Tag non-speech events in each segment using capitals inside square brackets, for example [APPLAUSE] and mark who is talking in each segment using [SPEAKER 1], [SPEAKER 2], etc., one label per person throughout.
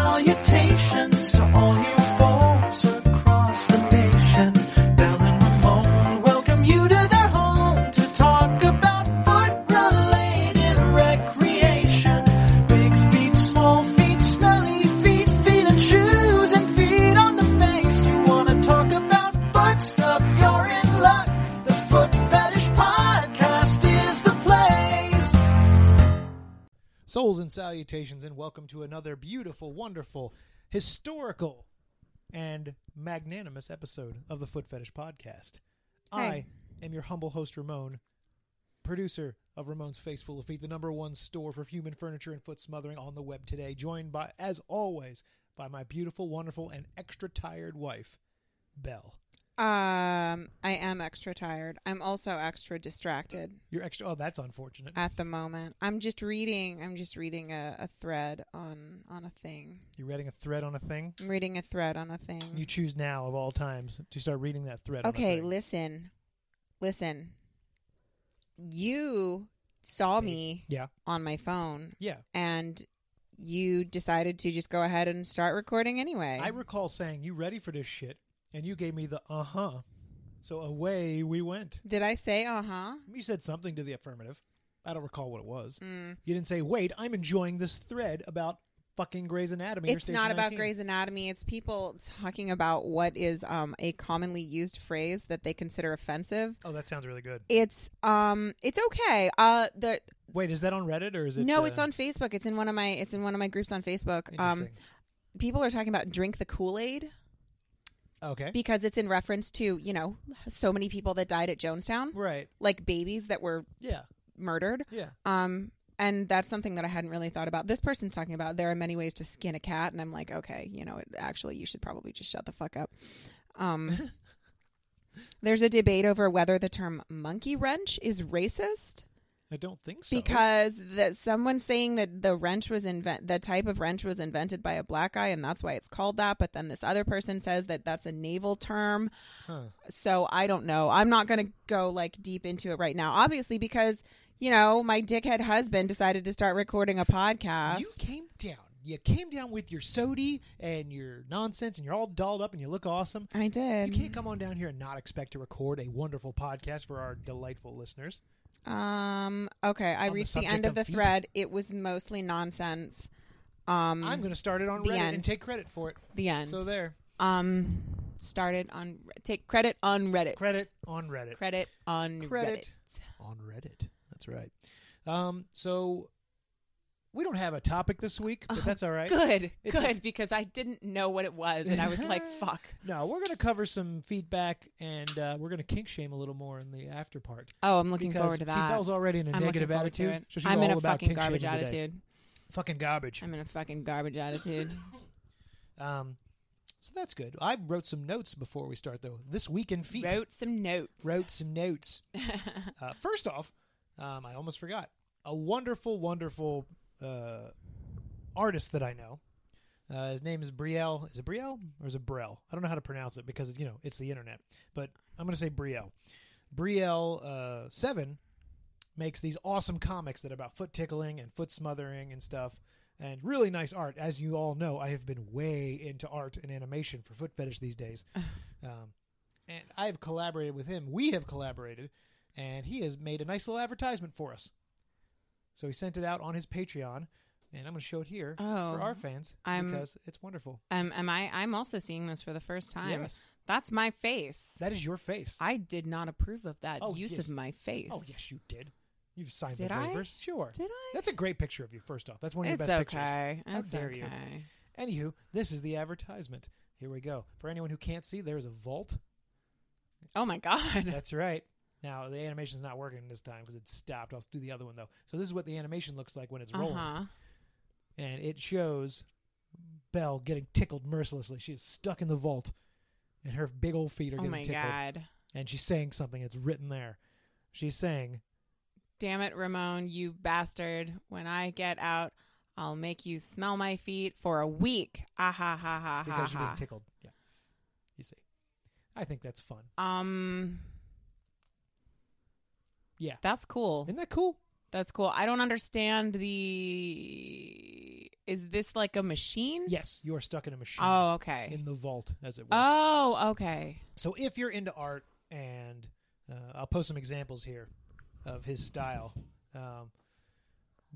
[SPEAKER 1] Salutations to all you folks across the nation. Bell and Ramon welcome you to their home to talk about foot related recreation. Big feet, small feet, smelly feet, feet and shoes, and feet on the face. You want to talk about foot stuff? You're in luck. The Foot Fetish Podcast is the place.
[SPEAKER 2] Souls and salutations, and welcome to another beautiful, wonderful, historical, and magnanimous episode of the Foot Fetish Podcast. I
[SPEAKER 3] Hey.
[SPEAKER 2] am your humble host, Ramon, producer of Ramon's Face Full of Feet, the number one store for human furniture and foot smothering on the web today, joined by, as always, by my beautiful, wonderful, and extra tired wife, Belle.
[SPEAKER 3] Um, I am extra tired. I'm also extra distracted
[SPEAKER 2] You're extra. Oh, that's unfortunate.
[SPEAKER 3] at the moment. I'm just reading. I'm just reading a, a thread on on a thing.
[SPEAKER 2] You're reading a thread on a thing.
[SPEAKER 3] I'm reading a thread on a thing.
[SPEAKER 2] You choose now, of all times, to start reading that thread. on a
[SPEAKER 3] okay,
[SPEAKER 2] thing.
[SPEAKER 3] listen, listen. You saw me
[SPEAKER 2] Yeah.
[SPEAKER 3] on my phone,
[SPEAKER 2] Yeah.
[SPEAKER 3] and you decided to just go ahead and start recording anyway.
[SPEAKER 2] I recall saying, "You ready for this shit?" and you gave me the "uh huh." So away we went.
[SPEAKER 3] Did I say uh huh?
[SPEAKER 2] You said something to the affirmative. I don't recall what it was.
[SPEAKER 3] Hmm.
[SPEAKER 2] You didn't say, "Wait, I'm enjoying this thread about fucking Grey's Anatomy." or
[SPEAKER 3] It's
[SPEAKER 2] Station
[SPEAKER 3] not about
[SPEAKER 2] 19."
[SPEAKER 3] Grey's Anatomy. It's people talking about what is um, a commonly used phrase that they consider offensive.
[SPEAKER 2] Oh, that sounds really good.
[SPEAKER 3] It's um, it's okay. Uh, the
[SPEAKER 2] Wait, is that on Reddit or is it?
[SPEAKER 3] no,
[SPEAKER 2] uh,
[SPEAKER 3] it's on Facebook. It's in one of my it's in one of my groups on Facebook. Um,
[SPEAKER 2] interesting.
[SPEAKER 3] people are talking about drink the Kool Aid
[SPEAKER 2] okay,
[SPEAKER 3] because it's in reference to you know so many people that died at Jonestown,
[SPEAKER 2] right?
[SPEAKER 3] like babies that were
[SPEAKER 2] Yeah,
[SPEAKER 3] murdered.
[SPEAKER 2] yeah.
[SPEAKER 3] Um, and that's something that I hadn't really thought about. This person's talking about there are many ways to skin a cat, and I'm like, okay, you know, it, actually, you should probably just shut the fuck up. Um, there's a debate over whether the term monkey wrench is racist
[SPEAKER 2] I don't think so.
[SPEAKER 3] because that someone's saying that the wrench was invent the type of wrench was invented by a black guy, and that's why it's called that. But then this other person says that that's a naval term.
[SPEAKER 2] Huh.
[SPEAKER 3] So I don't know. I'm not going to go like deep into it right now, obviously, because you know my dickhead husband decided to start recording a podcast.
[SPEAKER 2] you came down. You came down with your sody and your nonsense, and you're all dolled up, and you look awesome.
[SPEAKER 3] I
[SPEAKER 2] You
[SPEAKER 3] did.
[SPEAKER 2] can't come on down here and not expect to record a wonderful podcast for our delightful listeners.
[SPEAKER 3] um. Okay. I
[SPEAKER 2] On the
[SPEAKER 3] reached the,
[SPEAKER 2] subject
[SPEAKER 3] end of
[SPEAKER 2] of
[SPEAKER 3] the
[SPEAKER 2] feet.
[SPEAKER 3] thread. It was mostly nonsense. Um.
[SPEAKER 2] I'm going to start it on
[SPEAKER 3] the
[SPEAKER 2] Reddit and
[SPEAKER 3] end.
[SPEAKER 2] take credit for it.
[SPEAKER 3] the end.
[SPEAKER 2] So there,
[SPEAKER 3] um. Started on take credit on Reddit.
[SPEAKER 2] credit on Reddit.
[SPEAKER 3] Credit on
[SPEAKER 2] Credit.
[SPEAKER 3] Reddit.
[SPEAKER 2] on Reddit. That's right. Um, so we don't have a topic this week, but that's all right.
[SPEAKER 3] Oh, Good.
[SPEAKER 2] It's a-
[SPEAKER 3] good. [LAUGHS] because I didn't know what it was, and I
[SPEAKER 2] [LAUGHS]
[SPEAKER 3] was like, "Fuck."
[SPEAKER 2] No, we're going to cover some feedback and uh, we're going to kink shame a little more in the after part.
[SPEAKER 3] Oh, I'm looking
[SPEAKER 2] because,
[SPEAKER 3] forward to that.
[SPEAKER 2] See, Belle's already in a
[SPEAKER 3] I'm
[SPEAKER 2] negative
[SPEAKER 3] looking forward to
[SPEAKER 2] attitude.
[SPEAKER 3] it.
[SPEAKER 2] So she's
[SPEAKER 3] I'm
[SPEAKER 2] all
[SPEAKER 3] in a
[SPEAKER 2] about
[SPEAKER 3] fucking
[SPEAKER 2] kink shaming
[SPEAKER 3] garbage
[SPEAKER 2] today.
[SPEAKER 3] attitude.
[SPEAKER 2] Fucking garbage.
[SPEAKER 3] I'm in a fucking
[SPEAKER 2] [LAUGHS]
[SPEAKER 3] garbage attitude.
[SPEAKER 2] Um, so that's good. I wrote some notes before we start, though. This week in feet.
[SPEAKER 3] Wrote some notes.
[SPEAKER 2] wrote some notes. uh, first off, um, I almost forgot a wonderful, wonderful uh, artist that I know. Uh, his name is Brielle. Is it Brielle or is it Brell? I don't know how to pronounce it because you know it's the internet. But I'm going to say Brielle. Brielle uh, Seven makes these awesome comics that are about foot tickling and foot smothering and stuff. And really nice art. As you all know, I have been way into art and animation for foot fetish these
[SPEAKER 3] [LAUGHS]
[SPEAKER 2] days. Um, and I have collaborated with him. We have collaborated, and he has made a nice little advertisement for us. So he sent it out on his Patreon, and I'm going to show it here
[SPEAKER 3] Oh.
[SPEAKER 2] for our fans
[SPEAKER 3] I'm-
[SPEAKER 2] because it's wonderful.
[SPEAKER 3] Um, am I? I'm also seeing this for the first time.
[SPEAKER 2] Yes,
[SPEAKER 3] That's my face.
[SPEAKER 2] that is your face.
[SPEAKER 3] I did not approve of that
[SPEAKER 2] Oh,
[SPEAKER 3] use
[SPEAKER 2] yes.
[SPEAKER 3] of my face.
[SPEAKER 2] oh yes, you did. You've signed
[SPEAKER 3] Did
[SPEAKER 2] the
[SPEAKER 3] I?
[SPEAKER 2] waivers. Sure.
[SPEAKER 3] Did I?
[SPEAKER 2] That's a great picture of you. First off, that's one of
[SPEAKER 3] it's
[SPEAKER 2] your best pictures.
[SPEAKER 3] okay.
[SPEAKER 2] How
[SPEAKER 3] It's
[SPEAKER 2] dare
[SPEAKER 3] okay.
[SPEAKER 2] you. Anywho, this is the advertisement. Here we go. For anyone who can't see, there is a
[SPEAKER 3] [LAUGHS]
[SPEAKER 2] vault.
[SPEAKER 3] Oh my god. [LAUGHS]
[SPEAKER 2] That's right. Now the animation's not working this time because it stopped. I'll do the other one though. So this is what the animation looks like when it's
[SPEAKER 3] Uh
[SPEAKER 2] rolling.
[SPEAKER 3] huh.
[SPEAKER 2] and it shows Belle getting tickled mercilessly. She is stuck in the vault, and her big old feet are
[SPEAKER 3] Oh
[SPEAKER 2] getting
[SPEAKER 3] my
[SPEAKER 2] tickled.
[SPEAKER 3] god.
[SPEAKER 2] And she's saying something. It's written there. She's saying,
[SPEAKER 3] Damn it, Ramon, you bastard! When I get out, I'll make you smell my feet for a week. Ah ha ha ha ha
[SPEAKER 2] because you're
[SPEAKER 3] ha.
[SPEAKER 2] being tickled. Yeah. You see. I think that's fun.
[SPEAKER 3] um.
[SPEAKER 2] Yeah.
[SPEAKER 3] That's cool.
[SPEAKER 2] Isn't that cool?
[SPEAKER 3] That's cool. I don't understand the is this like a machine?
[SPEAKER 2] Yes, you are stuck in a machine.
[SPEAKER 3] Oh, okay.
[SPEAKER 2] In the vault, as it were.
[SPEAKER 3] Oh, okay.
[SPEAKER 2] so if you're into art, and uh, I'll post some examples here of his style, um,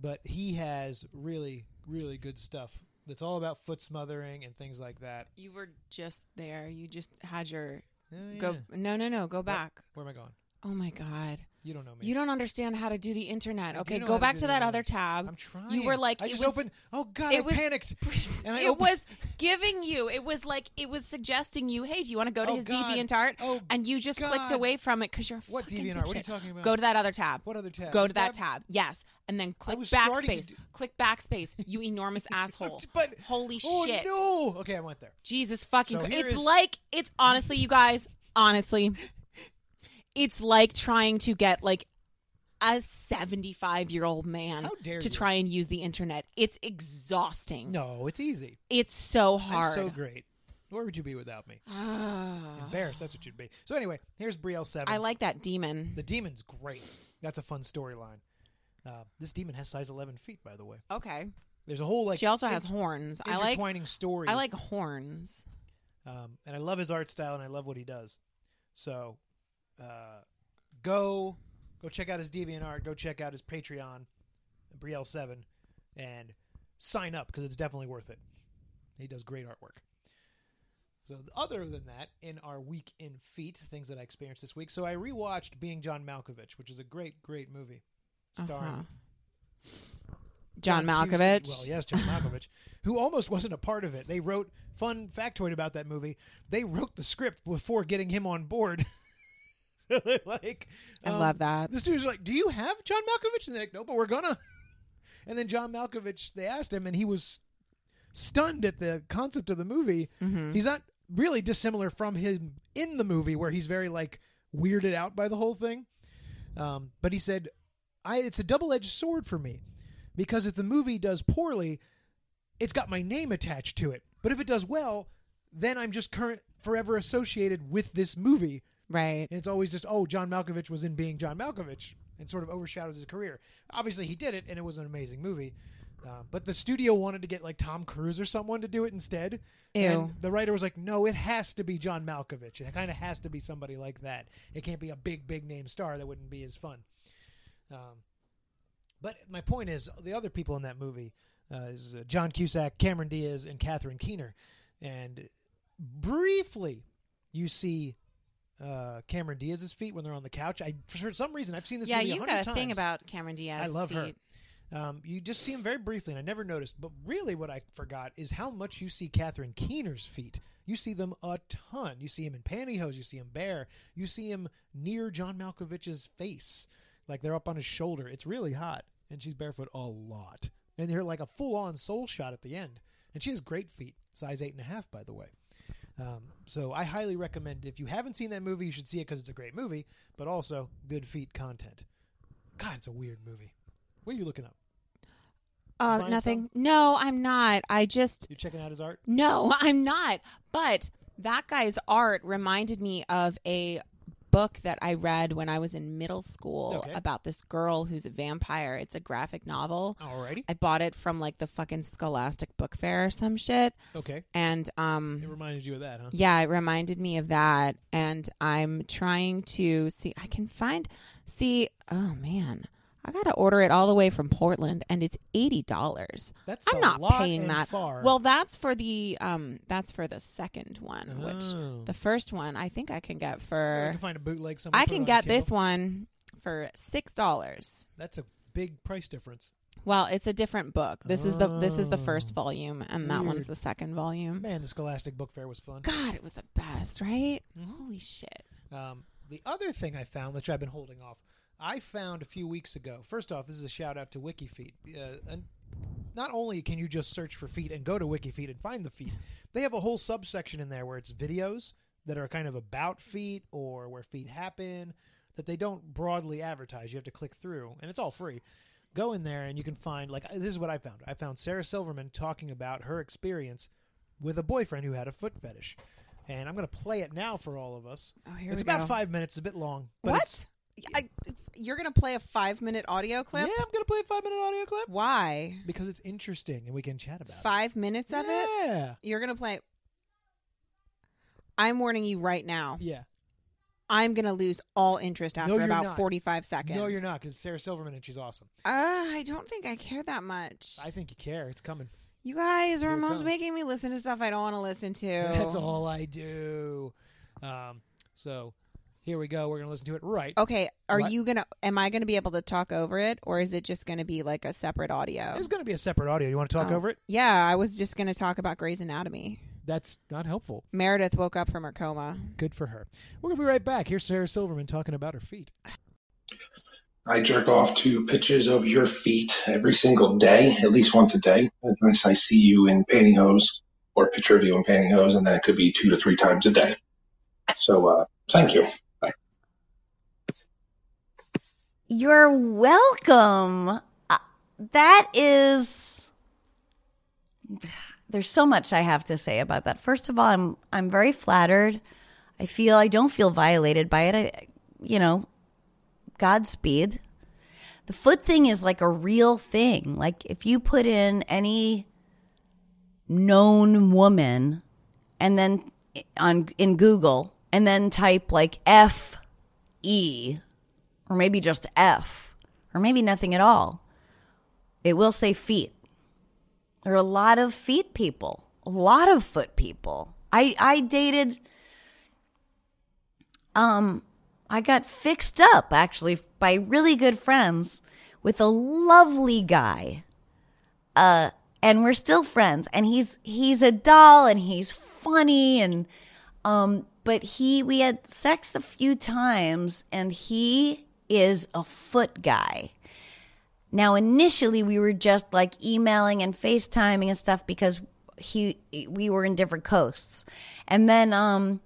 [SPEAKER 2] but he has really, really good stuff that's all about foot smothering and things like that.
[SPEAKER 3] You were just there. You just had your
[SPEAKER 2] Oh,
[SPEAKER 3] go.
[SPEAKER 2] yeah.
[SPEAKER 3] No, no, no. Go back.
[SPEAKER 2] Where am I going?
[SPEAKER 3] Oh my god.
[SPEAKER 2] You don't know me.
[SPEAKER 3] You don't understand how to do the internet.
[SPEAKER 2] I do
[SPEAKER 3] Okay,
[SPEAKER 2] know
[SPEAKER 3] go
[SPEAKER 2] how to
[SPEAKER 3] back
[SPEAKER 2] do the
[SPEAKER 3] to that
[SPEAKER 2] internet.
[SPEAKER 3] other tab.
[SPEAKER 2] I'm trying.
[SPEAKER 3] You were like,
[SPEAKER 2] I
[SPEAKER 3] it
[SPEAKER 2] just
[SPEAKER 3] was- [LAUGHS]
[SPEAKER 2] opened. Oh God,
[SPEAKER 3] it
[SPEAKER 2] I
[SPEAKER 3] was-
[SPEAKER 2] panicked. And I
[SPEAKER 3] it
[SPEAKER 2] opened-
[SPEAKER 3] was giving you. It was like it was suggesting you, hey, do you want to go to
[SPEAKER 2] Oh,
[SPEAKER 3] his
[SPEAKER 2] God.
[SPEAKER 3] deviant art?
[SPEAKER 2] Oh,
[SPEAKER 3] and you just clicked
[SPEAKER 2] God.
[SPEAKER 3] away from it because you're a
[SPEAKER 2] What
[SPEAKER 3] fucking
[SPEAKER 2] DeviantArt? What are you
[SPEAKER 3] dipshit.
[SPEAKER 2] talking about?
[SPEAKER 3] Go to that other tab.
[SPEAKER 2] What other tab?
[SPEAKER 3] Go
[SPEAKER 2] This
[SPEAKER 3] to that
[SPEAKER 2] tab?
[SPEAKER 3] tab. Yes, and then click
[SPEAKER 2] was starting to
[SPEAKER 3] backspace.
[SPEAKER 2] do-
[SPEAKER 3] Click backspace. You enormous asshole.
[SPEAKER 2] [LAUGHS] But
[SPEAKER 3] holy
[SPEAKER 2] oh,
[SPEAKER 3] shit.
[SPEAKER 2] no. Okay, I went there.
[SPEAKER 3] Jesus fucking
[SPEAKER 2] So
[SPEAKER 3] Christ.
[SPEAKER 2] here
[SPEAKER 3] It's
[SPEAKER 2] is-
[SPEAKER 3] like it's honestly you guys, honestly. It's like trying to get like a 75-year-old man
[SPEAKER 2] How dare
[SPEAKER 3] to
[SPEAKER 2] you.
[SPEAKER 3] try and use the internet. It's exhausting.
[SPEAKER 2] No, it's easy.
[SPEAKER 3] It's so hard.
[SPEAKER 2] I'm so great. Where would you be without me?
[SPEAKER 3] Ah.
[SPEAKER 2] Embarrassed. That's what you'd be. So anyway, here's Brielle seven.
[SPEAKER 3] I like that demon.
[SPEAKER 2] the demon's great. That's a fun storyline. Uh, this demon has size 11 feet, by the way.
[SPEAKER 3] okay.
[SPEAKER 2] There's a whole like
[SPEAKER 3] she also
[SPEAKER 2] in-
[SPEAKER 3] has horns. I like
[SPEAKER 2] intertwining story.
[SPEAKER 3] I like horns.
[SPEAKER 2] um, and I love his art style, and I love what he does. So, uh, go go check out his DeviantArt. Go check out his Patreon, Brielle Seven, and sign up because it's definitely worth it. He does great artwork. So, other than that, in our week in feet, things that I experienced this week. So, I rewatched Being John Malkovich, which is a great, great movie, starring
[SPEAKER 3] Uh-huh. John
[SPEAKER 2] Cusack-
[SPEAKER 3] Malkovich.
[SPEAKER 2] Well, yes, John Malkovich, who almost wasn't a part of it. They wrote fun factoid about that movie. They wrote the script before getting him on board. [LAUGHS] so they're like,
[SPEAKER 3] I
[SPEAKER 2] um,
[SPEAKER 3] love that.
[SPEAKER 2] The students are like, "Do you have John Malkovich?" And they're like, "No, but we're gonna." [LAUGHS] And then John Malkovich, they asked him, and he was stunned at the concept of the movie. He's not really dissimilar from him in the movie, where he's very like weirded out by the whole thing. Um, but he said, "I it's a double edged sword for me because if the movie does poorly, it's got my name attached to it. But if it does well, then I'm just current forever associated with this movie."
[SPEAKER 3] Right.
[SPEAKER 2] And it's always just, oh, John Malkovich was in being John Malkovich and sort of overshadows his career. Obviously, he did it, and it was an amazing movie. Uh, but the studio wanted to get like Tom Cruise or someone to do it instead. And
[SPEAKER 3] Ew.
[SPEAKER 2] the writer was like, no, it has to be John Malkovich. It kind of has to be somebody like that. It can't be a big, big name star. That wouldn't be as fun. Um, but my point is, the other people in that movie uh, is uh, John Cusack, Cameron Diaz, and Catherine Keener. And briefly, you see uh, Cameron Diaz's feet when they're on the couch. I for some reason I've seen this
[SPEAKER 3] Yeah,
[SPEAKER 2] movie.
[SPEAKER 3] you got
[SPEAKER 2] 100
[SPEAKER 3] a thing
[SPEAKER 2] times.
[SPEAKER 3] about Cameron Diaz.
[SPEAKER 2] I love her.
[SPEAKER 3] feet.
[SPEAKER 2] Um, you just see him very briefly, and I never noticed. But really, what I forgot is how much you see Catherine Keener's feet. You see them a ton. You see him in pantyhose. You see him bare. You see him near John Malkovich's face, like they're up on his shoulder. It's really hot, and she's barefoot a lot. And you're like a full-on soul shot at the end. And she has great feet, size eight and a half, by the way. Um, so I highly recommend if you haven't seen that movie, you should see it because it's a great movie, but also good feet content. God, it's a weird movie. What are you looking up?
[SPEAKER 3] Um,
[SPEAKER 2] buying
[SPEAKER 3] nothing. No, I'm not. I just
[SPEAKER 2] You're checking out his art?
[SPEAKER 3] no, [LAUGHS] I'm not. But that guy's art reminded me of a book that I read when I was in middle school
[SPEAKER 2] Okay.
[SPEAKER 3] about this girl who's a vampire. It's a graphic novel.
[SPEAKER 2] Alrighty.
[SPEAKER 3] I bought it from like the fucking Scholastic Book Fair or some shit,
[SPEAKER 2] Okay.
[SPEAKER 3] and um,
[SPEAKER 2] It reminded you of that, huh?
[SPEAKER 3] Yeah, it reminded me of that. And I'm trying to see, I can find, see, oh man, I got to order it all the way from Portland and it's $80.
[SPEAKER 2] That's
[SPEAKER 3] I'm
[SPEAKER 2] a
[SPEAKER 3] not
[SPEAKER 2] lot
[SPEAKER 3] paying
[SPEAKER 2] and
[SPEAKER 3] that.
[SPEAKER 2] far.
[SPEAKER 3] Well, that's for the, um, that's for the second one,
[SPEAKER 2] Oh.
[SPEAKER 3] which the first one I think I can get
[SPEAKER 2] I
[SPEAKER 3] for,
[SPEAKER 2] can find a bootleg somewhere.
[SPEAKER 3] I
[SPEAKER 2] put it
[SPEAKER 3] can
[SPEAKER 2] on
[SPEAKER 3] get
[SPEAKER 2] Kindle.
[SPEAKER 3] this one for $6.
[SPEAKER 2] That's a big price difference.
[SPEAKER 3] Well, it's a different book. This is the this is the first
[SPEAKER 2] Oh.
[SPEAKER 3] volume and that one's
[SPEAKER 2] Weird.
[SPEAKER 3] the second volume.
[SPEAKER 2] Man, the Scholastic Book Fair was fun.
[SPEAKER 3] God, it was the best, right?
[SPEAKER 2] Mhm.
[SPEAKER 3] Holy shit.
[SPEAKER 2] Um, the other thing I found, which I've been holding off, I found a few weeks ago. First off, this is a shout out to WikiFeet. Uh, and not only can you just search for feet and go to WikiFeet and find the feet, they have a whole subsection in there where it's videos that are kind of about feet or where feet happen that they don't broadly advertise. You have to click through, and it's all free. Go in there and you can find like this is what I found. I found Sarah Silverman talking about her experience with a boyfriend who had a foot fetish. And I'm going to play it now for all of us.
[SPEAKER 3] Oh, here
[SPEAKER 2] it's
[SPEAKER 3] we
[SPEAKER 2] about
[SPEAKER 3] go.
[SPEAKER 2] five minutes, a bit long. But
[SPEAKER 3] What?
[SPEAKER 2] It's,
[SPEAKER 4] I, you're gonna play a five minute audio clip.
[SPEAKER 2] Yeah, I'm gonna play a five minute audio clip
[SPEAKER 4] Why
[SPEAKER 2] because it's interesting and we can chat about
[SPEAKER 4] five minutes
[SPEAKER 2] it.
[SPEAKER 4] of it?
[SPEAKER 2] yeah.
[SPEAKER 4] You're gonna play. I'm warning you right now.
[SPEAKER 2] Yeah.
[SPEAKER 4] I'm gonna lose all interest after
[SPEAKER 2] you're
[SPEAKER 4] about
[SPEAKER 2] not.
[SPEAKER 4] 45 seconds.
[SPEAKER 2] No, you're not because Sarah Silverman and she's awesome.
[SPEAKER 4] Uh, I don't think I care that much.
[SPEAKER 2] I think you care. It's coming.
[SPEAKER 4] you guys,
[SPEAKER 2] Here it
[SPEAKER 4] Ramon's
[SPEAKER 2] comes.
[SPEAKER 4] making me listen to stuff I don't want to listen to.
[SPEAKER 2] [LAUGHS] That's all I do. Um, so here we go. We're gonna listen to it right.
[SPEAKER 4] Okay, are
[SPEAKER 2] What?
[SPEAKER 4] you gonna? Am I gonna be able to talk over it, or is it just gonna be like a separate audio?
[SPEAKER 2] There's gonna be a separate audio. You want to talk
[SPEAKER 4] Oh.
[SPEAKER 2] over it?
[SPEAKER 4] Yeah, I was just gonna talk about Grey's Anatomy.
[SPEAKER 2] That's not helpful.
[SPEAKER 4] Meredith woke up from her coma.
[SPEAKER 2] Good for her. We're gonna be right back. Here's Sarah Silverman talking about her feet.
[SPEAKER 5] I jerk off to pictures of your feet every single day, at least once a day, unless I see you in pantyhose or a picture of you in pantyhose, and then it could be two to three times a day. So, uh, thank you.
[SPEAKER 6] You're welcome. Uh, That is There's so much I have to say about that. First of all, I'm I'm very flattered. I feel I don't feel violated by it. I you know, Godspeed. The foot thing is like a real thing. Like if you put in any known woman and then eh, on in Google and then type like F E or maybe just F, or maybe nothing at all. It will say feet. There are a lot of feet people, a lot of foot people. I I dated um I got fixed up actually by really good friends with a lovely guy. Uh and we're still friends and he's he's a doll and he's funny and um, but he, we had sex a few times, and he is a foot guy. Now, initially, we were just like emailing and FaceTiming and stuff because he, we were in different coasts, and then, um,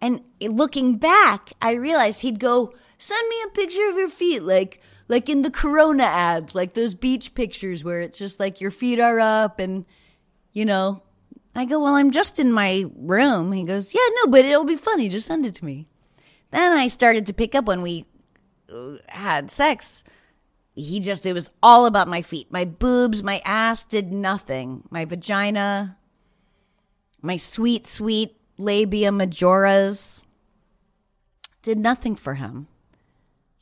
[SPEAKER 6] and looking back, I realized he'd go, "Send me a picture of your feet, like." Like in the Corona ads, like those beach pictures where it's just like your feet are up and you know, I go, Well, I'm just in my room. He goes, Yeah, no, but it'll be funny. Just send it to me. Then I started to pick up when we uh, had sex. He just, it was all about my feet. My boobs, my ass did nothing. My vagina, my sweet, sweet labia majoras did nothing for him.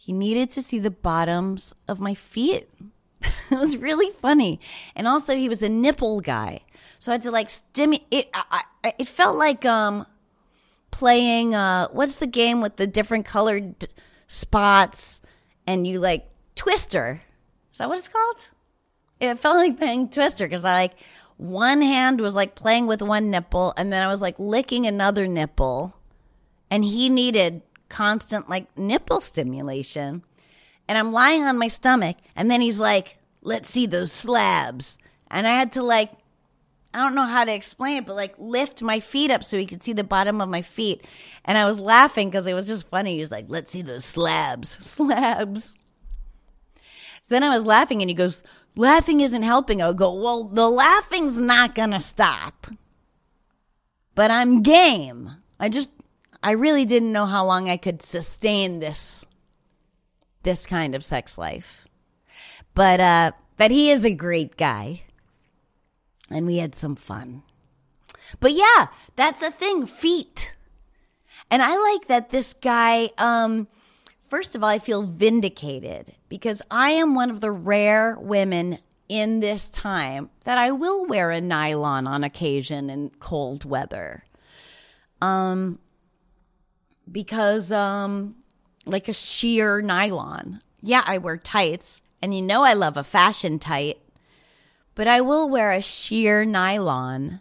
[SPEAKER 6] He needed to see the bottoms of my feet [LAUGHS] it was really funny. And also, he was a nipple guy, so I had to like stimulate. It, I, I, it felt like um, playing uh, what's the game with the different colored spots, and you like Twister. Is that what it's called? It felt like playing Twister because I like one hand was like playing with one nipple, and then I was like licking another nipple, and he needed constant like nipple stimulation and I'm lying on my stomach. And then he's like, let's see those slabs. And I had to like, I don't know how to explain it, but like lift my feet up so he could see the bottom of my feet. And I was laughing because it was just funny. He was like, let's see those slabs, [LAUGHS] slabs. Then I was laughing and he goes, laughing isn't helping. I go, well, the laughing's not going to stop. But I'm game. I just, I really didn't know how long I could sustain this this kind of sex life. But uh but he is a great guy. And we had some fun. But yeah, that's a thing, feet. And I like that this guy um first of all, I feel vindicated because I am one of the rare women in this time that I will wear a nylon on occasion in cold weather. Um because um like a sheer nylon. Yeah, I wear tights, and you know I love a fashion tight, but I will wear a sheer nylon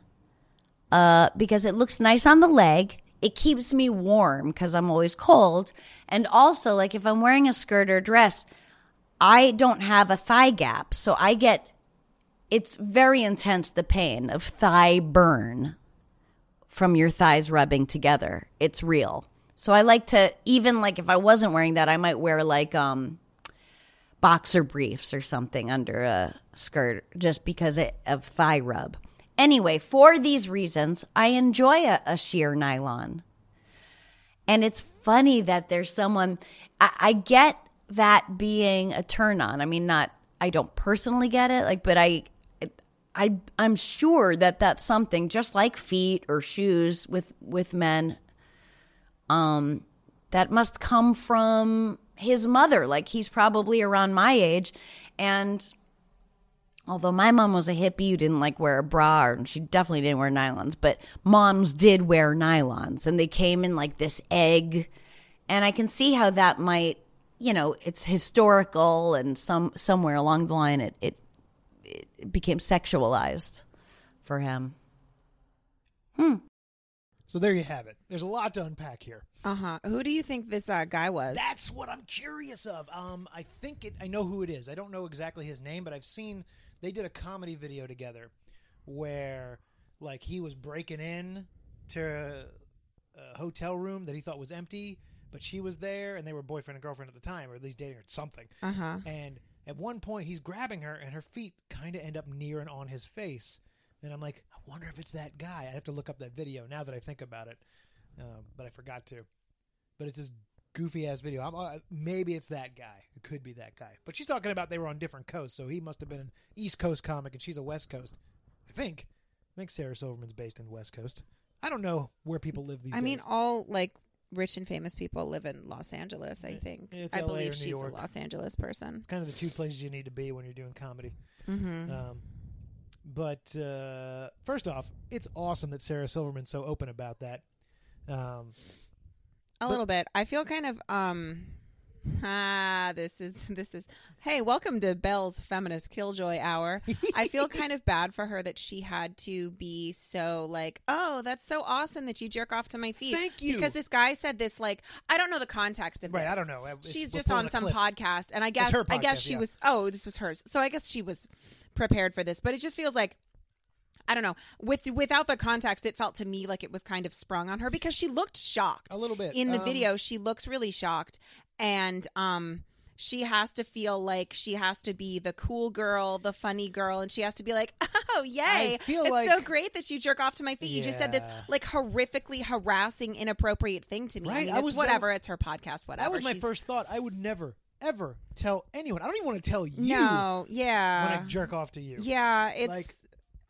[SPEAKER 6] uh, because it looks nice on the leg. It keeps me warm because I'm always cold. And also, like if I'm wearing a skirt or dress, I don't have a thigh gap. So I get, it's very intense the pain of thigh burn from your thighs rubbing together. It's real. So I like to even like if I wasn't wearing that, I might wear like um boxer briefs or something under a skirt just because it, of thigh rub. Anyway, for these reasons, I enjoy a, a sheer nylon. And it's funny that there's someone, I, I get that being a turn on. I mean, not, I don't personally get it, like, but I, I, I'm sure that that's something just like feet or shoes with, with men, um, that must come from his mother. Like he's probably around my age. And although my mom was a hippie who didn't like wear a bra or- and she definitely didn't wear nylons, but moms did wear nylons and they came in like this egg. And I can see how that might, you know, it's historical and some somewhere along the line it it, it became sexualized for him.
[SPEAKER 2] So there you have it. There's a lot to unpack here.
[SPEAKER 3] Uh huh. Who do you think this uh, guy was?
[SPEAKER 2] That's what I'm curious of. Um, I think it. I know who it is. I don't know exactly his name, but I've seen they did a comedy video together where like he was breaking in to a hotel room that he thought was empty, but she was there, and they were boyfriend and girlfriend at the time, or at least dating or something.
[SPEAKER 3] Uh huh.
[SPEAKER 2] And at one point, he's grabbing her, and her feet kind of end up near and on his face. And I'm like, I wonder if it's that guy. I have to look up that video now that I think about it, um, but I forgot to. But it's this goofy ass video. I'm, uh, maybe it's that guy. It could be that guy. But she's talking about they were on different coasts, so he must have been an East Coast comic, and she's a West Coast. I think. I think Sarah Silverman's based in West Coast. I don't know where people live these
[SPEAKER 3] I
[SPEAKER 2] days.
[SPEAKER 3] mean, all like rich and famous people live in Los Angeles. I think.
[SPEAKER 2] it's
[SPEAKER 3] I
[SPEAKER 2] LA or
[SPEAKER 3] believe
[SPEAKER 2] New
[SPEAKER 3] she's
[SPEAKER 2] York.
[SPEAKER 3] a Los Angeles person.
[SPEAKER 2] it's kind of the two places you need to be when you're doing comedy.
[SPEAKER 3] Mm-hmm.
[SPEAKER 2] Um, but uh, first off, it's awesome that Sarah Silverman's so open about that. Um,
[SPEAKER 3] a little bit. I feel kind of um. [LAUGHS] Ah, this is [LAUGHS] this is. Hey, welcome to Belle's Feminist Killjoy Hour. I feel
[SPEAKER 2] [LAUGHS]
[SPEAKER 3] kind of bad for her that she had to be so like, oh, that's so awesome that you jerk off to my feet.
[SPEAKER 2] Thank you.
[SPEAKER 3] Because this guy said this like, I don't know the context of
[SPEAKER 2] Right,
[SPEAKER 3] this.
[SPEAKER 2] I don't know. It's-
[SPEAKER 3] She's
[SPEAKER 2] we're
[SPEAKER 3] just
[SPEAKER 2] pulling
[SPEAKER 3] on
[SPEAKER 2] a
[SPEAKER 3] some
[SPEAKER 2] clip.
[SPEAKER 3] podcast, and I guess
[SPEAKER 2] her
[SPEAKER 3] I guess
[SPEAKER 2] podcast,
[SPEAKER 3] she
[SPEAKER 2] yeah.
[SPEAKER 3] was. Oh, this was hers. So I guess she was prepared for this, but it just feels like. I don't know. With without the context, it felt to me like it was kind of sprung on her because she looked shocked
[SPEAKER 2] a little bit
[SPEAKER 3] in the
[SPEAKER 2] Um,
[SPEAKER 3] video she looks really shocked and um she has to feel like she has to be the cool girl the funny girl and she has to be like [LAUGHS] oh yay
[SPEAKER 2] I feel
[SPEAKER 3] it's
[SPEAKER 2] like-
[SPEAKER 3] so great that you jerk off to my feet you just said this
[SPEAKER 2] Yeah.
[SPEAKER 3] like horrifically harassing inappropriate thing to me
[SPEAKER 2] Right,
[SPEAKER 3] i mean
[SPEAKER 2] I
[SPEAKER 3] it's
[SPEAKER 2] was- that-
[SPEAKER 3] whatever it's her podcast whatever
[SPEAKER 2] That was my
[SPEAKER 3] She's-
[SPEAKER 2] first thought. I would never, ever tell anyone. I don't even want to tell you
[SPEAKER 3] no yeah
[SPEAKER 2] when I jerk off to you.
[SPEAKER 3] yeah it's
[SPEAKER 2] Like-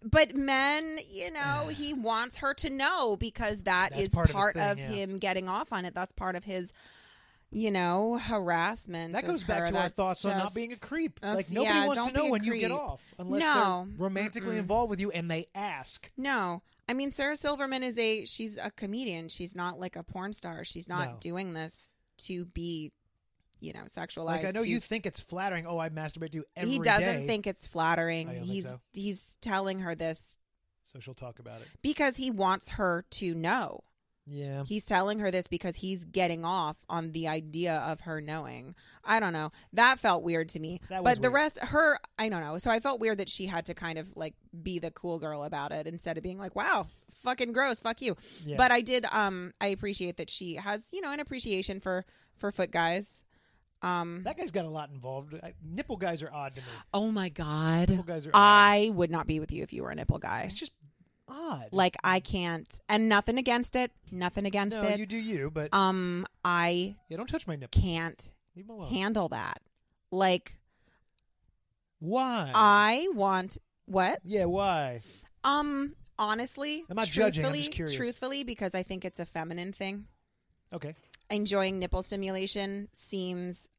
[SPEAKER 3] but men, you know, he wants her to know because that
[SPEAKER 2] That's
[SPEAKER 3] is
[SPEAKER 2] part
[SPEAKER 3] part
[SPEAKER 2] of
[SPEAKER 3] of,
[SPEAKER 2] his thing, yeah.
[SPEAKER 3] him getting off on it. That's part of his, you know, harassment.
[SPEAKER 2] That
[SPEAKER 3] of
[SPEAKER 2] goes back
[SPEAKER 3] her.
[SPEAKER 2] to our
[SPEAKER 3] That's
[SPEAKER 2] thoughts on not
[SPEAKER 3] just-
[SPEAKER 2] being a creep.
[SPEAKER 3] that's-
[SPEAKER 2] Like nobody
[SPEAKER 3] yeah,
[SPEAKER 2] wants to
[SPEAKER 3] don't be
[SPEAKER 2] know
[SPEAKER 3] a
[SPEAKER 2] when you get
[SPEAKER 3] creep.
[SPEAKER 2] off unless
[SPEAKER 3] No.
[SPEAKER 2] they're romantically
[SPEAKER 3] Mm-mm.
[SPEAKER 2] involved with you and they ask.
[SPEAKER 3] No, I mean Sarah Silverman is a she's a comedian. She's not like a porn star. She's not
[SPEAKER 2] No.
[SPEAKER 3] doing this to be, you know, sexualized.
[SPEAKER 2] Like I know
[SPEAKER 3] to-
[SPEAKER 2] you think it's flattering. Oh, I masturbate to you every
[SPEAKER 3] he doesn't
[SPEAKER 2] day.
[SPEAKER 3] think it's
[SPEAKER 2] I
[SPEAKER 3] flattering.
[SPEAKER 2] don't think
[SPEAKER 3] He's
[SPEAKER 2] so.
[SPEAKER 3] he's telling her this
[SPEAKER 2] So she'll talk about it.
[SPEAKER 3] because he wants her to know.
[SPEAKER 2] Yeah.
[SPEAKER 3] He's telling her this because he's getting off on the idea of her knowing. I don't know. That felt weird to me.
[SPEAKER 2] That was
[SPEAKER 3] but the
[SPEAKER 2] weird.
[SPEAKER 3] rest, her, I don't know. So I felt weird that she had to kind of like be the cool girl about it instead of being like, wow, fucking gross, fuck you.
[SPEAKER 2] Yeah.
[SPEAKER 3] But I did, um, I appreciate that she has, you know, an appreciation for, for foot guys. Um,
[SPEAKER 2] That guy's got a lot involved. I, nipple guys are odd to me.
[SPEAKER 3] oh my
[SPEAKER 2] Nipple
[SPEAKER 3] God.
[SPEAKER 2] guys are odd.
[SPEAKER 3] I would not be with you if you were a nipple guy.
[SPEAKER 2] It's just odd.
[SPEAKER 3] Like I can't, and nothing against it, nothing against
[SPEAKER 2] no,
[SPEAKER 3] it.
[SPEAKER 2] you do you, but
[SPEAKER 3] um, I
[SPEAKER 2] yeah, don't touch my nipple.
[SPEAKER 3] can't
[SPEAKER 2] Leave me alone.
[SPEAKER 3] handle that. Like [LAUGHS]
[SPEAKER 2] why?
[SPEAKER 3] I want what?
[SPEAKER 2] yeah, why?
[SPEAKER 3] Um honestly,
[SPEAKER 2] I'm not judging, I'm
[SPEAKER 3] truthfully,
[SPEAKER 2] just curious.
[SPEAKER 3] truthfully because I think it's a feminine thing.
[SPEAKER 2] Okay.
[SPEAKER 3] Enjoying nipple stimulation seems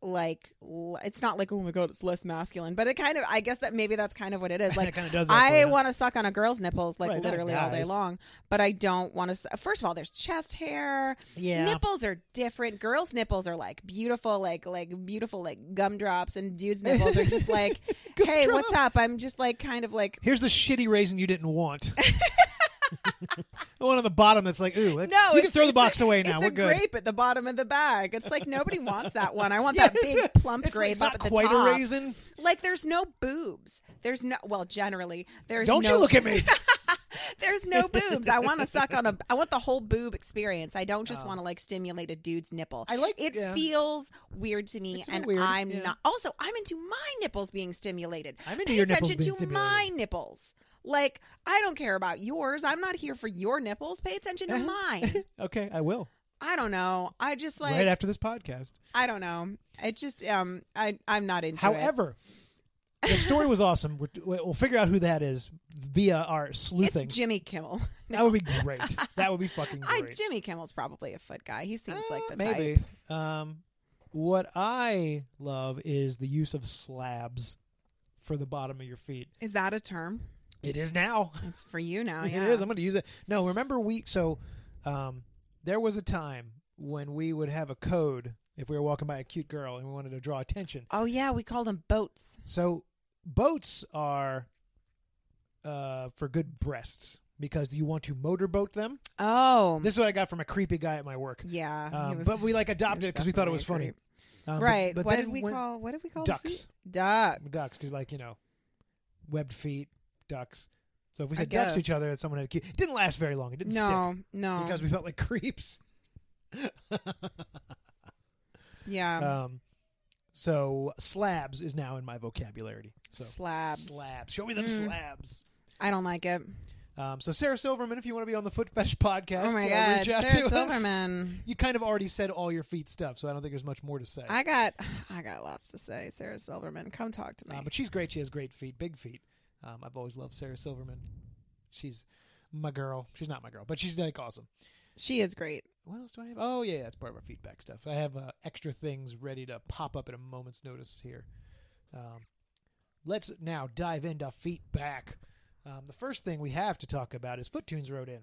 [SPEAKER 3] like l- it's not like oh my god, it's less masculine, but it kind of I guess that maybe that's kind of what
[SPEAKER 2] [LAUGHS]
[SPEAKER 3] it is. Like
[SPEAKER 2] that kind of does. That for
[SPEAKER 3] I
[SPEAKER 2] you.
[SPEAKER 3] want to suck on a girl's nipples like
[SPEAKER 2] Right, not
[SPEAKER 3] literally all day
[SPEAKER 2] guys.
[SPEAKER 3] long, but I don't want to. First of all, there's chest hair.
[SPEAKER 2] Yeah.
[SPEAKER 3] Nipples are different. Girls' nipples are like beautiful, like like beautiful, like gumdrops, and dudes' nipples are
[SPEAKER 2] [LAUGHS]
[SPEAKER 3] just like, hey, what's up? I'm just like kind of like.
[SPEAKER 2] Here's the shitty raisin you didn't
[SPEAKER 3] [LAUGHS]
[SPEAKER 2] want. the one on the bottom that's like, ooh, that's,
[SPEAKER 3] No,
[SPEAKER 2] you can
[SPEAKER 3] it's-
[SPEAKER 2] throw the
[SPEAKER 3] it's
[SPEAKER 2] box
[SPEAKER 3] a-
[SPEAKER 2] away now.
[SPEAKER 3] It's
[SPEAKER 2] We're
[SPEAKER 3] a
[SPEAKER 2] good.
[SPEAKER 3] grape at the bottom of the bag. It's like nobody wants that one. I
[SPEAKER 2] [LAUGHS]
[SPEAKER 3] want
[SPEAKER 2] Yeah,
[SPEAKER 3] that
[SPEAKER 2] it's
[SPEAKER 3] big
[SPEAKER 2] a-
[SPEAKER 3] plump
[SPEAKER 2] it's like
[SPEAKER 3] grape
[SPEAKER 2] not
[SPEAKER 3] up at the
[SPEAKER 2] quite
[SPEAKER 3] top.
[SPEAKER 2] a raisin.
[SPEAKER 3] Like there's no boobs. There's no well, generally there's
[SPEAKER 2] Don't
[SPEAKER 3] no-
[SPEAKER 2] you look at me.
[SPEAKER 3] [LAUGHS] There's
[SPEAKER 2] [LAUGHS]
[SPEAKER 3] no boobs. I want to suck on a. I want the whole boob experience. I don't just want to like stimulate a dude's nipple.
[SPEAKER 2] Oh. I like-
[SPEAKER 3] it.
[SPEAKER 2] yeah.
[SPEAKER 3] Feels weird to me,
[SPEAKER 2] It's a bit
[SPEAKER 3] and
[SPEAKER 2] weird,
[SPEAKER 3] I'm
[SPEAKER 2] yeah.
[SPEAKER 3] not. Also, I'm into my nipples being stimulated.
[SPEAKER 2] I'm into
[SPEAKER 3] Pay
[SPEAKER 2] your nipples
[SPEAKER 3] attention
[SPEAKER 2] being
[SPEAKER 3] to my nipples. Like, I don't care about yours. I'm not here for your nipples. Pay attention
[SPEAKER 2] Uh-huh.
[SPEAKER 3] to mine.
[SPEAKER 2] Okay, I will.
[SPEAKER 3] I don't know. I just like
[SPEAKER 2] right after this podcast.
[SPEAKER 3] I don't know. It just um I I'm not into it.
[SPEAKER 2] However, the story was awesome. We're, we'll figure out who that is via our
[SPEAKER 3] it's
[SPEAKER 2] sleuthing.
[SPEAKER 3] Jimmy Kimmel. [LAUGHS]
[SPEAKER 2] that would be great. That would be fucking
[SPEAKER 3] I
[SPEAKER 2] great.
[SPEAKER 3] Jimmy Kimmel's probably a foot guy. He seems like
[SPEAKER 2] Uh,
[SPEAKER 3] the
[SPEAKER 2] maybe.
[SPEAKER 3] type.
[SPEAKER 2] Um, what I love is the use of slabs for the bottom of your feet.
[SPEAKER 3] Is that a term?
[SPEAKER 2] [LAUGHS] It is now.
[SPEAKER 3] It's for you now. Oh, Yeah.
[SPEAKER 2] It is. I'm going to use it. No, remember we so um, there was a time when we would have a code if we were walking by a cute girl and we wanted to draw attention.
[SPEAKER 3] oh yeah, we called them boats.
[SPEAKER 2] So boats are uh, for good breasts because you want to motorboat them.
[SPEAKER 3] Oh
[SPEAKER 2] This is what I got from a creepy guy at my work.
[SPEAKER 3] yeah. he
[SPEAKER 2] Um,
[SPEAKER 3] was-
[SPEAKER 2] but we like
[SPEAKER 3] he
[SPEAKER 2] adopted it because we thought it was
[SPEAKER 3] definitely
[SPEAKER 2] funny.
[SPEAKER 3] a creep.
[SPEAKER 2] Um, but-
[SPEAKER 3] right.
[SPEAKER 2] But,
[SPEAKER 3] what
[SPEAKER 2] then
[SPEAKER 3] did we
[SPEAKER 2] when-
[SPEAKER 3] call? What did we call The
[SPEAKER 2] ducks?
[SPEAKER 3] feet? Ducks.
[SPEAKER 2] Ducks, because like you know, webbed feet, ducks. So if we
[SPEAKER 3] I
[SPEAKER 2] said ducks to each
[SPEAKER 3] guess.
[SPEAKER 2] other, that someone had a cute. It didn't last very long. It didn't
[SPEAKER 3] No, no.
[SPEAKER 2] stick because we felt like [LAUGHS] creeps.
[SPEAKER 3] yeah.
[SPEAKER 2] um, so slabs is now in my vocabulary. So
[SPEAKER 3] slabs.
[SPEAKER 2] slabs. Show me them
[SPEAKER 3] Mm.
[SPEAKER 2] slabs.
[SPEAKER 3] I don't like it.
[SPEAKER 2] Um, so Sarah Silverman, if you want to be on the Foot Fetish [LAUGHS] podcast,
[SPEAKER 3] Oh my
[SPEAKER 2] uh,
[SPEAKER 3] god,
[SPEAKER 2] reach out
[SPEAKER 3] Sarah
[SPEAKER 2] to us.
[SPEAKER 3] Silverman.
[SPEAKER 2] You kind of already said all your feet stuff, so I don't think there's much more to say.
[SPEAKER 3] I got, I got lots to say. Sarah Silverman, come talk to me.
[SPEAKER 2] Uh, but she's great. She has great feet, big feet. Um, I've always loved Sarah Silverman. She's my girl. She's not my girl, but she's like awesome.
[SPEAKER 3] she is great.
[SPEAKER 2] What else do I have? Oh yeah, that's part of our feedback stuff. I have uh, extra things ready to pop up at a moment's notice here. Um, let's now dive into feedback. Um, the first thing we have to talk about is Foottunes wrote in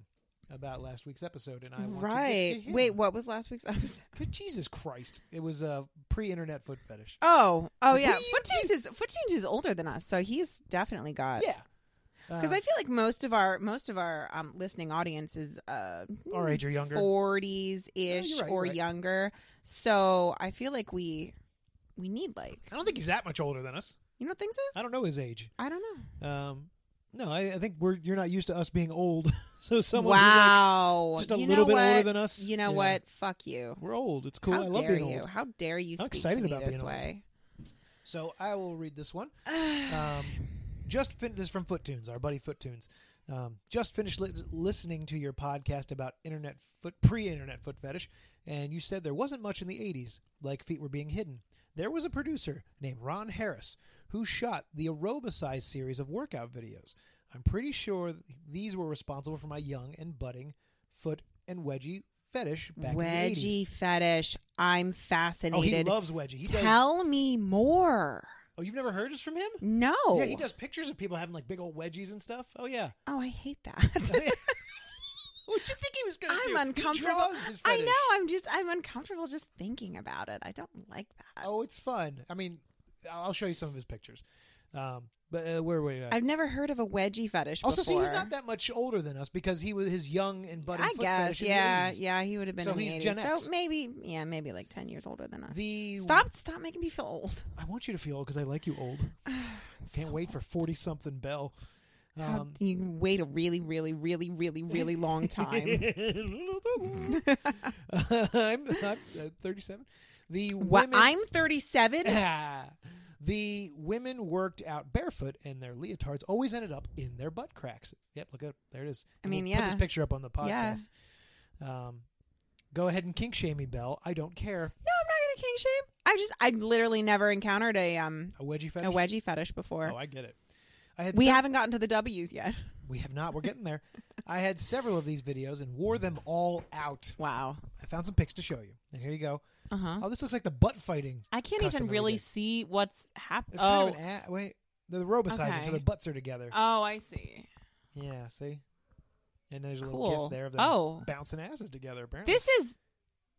[SPEAKER 2] about last week's episode, and I want To
[SPEAKER 3] Right.
[SPEAKER 2] get to him.
[SPEAKER 3] Wait, what was last week's [LAUGHS] episode?
[SPEAKER 2] Good Jesus Christ! It was a pre-internet foot fetish.
[SPEAKER 3] Oh, oh
[SPEAKER 2] What
[SPEAKER 3] yeah.
[SPEAKER 2] do you
[SPEAKER 3] Foottunes is Foottunes is older than us, so he's definitely got.
[SPEAKER 2] yeah, Uh,
[SPEAKER 3] Because I feel like most of our most of our um, listening audience is uh,
[SPEAKER 2] our age or younger.
[SPEAKER 3] forties ish
[SPEAKER 2] Yeah, you're right,
[SPEAKER 3] or
[SPEAKER 2] you're right.
[SPEAKER 3] younger. So I feel like we we need like
[SPEAKER 2] I don't think he's that much older than us.
[SPEAKER 3] you don't think so?
[SPEAKER 2] I don't know his age.
[SPEAKER 3] I don't know.
[SPEAKER 2] Um, no, I, I think we're you're not used to us being old. [LAUGHS] so someone who's like,
[SPEAKER 3] wow,
[SPEAKER 2] just a
[SPEAKER 3] you
[SPEAKER 2] little
[SPEAKER 3] know
[SPEAKER 2] bit
[SPEAKER 3] what?
[SPEAKER 2] older than us,
[SPEAKER 3] You
[SPEAKER 2] yeah.
[SPEAKER 3] know what? Fuck you.
[SPEAKER 2] we're old. It's cool.
[SPEAKER 3] How
[SPEAKER 2] I love
[SPEAKER 3] dare
[SPEAKER 2] being
[SPEAKER 3] you?
[SPEAKER 2] old.
[SPEAKER 3] How dare you
[SPEAKER 2] I'm
[SPEAKER 3] speak
[SPEAKER 2] excited
[SPEAKER 3] to me
[SPEAKER 2] about
[SPEAKER 3] this
[SPEAKER 2] being old. [SIGHS]
[SPEAKER 3] way?
[SPEAKER 2] So I will read this one. um, just fin- this is from Foottunes, our buddy Foottunes. Um, just finished li- listening to your podcast about internet foot pre-internet foot fetish, and you said there wasn't much in the '80s like feet were being hidden. There was a producer named Ron Harris who shot the aerobicize series of workout videos. I'm pretty sure th- these were responsible for my young and budding foot and wedgie fetish back in the 80s.
[SPEAKER 3] Wedgie fetish. I'm
[SPEAKER 2] Oh, he
[SPEAKER 3] fascinated.
[SPEAKER 2] loves wedgie. He does.
[SPEAKER 3] Tell me more.
[SPEAKER 2] Oh, you've never heard this from him?
[SPEAKER 3] No.
[SPEAKER 2] Yeah, he does pictures of people having like big old wedgies and stuff. Oh yeah.
[SPEAKER 3] Oh, I hate
[SPEAKER 2] [LAUGHS]
[SPEAKER 3] that.
[SPEAKER 2] What'd you think he was gonna do?
[SPEAKER 3] I'm
[SPEAKER 2] He
[SPEAKER 3] uncomfortable.
[SPEAKER 2] draws his
[SPEAKER 3] [LAUGHS] I
[SPEAKER 2] fetish.
[SPEAKER 3] know. I'm just. I'm uncomfortable just thinking about it. I don't like that.
[SPEAKER 2] Oh, it's fun. I mean, I'll I'll show you some of his pictures. Um, but uh, where were you? At?
[SPEAKER 3] I've never heard of a wedgie fetish.
[SPEAKER 2] Also, see,
[SPEAKER 3] before.
[SPEAKER 2] he's not that much older than us because he was his young and budding.
[SPEAKER 3] I
[SPEAKER 2] foot
[SPEAKER 3] guess.
[SPEAKER 2] fetish in the
[SPEAKER 3] Yeah.
[SPEAKER 2] 80s.
[SPEAKER 3] Yeah. He would have been.
[SPEAKER 2] So
[SPEAKER 3] in the
[SPEAKER 2] he's
[SPEAKER 3] 80s.
[SPEAKER 2] Gen X.
[SPEAKER 3] So maybe. Yeah. Maybe like ten years older than us.
[SPEAKER 2] The
[SPEAKER 3] Stop! Stop making me feel old.
[SPEAKER 2] I want you to feel old because I like you
[SPEAKER 3] [SIGHS]
[SPEAKER 2] old. Can't wait for forty something Bell.
[SPEAKER 3] How
[SPEAKER 2] Um,
[SPEAKER 3] do you wait a really, really, really, really, really
[SPEAKER 2] [LAUGHS]
[SPEAKER 3] long time?
[SPEAKER 2] I'm, [LAUGHS] I'm uh, thirty-seven. The
[SPEAKER 3] Wha-
[SPEAKER 2] women-
[SPEAKER 3] I'm 37.
[SPEAKER 2] [LAUGHS] the women worked out barefoot, and their leotards always ended up in their butt cracks. Yep, look at there it is.
[SPEAKER 3] I
[SPEAKER 2] And we'll
[SPEAKER 3] mean,
[SPEAKER 2] put this
[SPEAKER 3] yeah.
[SPEAKER 2] picture up on the
[SPEAKER 3] Yeah.
[SPEAKER 2] podcast. Um, go ahead and kink shame me, Belle. I don't care.
[SPEAKER 3] No, I'm not gonna king shame. I just I literally never encountered a um
[SPEAKER 2] A wedgie fetish.
[SPEAKER 3] a wedgie fetish before.
[SPEAKER 2] Oh, I get it. I had
[SPEAKER 3] we
[SPEAKER 2] se-
[SPEAKER 3] haven't gotten to the W's yet.
[SPEAKER 2] we have not. We're getting there. I had several of these videos and wore them all out.
[SPEAKER 3] Wow.
[SPEAKER 2] I found some pics to show you, and here you go.
[SPEAKER 3] Uh huh.
[SPEAKER 2] Oh, this looks like the butt fighting.
[SPEAKER 7] I can't
[SPEAKER 2] custom
[SPEAKER 7] even
[SPEAKER 2] that we
[SPEAKER 7] really
[SPEAKER 2] did.
[SPEAKER 7] see what's happening.
[SPEAKER 2] It's
[SPEAKER 7] Oh,
[SPEAKER 2] kind of an a- wait. They're robicizing,
[SPEAKER 7] Okay.
[SPEAKER 2] so their butts are together.
[SPEAKER 7] oh, I see.
[SPEAKER 2] Yeah, see? And there's a little
[SPEAKER 7] Cool.
[SPEAKER 2] gift there of them
[SPEAKER 7] Oh.
[SPEAKER 2] bouncing asses together, apparently.
[SPEAKER 7] This is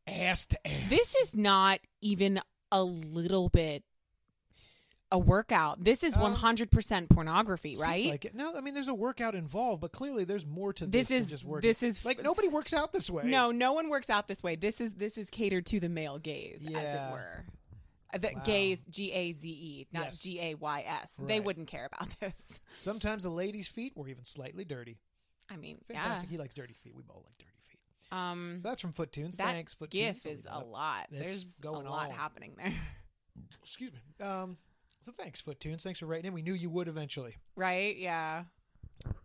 [SPEAKER 2] ass to ass.
[SPEAKER 7] this is not even a little bit a workout. This is
[SPEAKER 2] Um,
[SPEAKER 7] one hundred percent pornography,
[SPEAKER 2] Seems
[SPEAKER 7] right?
[SPEAKER 2] Like it. No, I mean there's a workout involved, but clearly there's more to
[SPEAKER 7] This
[SPEAKER 2] this, than
[SPEAKER 7] is-
[SPEAKER 2] just working.
[SPEAKER 7] this is-
[SPEAKER 2] like nobody works out this way.
[SPEAKER 7] no, no one works out this way. This is this is catered to the male gaze, as
[SPEAKER 2] Yeah.
[SPEAKER 7] it were. Uh, The
[SPEAKER 2] Wow.
[SPEAKER 7] gaze, G A Z E, not
[SPEAKER 2] Yes.
[SPEAKER 7] G A Y S. They
[SPEAKER 2] Right.
[SPEAKER 7] wouldn't care about [LAUGHS] this.
[SPEAKER 2] Sometimes the ladies' feet were even slightly dirty.
[SPEAKER 7] I mean,
[SPEAKER 2] Fantastic. He likes dirty feet. We both like dirty feet.
[SPEAKER 7] yeah. Um,
[SPEAKER 2] So that's from Foottoons.
[SPEAKER 7] that
[SPEAKER 2] Thanks, Foottoons.
[SPEAKER 7] gif
[SPEAKER 2] I'll
[SPEAKER 7] is
[SPEAKER 2] leave
[SPEAKER 7] a
[SPEAKER 2] it up.
[SPEAKER 7] lot.
[SPEAKER 2] It's
[SPEAKER 7] There's
[SPEAKER 2] going
[SPEAKER 7] a lot
[SPEAKER 2] on.
[SPEAKER 7] happening there, [LAUGHS]
[SPEAKER 2] Excuse me. Um, so thanks, Foottoons. Thanks for writing in. We knew you would eventually.
[SPEAKER 7] right? Yeah.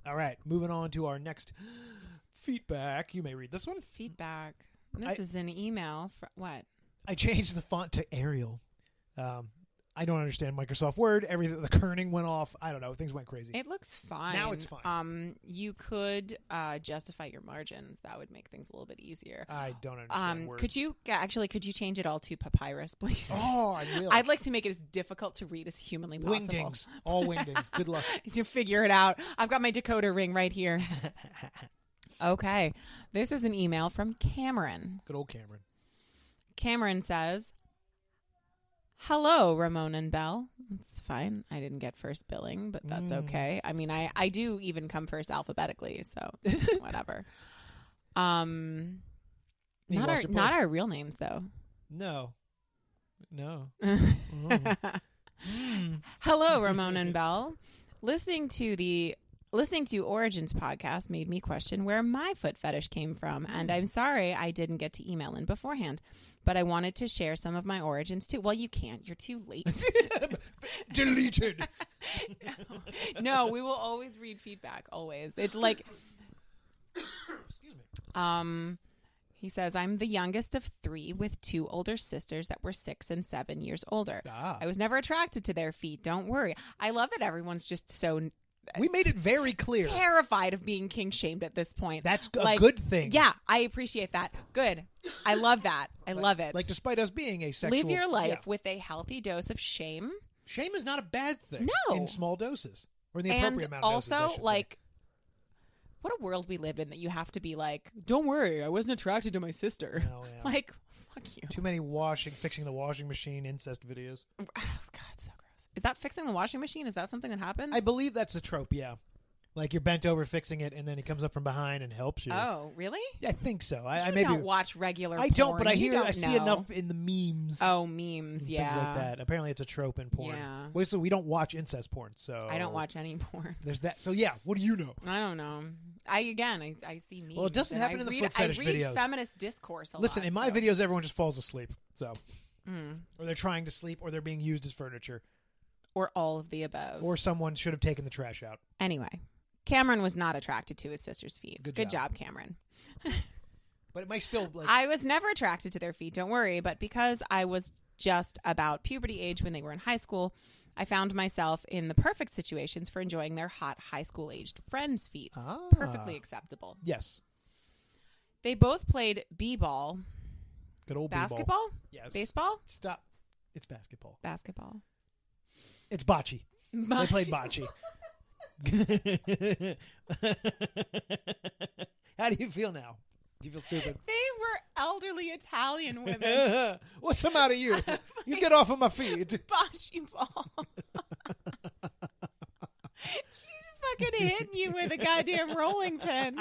[SPEAKER 2] All right, moving on to our next [GASPS] feedback. You may read this one.
[SPEAKER 3] Feedback. This
[SPEAKER 2] Mm. I-
[SPEAKER 3] is an email. For, what?
[SPEAKER 2] I changed the font to Arial. Um, I don't understand Microsoft Word. Everything the kerning went off. I don't know. Things went crazy.
[SPEAKER 3] It looks fine.
[SPEAKER 2] Now it's fine.
[SPEAKER 3] Um, you could uh, justify your margins. That would make things a little bit easier.
[SPEAKER 2] I don't understand
[SPEAKER 3] Um,
[SPEAKER 2] Word.
[SPEAKER 3] could you actually? Could you change it all to papyrus, [LAUGHS] please?
[SPEAKER 2] Oh, I will.
[SPEAKER 3] I'd like to make it as difficult to read as humanly possible.
[SPEAKER 2] wingdings. All wingdings. Good luck.
[SPEAKER 3] [LAUGHS] to figure it out. I've got my decoder ring right here. [LAUGHS] okay. This is an email from Cameron.
[SPEAKER 2] Good old Cameron.
[SPEAKER 3] Cameron says, Hello, Ramon and Bell. It's fine. I didn't get first billing, but that's
[SPEAKER 2] Mm.
[SPEAKER 3] okay. I mean, I, I do even come first alphabetically, so
[SPEAKER 2] [LAUGHS]
[SPEAKER 3] whatever. Um,
[SPEAKER 2] He
[SPEAKER 3] not
[SPEAKER 2] lost
[SPEAKER 3] our
[SPEAKER 2] a point.
[SPEAKER 3] not our real names though.
[SPEAKER 2] No.
[SPEAKER 3] [LAUGHS]
[SPEAKER 2] No.
[SPEAKER 3] Hello, Ramon and Bell. Listening to the listening to Origins podcast made me question where my foot fetish came from, and I'm sorry I didn't get to email in beforehand, but I wanted to share some of my origins too. Well, you can't; you're too late. [LAUGHS]
[SPEAKER 2] Deleted.
[SPEAKER 3] no, we will always read feedback. Always, it's like
[SPEAKER 2] Excuse me.
[SPEAKER 3] Um, he says, I'm the youngest of three with two older sisters that were six and seven years older.
[SPEAKER 2] Ah.
[SPEAKER 3] I was never attracted to their feet. Don't worry. I love that everyone's just so n-
[SPEAKER 2] We made it very clear.
[SPEAKER 3] terrified of being king shamed at this point.
[SPEAKER 2] That's a good thing.
[SPEAKER 3] Yeah, I appreciate that. Good. I love that. I love it.
[SPEAKER 2] Like, despite us being a sexual,
[SPEAKER 3] Live your life
[SPEAKER 2] yeah.
[SPEAKER 3] with a healthy dose of shame
[SPEAKER 2] Shame is not a bad thing.
[SPEAKER 3] No.
[SPEAKER 2] In small doses. Or in the
[SPEAKER 3] and
[SPEAKER 2] appropriate amount of doses, I
[SPEAKER 3] also
[SPEAKER 2] should say.
[SPEAKER 3] like what a world we live in that you have to be like, don't worry, I wasn't attracted to my sister.
[SPEAKER 2] Oh, yeah.
[SPEAKER 3] [LAUGHS] Like, fuck you.
[SPEAKER 2] Too many washing, fixing the washing machine, incest videos.
[SPEAKER 3] [SIGHS] God, so gross. Is that fixing the washing machine? Is that something that happens?
[SPEAKER 2] I believe that's a trope, yeah. Like you're bent over fixing it, and then he comes up from behind and helps you.
[SPEAKER 3] Oh, really?
[SPEAKER 2] I think so. I, I
[SPEAKER 3] you
[SPEAKER 2] maybe
[SPEAKER 3] don't watch regular.
[SPEAKER 2] I don't,
[SPEAKER 3] porn.
[SPEAKER 2] but I
[SPEAKER 3] You
[SPEAKER 2] hear
[SPEAKER 3] don't
[SPEAKER 2] I see
[SPEAKER 3] know.
[SPEAKER 2] enough in the memes,
[SPEAKER 3] Oh, memes.
[SPEAKER 2] and
[SPEAKER 3] Yeah,
[SPEAKER 2] things like that. Apparently, it's a trope in porn.
[SPEAKER 3] Yeah.
[SPEAKER 2] Well, so we don't watch incest porn, so
[SPEAKER 3] I don't watch any [LAUGHS] porn.
[SPEAKER 2] There's that. So yeah, what do you know?
[SPEAKER 3] I don't know. I again, I, I see memes.
[SPEAKER 2] Well, it doesn't
[SPEAKER 3] and
[SPEAKER 2] happen
[SPEAKER 3] I
[SPEAKER 2] in the
[SPEAKER 3] read,
[SPEAKER 2] foot fetish
[SPEAKER 3] I read
[SPEAKER 2] videos.
[SPEAKER 3] feminist discourse. A
[SPEAKER 2] Listen,
[SPEAKER 3] lot,
[SPEAKER 2] in my
[SPEAKER 3] so. mm,
[SPEAKER 2] videos, everyone just falls asleep. So, or they're trying to sleep, or they're being used as furniture,
[SPEAKER 3] or all of the above.
[SPEAKER 2] or someone should have taken the trash out.
[SPEAKER 3] anyway, Cameron was not attracted to his sister's feet.
[SPEAKER 2] Good job.
[SPEAKER 3] job, Cameron.
[SPEAKER 2] But it might still like
[SPEAKER 3] I was never attracted to their feet, don't worry, but because I was just about puberty age when they were in high school, I found myself in the perfect situations for enjoying their hot high school aged friends' feet.
[SPEAKER 2] Ah.
[SPEAKER 3] Perfectly acceptable.
[SPEAKER 2] yes,
[SPEAKER 3] They both played b ball,
[SPEAKER 2] good old b-ball.
[SPEAKER 3] basketball,
[SPEAKER 2] Yes.
[SPEAKER 3] baseball,
[SPEAKER 2] Stop. It's basketball.
[SPEAKER 3] basketball.
[SPEAKER 2] It's bocce. They played bocce. [LAUGHS] How do you feel now? Do you feel
[SPEAKER 3] [LAUGHS]
[SPEAKER 2] stupid?
[SPEAKER 3] They were elderly
[SPEAKER 2] [LAUGHS]
[SPEAKER 3] Italian women.
[SPEAKER 2] What's the matter,
[SPEAKER 3] [LAUGHS]
[SPEAKER 2] you? You get off of my feet.
[SPEAKER 3] Bocce ball. She's fucking hitting you with a goddamn rolling pin.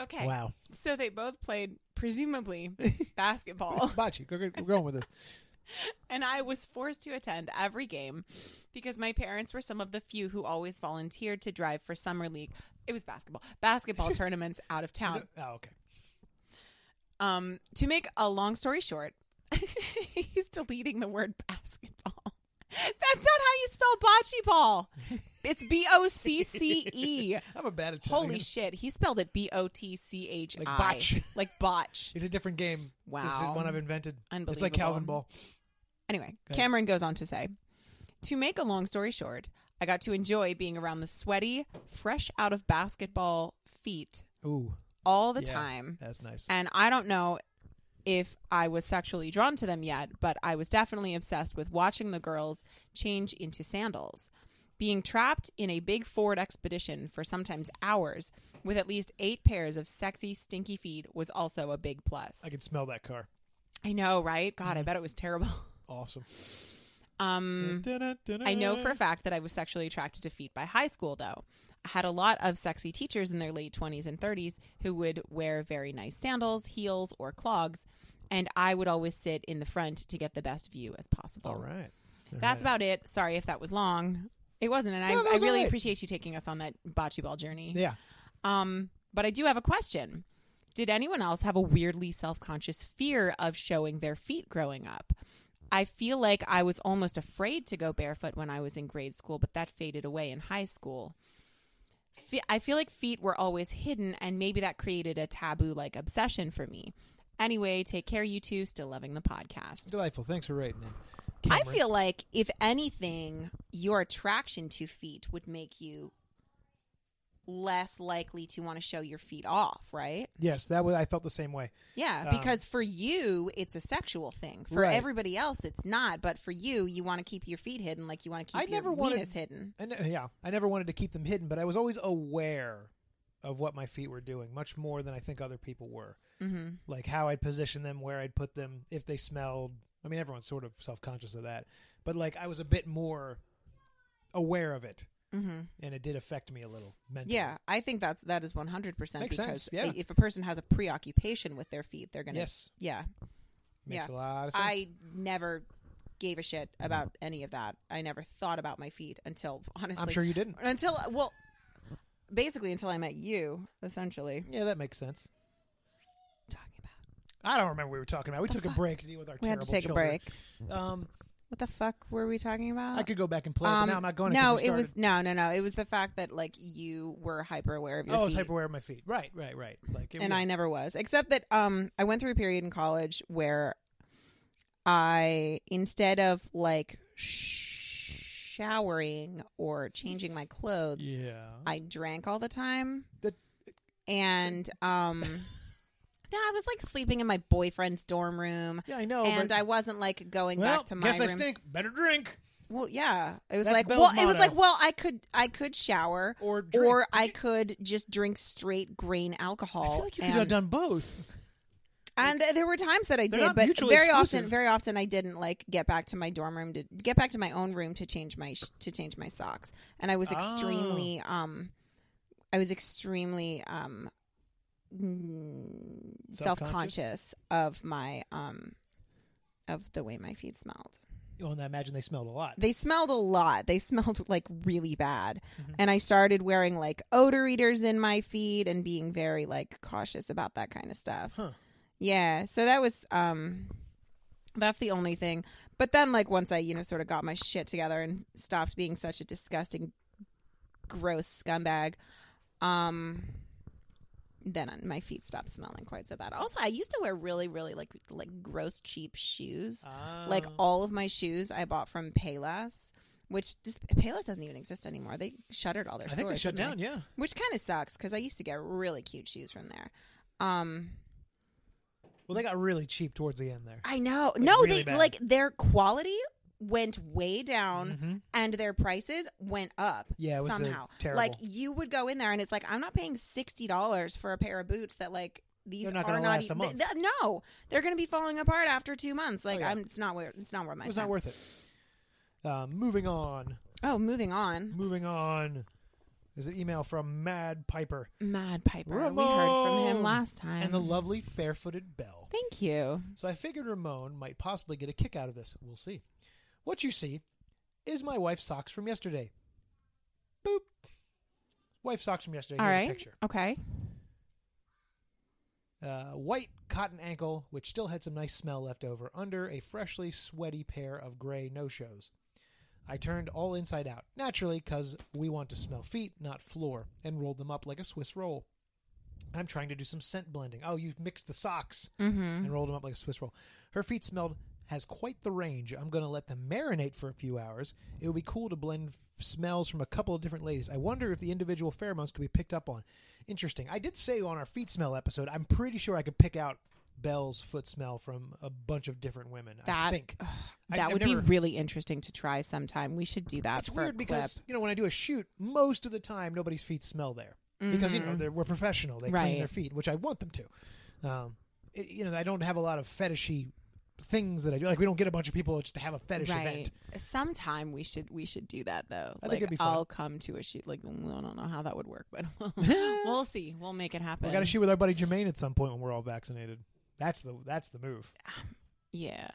[SPEAKER 3] Okay. [LAUGHS]
[SPEAKER 2] Wow.
[SPEAKER 3] So they both played, presumably, [LAUGHS] basketball.
[SPEAKER 2] Bocce. Go- go- We're going with this.
[SPEAKER 3] And I was forced to attend every game because my parents were some of the few who always volunteered to drive for summer league. It was basketball. Basketball tournaments out of town.
[SPEAKER 2] Oh, okay.
[SPEAKER 3] Um, to make a long story short, [LAUGHS] he's deleting the word basketball. [LAUGHS] That's not how you spell bocce ball.
[SPEAKER 2] [LAUGHS]
[SPEAKER 3] It's B O C C E.
[SPEAKER 2] I'm a bad Italian.
[SPEAKER 3] Holy shit, he spelled it B O T C H I.
[SPEAKER 2] Like botch.
[SPEAKER 3] [LAUGHS] Like
[SPEAKER 2] [LAUGHS]
[SPEAKER 3] botch.
[SPEAKER 2] It's a different game. It's
[SPEAKER 3] Wow.
[SPEAKER 2] one I've invented. It's like
[SPEAKER 3] Unbelievable.
[SPEAKER 2] Calvin Ball.
[SPEAKER 3] Anyway,
[SPEAKER 2] Go ahead.
[SPEAKER 3] Cameron goes on to say, to make a long story short, I got to enjoy being around the sweaty, fresh out of basketball feet
[SPEAKER 2] Ooh.
[SPEAKER 3] all the
[SPEAKER 2] Yeah,
[SPEAKER 3] time.
[SPEAKER 2] That's nice.
[SPEAKER 3] And I don't know if I was sexually drawn to them yet, but I was definitely obsessed with watching the girls change into sandals. Being trapped in a big Ford expedition for sometimes hours with at least eight pairs of sexy, stinky feet was also a big plus.
[SPEAKER 2] I can smell that car.
[SPEAKER 3] I know, right? God, I bet it was terrible.
[SPEAKER 2] Awesome.
[SPEAKER 3] Um, I know for a fact that I was sexually attracted to feet by high school, though. I had a lot of sexy teachers in their late 20s and 30s who would wear very nice sandals, heels, or clogs, and I would always sit in the front to get the best view as possible.
[SPEAKER 2] All right.
[SPEAKER 3] That's about it. Sorry if that was long. It wasn't, and
[SPEAKER 2] No, that
[SPEAKER 3] I, I
[SPEAKER 2] was all
[SPEAKER 3] really
[SPEAKER 2] right.
[SPEAKER 3] appreciate you taking us on that bocce ball journey.
[SPEAKER 2] Yeah.
[SPEAKER 3] Um, but I do have a question. Did anyone else have a weirdly self conscious fear of showing their feet growing up? I feel like I was almost afraid to go barefoot when I was in grade school, but that faded away in high school. Fe- I feel like feet were always hidden, and maybe that created a taboo like obsession for me. Anyway, take care, you two. Still loving the podcast.
[SPEAKER 2] Delightful. Thanks for writing in.
[SPEAKER 3] I
[SPEAKER 2] Cameron.
[SPEAKER 3] feel like, if anything, your attraction to feet would make you less likely to want to show your feet off, right?
[SPEAKER 2] Yes, that was. I felt the same way.
[SPEAKER 3] Yeah,
[SPEAKER 2] Um,
[SPEAKER 3] because for you, it's a sexual thing. For
[SPEAKER 2] Right.
[SPEAKER 3] everybody else, it's not. But for you, you want to keep your feet hidden, like you want to keep
[SPEAKER 2] I
[SPEAKER 3] your
[SPEAKER 2] never wanted-
[SPEAKER 3] penis hidden.
[SPEAKER 2] And uh, yeah, I never wanted to keep them hidden, but I was always aware of what my feet were doing, much more than I think other people were.
[SPEAKER 3] Mm-hmm.
[SPEAKER 2] Like how I'd position them, where I'd put them, if they smelled. I mean, everyone's sort of self conscious of that, but like I was a bit more aware of it,
[SPEAKER 3] Mm-hmm.
[SPEAKER 2] and it did affect me a little mentally.
[SPEAKER 3] Yeah, I think that's that is one hundred percent
[SPEAKER 2] Makes
[SPEAKER 3] because
[SPEAKER 2] sense, yeah.
[SPEAKER 3] if a person has a preoccupation with their feet, they're gonna.
[SPEAKER 2] Yes.
[SPEAKER 3] Yeah,
[SPEAKER 2] Makes
[SPEAKER 3] Yeah.
[SPEAKER 2] a lot of sense.
[SPEAKER 3] I never gave a shit about any of that. I never thought about my feet until [LAUGHS] honestly,
[SPEAKER 2] I'm sure you didn't.
[SPEAKER 3] until uh, well, basically until I met you. Essentially,
[SPEAKER 2] Yeah, that makes sense.
[SPEAKER 3] talking about
[SPEAKER 2] I don't remember what we were talking about. We took a break to deal with our
[SPEAKER 3] we had
[SPEAKER 2] terrible
[SPEAKER 3] to take
[SPEAKER 2] children.
[SPEAKER 3] a break.
[SPEAKER 2] Um,
[SPEAKER 3] What the fuck were we talking about?
[SPEAKER 2] I could go back and play, but now I'm not going. to 'cause
[SPEAKER 3] Um, No,
[SPEAKER 2] we
[SPEAKER 3] it was
[SPEAKER 2] started-
[SPEAKER 3] no, no, no. It was the fact that like you were hyper aware of your
[SPEAKER 2] Oh, I was
[SPEAKER 3] feet,
[SPEAKER 2] hyper aware of my feet. Right, right, right. Like, it
[SPEAKER 3] and
[SPEAKER 2] was-
[SPEAKER 3] I never was. Except that um, I went through a period in college where I instead of like sh- showering or changing my clothes,
[SPEAKER 2] Yeah.
[SPEAKER 3] I drank all the time.
[SPEAKER 2] That-
[SPEAKER 3] and
[SPEAKER 2] [LAUGHS]
[SPEAKER 3] um, no, I was like sleeping in my boyfriend's dorm room.
[SPEAKER 2] Yeah, I know.
[SPEAKER 3] and
[SPEAKER 2] Oh, but,
[SPEAKER 3] I wasn't like going
[SPEAKER 2] well,
[SPEAKER 3] back to my
[SPEAKER 2] guess
[SPEAKER 3] room.
[SPEAKER 2] I stink. Better drink
[SPEAKER 3] Well, yeah, it was
[SPEAKER 2] That's
[SPEAKER 3] like
[SPEAKER 2] Belle's
[SPEAKER 3] well, it was
[SPEAKER 2] motto.
[SPEAKER 3] like well, I could I could shower
[SPEAKER 2] or drink.
[SPEAKER 3] or I could just drink straight grain
[SPEAKER 2] I
[SPEAKER 3] alcohol.
[SPEAKER 2] feel like you could
[SPEAKER 3] and,
[SPEAKER 2] have done both. [LAUGHS]
[SPEAKER 3] and there were times that I
[SPEAKER 2] They're
[SPEAKER 3] did,
[SPEAKER 2] not
[SPEAKER 3] but
[SPEAKER 2] mutually
[SPEAKER 3] very often,
[SPEAKER 2] exclusive.
[SPEAKER 3] very often I didn't like get back to my dorm room to get back to my own room to change my sh- to change my socks, and I was
[SPEAKER 2] Oh.
[SPEAKER 3] extremely um, I was extremely um, self conscious of my um, of the way my feet smelled.
[SPEAKER 2] Well, and I imagine they smelled a lot.
[SPEAKER 3] they smelled a lot. They [LAUGHS] smelled like really bad.
[SPEAKER 2] Mm-hmm.
[SPEAKER 3] And I started wearing like odor eaters in my feet and being very like cautious about that kind of stuff.
[SPEAKER 2] Huh.
[SPEAKER 3] Yeah. So that was um that's the only thing. But then like once I, you know, sort of got my shit together and stopped being such a disgusting gross scumbag, um then my feet stopped smelling quite so bad. Also, I used to wear really really like like gross cheap shoes like
[SPEAKER 2] Ah.
[SPEAKER 3] all of my shoes I bought from Payless, which just Payless doesn't even exist anymore. They shuttered all their
[SPEAKER 2] I
[SPEAKER 3] stores,
[SPEAKER 2] think they shut
[SPEAKER 3] didn't
[SPEAKER 2] down. Yeah.
[SPEAKER 3] which kind of sucks because I used to get really cute shoes from there. Um,
[SPEAKER 2] Well, they got really cheap towards the end there.
[SPEAKER 3] I know, no,
[SPEAKER 2] really
[SPEAKER 3] they
[SPEAKER 2] bad.
[SPEAKER 3] like their quality went way down
[SPEAKER 2] Mhm.
[SPEAKER 3] and their prices went up.
[SPEAKER 2] Yeah, it was, uh,
[SPEAKER 3] somehow.
[SPEAKER 2] terrible.
[SPEAKER 3] Like you would go in there and it's like I'm not paying sixty dollars for a pair of boots that like. These
[SPEAKER 2] They're not
[SPEAKER 3] are
[SPEAKER 2] gonna
[SPEAKER 3] not
[SPEAKER 2] last
[SPEAKER 3] e-
[SPEAKER 2] a month. Oh,
[SPEAKER 3] th- th- no, they're going to be falling apart after two months. Like
[SPEAKER 2] yeah.
[SPEAKER 3] I'm, it's not worth. It's not worth my.
[SPEAKER 2] It was
[SPEAKER 3] time.
[SPEAKER 2] not worth it. Um, moving on.
[SPEAKER 3] Oh, moving on.
[SPEAKER 2] Moving on. There's an email from Mad Piper
[SPEAKER 3] Mad Piper. We heard from
[SPEAKER 2] Ramon.
[SPEAKER 3] him last time.
[SPEAKER 2] and the lovely fair-footed Belle.
[SPEAKER 3] Thank you.
[SPEAKER 2] So I figured Ramon might possibly get a kick out of this. We'll see. What you see is my wife's socks from yesterday. Boop. Wife's socks from yesterday.
[SPEAKER 3] All
[SPEAKER 2] Here's
[SPEAKER 3] right.
[SPEAKER 2] a picture.
[SPEAKER 3] Okay.
[SPEAKER 2] Uh, white cotton ankle, which still had some nice smell left over, under a freshly sweaty pair of gray no shows. I turned all inside out, naturally, because we want to smell feet, not floor, and rolled them up like a Swiss roll. I'm trying to do some scent blending. Oh, you mixed the socks and rolled them up like a Swiss roll. Her feet smelled has quite the range. I'm going to let them marinate for a few hours. It would be cool to blend f- smells from a couple of different ladies. I wonder if the individual pheromones could be picked up on. Interesting. I did say on our feet smell episode, I'm pretty sure I could pick out Belle's foot smell from a bunch of different women. I
[SPEAKER 3] That-
[SPEAKER 2] think I-
[SPEAKER 3] that
[SPEAKER 2] I've
[SPEAKER 3] would
[SPEAKER 2] never-
[SPEAKER 3] be really interesting to try sometime. We should do that.
[SPEAKER 2] It's
[SPEAKER 3] for a
[SPEAKER 2] weird because
[SPEAKER 3] clip.
[SPEAKER 2] you know when I do a shoot, most of the time nobody's feet smell there because
[SPEAKER 3] Mm-hmm.
[SPEAKER 2] you know they're, we're professional. They clean
[SPEAKER 3] Right.
[SPEAKER 2] their feet, which I want them to. Um, it- you know, I don't have a lot of fetishy things that I do. Like we don't get a bunch of people just to have a fetish
[SPEAKER 3] [LAUGHS]
[SPEAKER 2] event.
[SPEAKER 3] Sometime we should we should do that though.
[SPEAKER 2] I think
[SPEAKER 3] like
[SPEAKER 2] it'd be fun.
[SPEAKER 3] I'll come to a shoot. Like I don't know how that would work, but [LAUGHS] we'll, we'll see. We'll make it happen.
[SPEAKER 2] We got to shoot with our buddy Jermaine at some point when we're all vaccinated. That's the that's the move.
[SPEAKER 3] Yeah.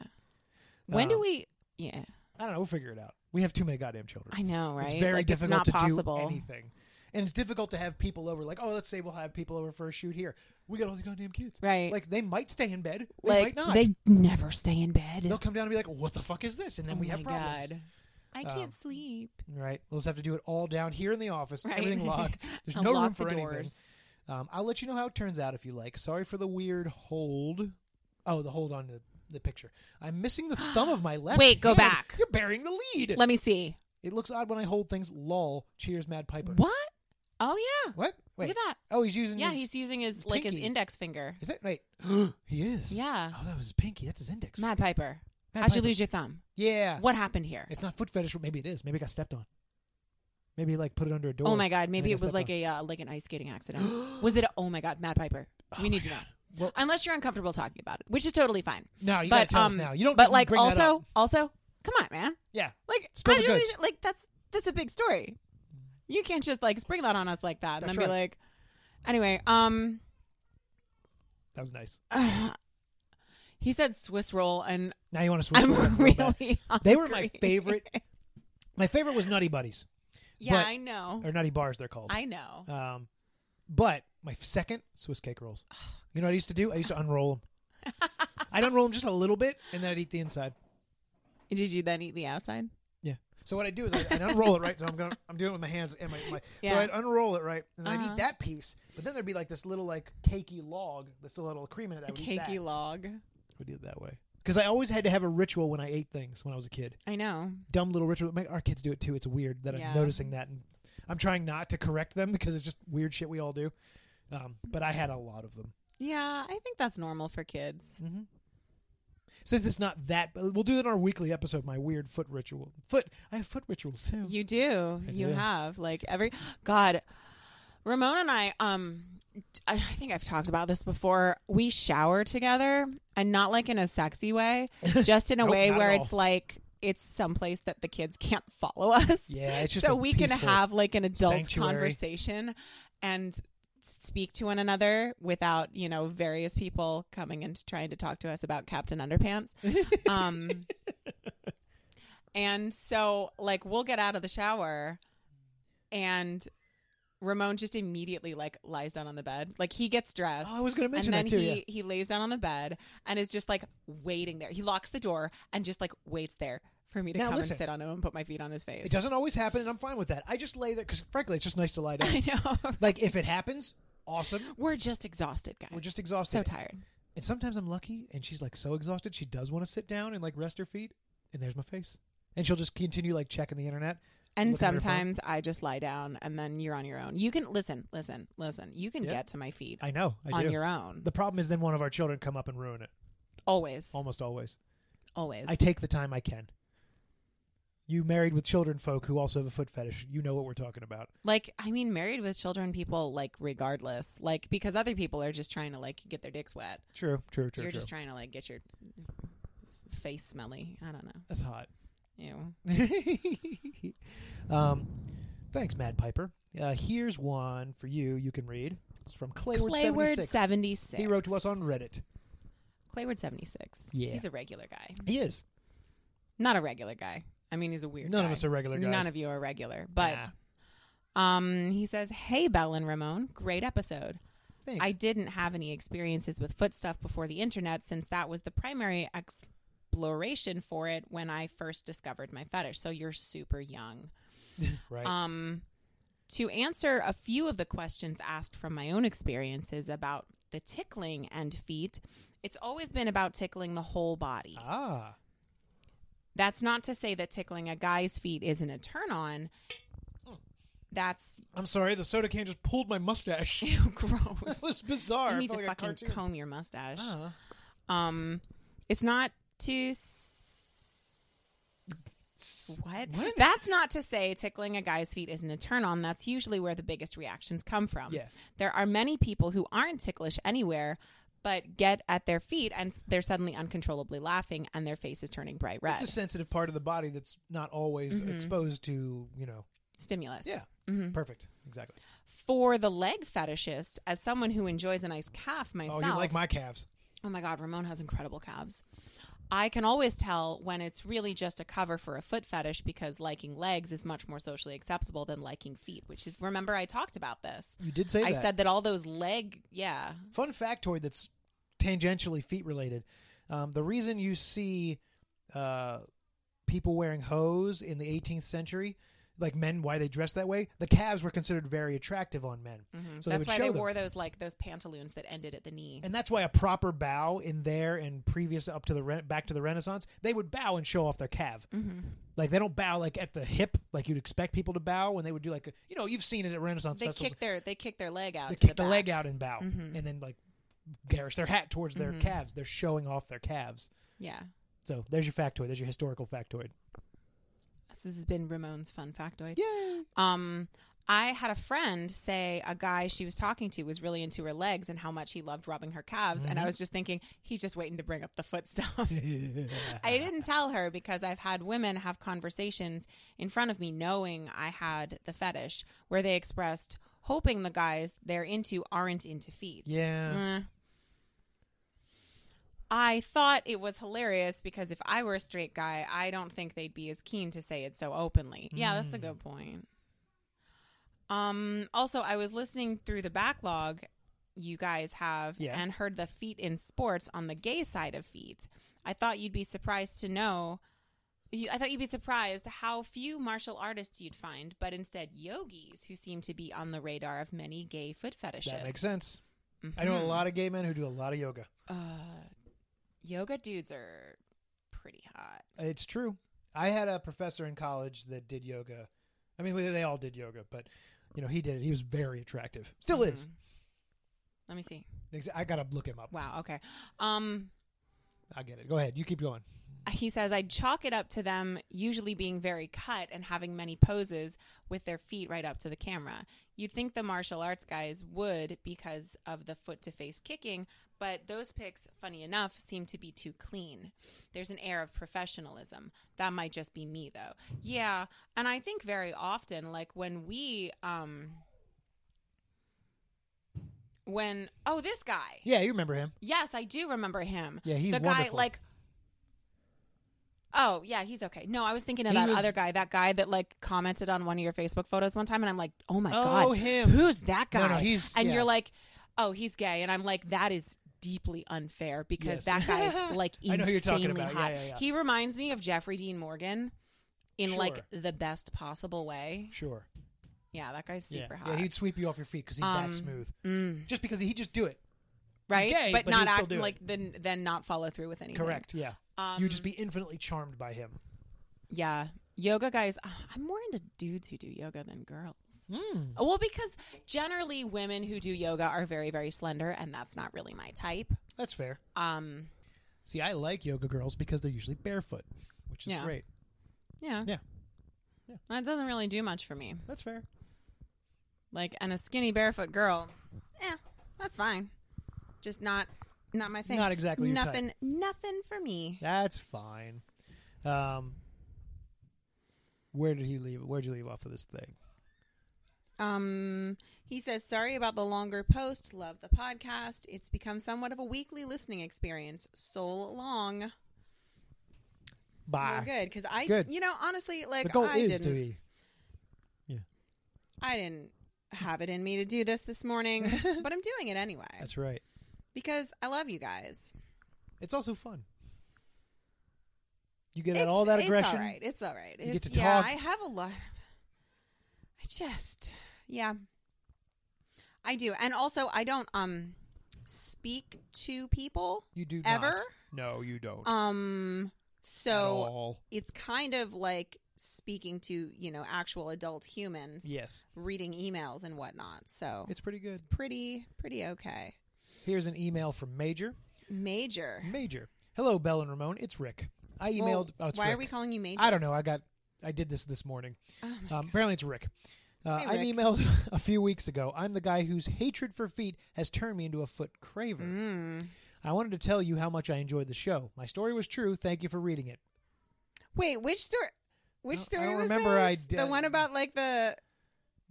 [SPEAKER 3] When do
[SPEAKER 2] Um,
[SPEAKER 3] we? Yeah,
[SPEAKER 2] I don't know. We'll figure it out. We have too many goddamn children.
[SPEAKER 3] I know, right?
[SPEAKER 2] It's very
[SPEAKER 3] like,
[SPEAKER 2] difficult
[SPEAKER 3] it's not
[SPEAKER 2] to
[SPEAKER 3] possible.
[SPEAKER 2] do anything. and it's difficult to have people over. Like, oh, let's say we'll have people over for a shoot here. We got all the goddamn kids.
[SPEAKER 3] Right.
[SPEAKER 2] Like they might stay in bed. They might
[SPEAKER 3] like
[SPEAKER 2] not.
[SPEAKER 3] they never stay in bed.
[SPEAKER 2] They'll come down and be like, "What the fuck is this?" And then
[SPEAKER 3] oh
[SPEAKER 2] we
[SPEAKER 3] my
[SPEAKER 2] have problems.
[SPEAKER 3] God. I
[SPEAKER 2] Um,
[SPEAKER 3] can't sleep.
[SPEAKER 2] Right. We'll just have to do it all down here in the office.
[SPEAKER 3] Right. [LAUGHS]
[SPEAKER 2] Everything locked. There's
[SPEAKER 3] I'll
[SPEAKER 2] no
[SPEAKER 3] lock
[SPEAKER 2] room for
[SPEAKER 3] the
[SPEAKER 2] anything.
[SPEAKER 3] doors.
[SPEAKER 2] Um, I'll let you know how it turns out if you like. Sorry for the weird hold. Oh, the hold on the, the picture. I'm missing the thumb of
[SPEAKER 3] [GASPS]
[SPEAKER 2] my left.
[SPEAKER 3] Wait, go
[SPEAKER 2] hand.
[SPEAKER 3] back.
[SPEAKER 2] You're burying the lead.
[SPEAKER 3] Let me see.
[SPEAKER 2] it looks odd when I hold things. Lol. Cheers, Mad Piper.
[SPEAKER 3] What? Oh yeah.
[SPEAKER 2] What? Wait.
[SPEAKER 3] Look at that.
[SPEAKER 2] Oh, he's using.
[SPEAKER 3] Yeah,
[SPEAKER 2] his-
[SPEAKER 3] he's using his
[SPEAKER 2] his
[SPEAKER 3] like his
[SPEAKER 2] pinky.
[SPEAKER 3] index finger.
[SPEAKER 2] Is that right? [GASPS] he is.
[SPEAKER 3] Yeah.
[SPEAKER 2] Oh, that was his pinky. That's his index.
[SPEAKER 3] Mad Piper.
[SPEAKER 2] Mad
[SPEAKER 3] How'd you
[SPEAKER 2] Piper.
[SPEAKER 3] lose your thumb?
[SPEAKER 2] Yeah.
[SPEAKER 3] What happened here?
[SPEAKER 2] It's not foot fetish, but maybe it is. Maybe it got stepped on. Maybe he, like put it under a door.
[SPEAKER 3] Oh my god,
[SPEAKER 2] and
[SPEAKER 3] maybe
[SPEAKER 2] got
[SPEAKER 3] it was
[SPEAKER 2] stepped
[SPEAKER 3] like
[SPEAKER 2] on.
[SPEAKER 3] a uh, like an ice
[SPEAKER 2] [GASPS]
[SPEAKER 3] skating accident. was it a, oh my god, Mad Piper.
[SPEAKER 2] Oh
[SPEAKER 3] we
[SPEAKER 2] my
[SPEAKER 3] need to know.
[SPEAKER 2] God. Well,
[SPEAKER 3] Unless you're uncomfortable talking about it, which is totally fine.
[SPEAKER 2] no, you
[SPEAKER 3] but
[SPEAKER 2] gotta tell
[SPEAKER 3] um
[SPEAKER 2] us now. You don't.
[SPEAKER 3] but
[SPEAKER 2] just
[SPEAKER 3] like
[SPEAKER 2] bring that up.
[SPEAKER 3] also also come on, man.
[SPEAKER 2] Yeah.
[SPEAKER 3] Like
[SPEAKER 2] Spill
[SPEAKER 3] I
[SPEAKER 2] the
[SPEAKER 3] don't
[SPEAKER 2] goods.
[SPEAKER 3] even- like that's that's a big story. You can't just like spring that on us like that and
[SPEAKER 2] That's
[SPEAKER 3] then be
[SPEAKER 2] right.
[SPEAKER 3] like Anyway, um
[SPEAKER 2] That was nice.
[SPEAKER 3] he said Swiss roll and
[SPEAKER 2] Now you want to switch? to
[SPEAKER 3] [LAUGHS] I'm
[SPEAKER 2] them real bad.
[SPEAKER 3] really
[SPEAKER 2] They were my
[SPEAKER 3] hungry.
[SPEAKER 2] favorite. My favorite was Nutty Buddies
[SPEAKER 3] Yeah,
[SPEAKER 2] but-
[SPEAKER 3] I know.
[SPEAKER 2] or Nutty Bars, they're called.
[SPEAKER 3] I know.
[SPEAKER 2] um, but my second Swiss cake rolls. You know what I used to do? I used to unroll
[SPEAKER 3] [LAUGHS]
[SPEAKER 2] them. I'd unroll them just a little bit, and then I'd eat the inside.
[SPEAKER 3] Did you then eat the outside?
[SPEAKER 2] Yeah. So what I do is I I'd unroll it right. So I'm gonna I'm doing it with my hands and my, my
[SPEAKER 3] Yeah.
[SPEAKER 2] so I'd unroll it right, and then I'd
[SPEAKER 3] Uh-huh.
[SPEAKER 2] eat that piece. But then there'd be like this little like cakey log, this little cream in it. I
[SPEAKER 3] A
[SPEAKER 2] would eat that.
[SPEAKER 3] cakey log.
[SPEAKER 2] We did it that way because I always had to have a ritual when I ate things when I was a kid.
[SPEAKER 3] I know.
[SPEAKER 2] dumb little ritual. My, our kids do it too. It's weird that
[SPEAKER 3] Yeah.
[SPEAKER 2] I'm noticing that, and I'm trying not to correct them because it's just weird shit we all do. Um, but I had a lot of them.
[SPEAKER 3] Yeah, I think that's normal for kids.
[SPEAKER 2] Mm-hmm. Since it's not that, but we'll do that in our weekly episode. My weird foot ritual. Foot. I have foot rituals too.
[SPEAKER 3] You do.
[SPEAKER 2] I
[SPEAKER 3] you
[SPEAKER 2] do.
[SPEAKER 3] have like every God. Ramon and I um I I think I've talked about this before. We shower together and not like in a
[SPEAKER 2] [LAUGHS]
[SPEAKER 3] sexy way, just in a
[SPEAKER 2] Nope,
[SPEAKER 3] way
[SPEAKER 2] not at
[SPEAKER 3] where
[SPEAKER 2] all.
[SPEAKER 3] it's like it's someplace that the kids can't follow us.
[SPEAKER 2] yeah,
[SPEAKER 3] [LAUGHS]
[SPEAKER 2] it's just
[SPEAKER 3] so
[SPEAKER 2] a
[SPEAKER 3] we can
[SPEAKER 2] peaceful-
[SPEAKER 3] have like an adult
[SPEAKER 2] sanctuary.
[SPEAKER 3] conversation and speak to one another without you know various people coming and trying to talk to us about
[SPEAKER 2] [LAUGHS]
[SPEAKER 3] captain underpants um and so like we'll get out of the shower and ramon just immediately like lies down on the bed like he gets dressed
[SPEAKER 2] Oh, I was going to
[SPEAKER 3] and
[SPEAKER 2] mention
[SPEAKER 3] then
[SPEAKER 2] that too.
[SPEAKER 3] he
[SPEAKER 2] yeah.
[SPEAKER 3] he lays down on the bed and is just like waiting there. He locks the door and just like waits there for me to
[SPEAKER 2] Now,
[SPEAKER 3] come
[SPEAKER 2] listen.
[SPEAKER 3] and sit on him and put my feet on his face.
[SPEAKER 2] It doesn't always happen, and I'm fine with that. I just lay there because, frankly, it's just nice to lie down.
[SPEAKER 3] [LAUGHS] I know.
[SPEAKER 2] like if it happens, awesome.
[SPEAKER 3] We're just exhausted, guys.
[SPEAKER 2] We're just exhausted.
[SPEAKER 3] so tired.
[SPEAKER 2] And sometimes I'm lucky, and she's like so exhausted, she does want to sit down and like rest her feet, and there's my face, and she'll just continue like checking the internet.
[SPEAKER 3] And
[SPEAKER 2] Looking at her phone.
[SPEAKER 3] sometimes I just lie down and then you're on your own. You can listen, listen, listen. You can
[SPEAKER 2] Yeah.
[SPEAKER 3] get to my feet
[SPEAKER 2] I know, I
[SPEAKER 3] on
[SPEAKER 2] do.
[SPEAKER 3] your own.
[SPEAKER 2] the problem is then one of our children come up and ruin it.
[SPEAKER 3] always.
[SPEAKER 2] Almost always.
[SPEAKER 3] Always.
[SPEAKER 2] I take the time I can. You married with children folk who also have a foot fetish, you know what we're talking about.
[SPEAKER 3] like I mean married with children people like regardless. Like because other people are just trying to like get their dicks wet.
[SPEAKER 2] True, true, true,
[SPEAKER 3] you're
[SPEAKER 2] true.
[SPEAKER 3] just trying to like get your face smelly. I don't know.
[SPEAKER 2] That's hot.
[SPEAKER 3] Ew.
[SPEAKER 2] [LAUGHS] um, thanks, Mad Piper. Uh, here's one for you. You can read. It's from Clayward.
[SPEAKER 3] Clayward
[SPEAKER 2] 76.
[SPEAKER 3] 76.
[SPEAKER 2] He wrote to us on Reddit.
[SPEAKER 3] Clayward 76.
[SPEAKER 2] Yeah.
[SPEAKER 3] He's a regular guy.
[SPEAKER 2] He is.
[SPEAKER 3] Not a regular guy. I mean, he's a weird
[SPEAKER 2] None
[SPEAKER 3] guy.
[SPEAKER 2] of us are regular guys.
[SPEAKER 3] None of you are regular. But
[SPEAKER 2] Nah.
[SPEAKER 3] um, he says, Hey, Bell and Ramon, great episode.
[SPEAKER 2] Thanks.
[SPEAKER 3] I didn't have any experiences with foot stuff before the internet since that was the primary exploration for it when I first discovered my fetish. So you're super young.
[SPEAKER 2] right.
[SPEAKER 3] Um, to answer a few of the questions asked from my own experiences about the tickling and feet, it's always been about tickling the whole body.
[SPEAKER 2] ah.
[SPEAKER 3] That's not to say that tickling a guy's feet isn't a turn on.
[SPEAKER 2] Hmm.
[SPEAKER 3] That's [LAUGHS]
[SPEAKER 2] I'm sorry, the soda can just pulled my mustache. [LAUGHS]
[SPEAKER 3] ew,
[SPEAKER 2] that
[SPEAKER 3] gross.
[SPEAKER 2] was bizarre.
[SPEAKER 3] you
[SPEAKER 2] I
[SPEAKER 3] need to
[SPEAKER 2] felt like a
[SPEAKER 3] fucking
[SPEAKER 2] cartoon.
[SPEAKER 3] comb your mustache.
[SPEAKER 2] Ah.
[SPEAKER 3] Um, it's not to. s- What?
[SPEAKER 2] What?
[SPEAKER 3] That's not to say tickling a guy's feet isn't a turn on. That's usually where the biggest reactions come from.
[SPEAKER 2] Yeah.
[SPEAKER 3] There are many people who aren't ticklish anywhere, but get at their feet and s- they're suddenly uncontrollably laughing and their face is turning bright red. Mm-hmm.
[SPEAKER 2] It's a sensitive part of the body that's not always exposed to, you know.
[SPEAKER 3] Stimulus.
[SPEAKER 2] Yeah.
[SPEAKER 3] Mhm.
[SPEAKER 2] Perfect. Exactly.
[SPEAKER 3] For the leg fetishist, as someone who enjoys a nice calf myself.
[SPEAKER 2] Oh, you like my calves.
[SPEAKER 3] Oh my God, Ramon has incredible calves. I can always tell when it's really just a cover for a foot fetish because liking legs is much more socially acceptable than liking feet, which is remember I talked about this.
[SPEAKER 2] You did say
[SPEAKER 3] I
[SPEAKER 2] that.
[SPEAKER 3] said that all those leg, yeah,
[SPEAKER 2] Fun factoid that's tangentially feet related. Um, the reason you see uh, people wearing hose in the 18th century, like men, why they dressed that way, the calves were considered very attractive on men. So
[SPEAKER 3] that's
[SPEAKER 2] they would
[SPEAKER 3] why
[SPEAKER 2] show
[SPEAKER 3] they
[SPEAKER 2] them.
[SPEAKER 3] wore those like those pantaloons that ended at the knee.
[SPEAKER 2] And that's why a proper bow in there and previous up to the re- back to the Renaissance, they would bow and show off their calf.
[SPEAKER 3] Mm-hmm.
[SPEAKER 2] Like they don't bow like at the hip like you'd expect people to bow when they would do like a, you know you've seen it at Renaissance
[SPEAKER 3] They
[SPEAKER 2] festivals.
[SPEAKER 3] kick their they kick their leg out.
[SPEAKER 2] they
[SPEAKER 3] to
[SPEAKER 2] kick the,
[SPEAKER 3] back. Mm-hmm.
[SPEAKER 2] leg out and bow, and then like garish their hat towards their calves. They're showing off their calves.
[SPEAKER 3] Yeah,
[SPEAKER 2] So there's your factoid. There's your historical factoid.
[SPEAKER 3] this has been Ramon's fun
[SPEAKER 2] [LAUGHS]
[SPEAKER 3] factoid.
[SPEAKER 2] Yeah.
[SPEAKER 3] Um, I had a friend say a guy she was talking to was really into her legs and how much he loved rubbing her calves, and I was just thinking he's just waiting to bring up the foot stuff. [LAUGHS] I didn't tell her because I've had women have conversations in front of me knowing I had the fetish where they expressed hoping the guys they're into aren't into feet.
[SPEAKER 2] yeah.
[SPEAKER 3] Mm. I thought it was hilarious because if I were a straight guy, I don't think they'd be as keen to say it so openly. Yeah, that's
[SPEAKER 2] Mm.
[SPEAKER 3] a good point. Um also I was listening through the backlog you guys have
[SPEAKER 2] Yeah.
[SPEAKER 3] and heard the feet in sports on the gay side of feet. I thought you'd be surprised to know you- I thought you'd be surprised how few martial artists you'd find, but instead yogis who seem to be on the radar of many gay foot fetishes. Mm-hmm.
[SPEAKER 2] That makes sense. I know a
[SPEAKER 3] Mm.
[SPEAKER 2] lot of gay men who do a lot of yoga.
[SPEAKER 3] Uh, yoga dudes are pretty hot.
[SPEAKER 2] It's true. I had a professor in college that did yoga. I mean, they all did yoga, but you know, he did it. He was very attractive. Still
[SPEAKER 3] Mm-hmm.
[SPEAKER 2] is.
[SPEAKER 3] Let me see.
[SPEAKER 2] Ex- I gotta look him up.
[SPEAKER 3] Wow. Okay. Um,
[SPEAKER 2] I get it. Go ahead. You keep going.
[SPEAKER 3] he says I'd chalk it up to them usually being very cut and having many poses with their feet right up to the camera. You'd think the martial arts guys would because of the foot to face kicking, but those pics, funny enough, seem to be too clean. There's an air of professionalism. That might just be me though. Yeah, and I think very often like when we um when oh this guy
[SPEAKER 2] Yeah, you remember him.
[SPEAKER 3] Yes, I do remember him.
[SPEAKER 2] Yeah, he's
[SPEAKER 3] the guy
[SPEAKER 2] wonderful.
[SPEAKER 3] like Oh, yeah, he's okay. No, I was thinking of
[SPEAKER 2] He
[SPEAKER 3] that
[SPEAKER 2] was-
[SPEAKER 3] other guy, that guy that like commented on one of your Facebook photos one time and I'm like, "Oh my
[SPEAKER 2] Oh,
[SPEAKER 3] god.
[SPEAKER 2] him.
[SPEAKER 3] Who's that
[SPEAKER 2] No,
[SPEAKER 3] guy?"
[SPEAKER 2] no, he's-
[SPEAKER 3] and
[SPEAKER 2] yeah.
[SPEAKER 3] you're like, "Oh, he's gay." And I'm like, "That is deeply unfair
[SPEAKER 2] Yes.
[SPEAKER 3] because that guy
[SPEAKER 2] [LAUGHS]
[SPEAKER 3] is like insanely
[SPEAKER 2] I know who you're talking about. Yeah,
[SPEAKER 3] hot."
[SPEAKER 2] yeah, yeah.
[SPEAKER 3] He reminds me of Jeffrey Dean Morgan in
[SPEAKER 2] Sure.
[SPEAKER 3] like the best possible way.
[SPEAKER 2] Sure.
[SPEAKER 3] Yeah, that guy's
[SPEAKER 2] Yeah.
[SPEAKER 3] super hot.
[SPEAKER 2] yeah, he'd sweep you off your feet because he's
[SPEAKER 3] Um,
[SPEAKER 2] that smooth.
[SPEAKER 3] Mm.
[SPEAKER 2] Just because he just do it.
[SPEAKER 3] right?
[SPEAKER 2] gay,
[SPEAKER 3] but,
[SPEAKER 2] but
[SPEAKER 3] not
[SPEAKER 2] he'd still
[SPEAKER 3] act
[SPEAKER 2] do it.
[SPEAKER 3] like then then not follow through with anything.
[SPEAKER 2] Correct. Yeah.
[SPEAKER 3] Um,
[SPEAKER 2] You'd just be infinitely charmed by him.
[SPEAKER 3] Yeah. Yoga guys, ah, I'm more into dudes who do yoga than girls.
[SPEAKER 2] Hmm.
[SPEAKER 3] Well, because generally women who do yoga are very, very slender, and that's not really my type.
[SPEAKER 2] That's fair.
[SPEAKER 3] Um,
[SPEAKER 2] See, I like yoga girls because they're usually barefoot, which is
[SPEAKER 3] Yeah.
[SPEAKER 2] great.
[SPEAKER 3] yeah.
[SPEAKER 2] Yeah. Yeah.
[SPEAKER 3] That doesn't really do much for me.
[SPEAKER 2] That's fair.
[SPEAKER 3] Like, and a skinny barefoot girl, eh, that's fine. Just not, not my thing.
[SPEAKER 2] Not exactly your type.
[SPEAKER 3] nothing, nothing for me.
[SPEAKER 2] That's fine. Um, where did he leave? Where'd you leave off of this thing?
[SPEAKER 4] Um, he says, sorry about the longer post. Love the podcast. It's become somewhat of a weekly listening experience. So long.
[SPEAKER 2] Bye.
[SPEAKER 4] Well, good. Because I,
[SPEAKER 2] Good.
[SPEAKER 4] you know, honestly, like,
[SPEAKER 2] The goal
[SPEAKER 4] I
[SPEAKER 2] is
[SPEAKER 4] didn't,
[SPEAKER 2] to be.
[SPEAKER 4] I didn't have it in me to do this this morning,
[SPEAKER 2] [LAUGHS]
[SPEAKER 4] but I'm doing it anyway
[SPEAKER 2] That's right.
[SPEAKER 4] because I love you guys.
[SPEAKER 2] It's also fun. You get
[SPEAKER 4] it's,
[SPEAKER 2] out all that
[SPEAKER 4] It's
[SPEAKER 2] aggression.
[SPEAKER 4] all right. It's all right.
[SPEAKER 2] get
[SPEAKER 4] It's-
[SPEAKER 2] to
[SPEAKER 4] yeah,
[SPEAKER 2] talk.
[SPEAKER 4] I have a lot. I just, yeah, I do, and also I don't um speak to people
[SPEAKER 2] You do
[SPEAKER 4] ever.
[SPEAKER 2] Not. No, you don't.
[SPEAKER 4] Um,
[SPEAKER 2] At
[SPEAKER 4] so
[SPEAKER 2] all.
[SPEAKER 4] it's kind of like speaking to you know actual adult humans,
[SPEAKER 2] Yes,
[SPEAKER 4] reading emails and whatnot. So
[SPEAKER 2] it's pretty good.
[SPEAKER 4] pretty pretty okay.
[SPEAKER 2] Here's an email from Major.
[SPEAKER 4] Major.
[SPEAKER 2] Major. Hello, Bell and Ramon. It's Rick. I emailed.
[SPEAKER 4] Well,
[SPEAKER 2] oh, it's
[SPEAKER 4] why are
[SPEAKER 2] Rick.
[SPEAKER 4] we calling you Major?
[SPEAKER 2] I don't know. I got. I did this this morning.
[SPEAKER 4] Oh my
[SPEAKER 2] Um, apparently, it's Rick. Uh,
[SPEAKER 4] Hey,
[SPEAKER 2] I
[SPEAKER 4] Rick.
[SPEAKER 2] emailed [LAUGHS] a few weeks ago. I'm the guy whose hatred for feet has turned me into a foot craver.
[SPEAKER 3] Hmm.
[SPEAKER 4] Mm.
[SPEAKER 2] I wanted to tell you how much I enjoyed the show. My story was true. Thank you for reading it.
[SPEAKER 4] Wait, which story? Which
[SPEAKER 2] I don't- I
[SPEAKER 4] story
[SPEAKER 2] don't
[SPEAKER 4] was
[SPEAKER 2] remember. I
[SPEAKER 4] this?
[SPEAKER 2] d-
[SPEAKER 4] the one about like the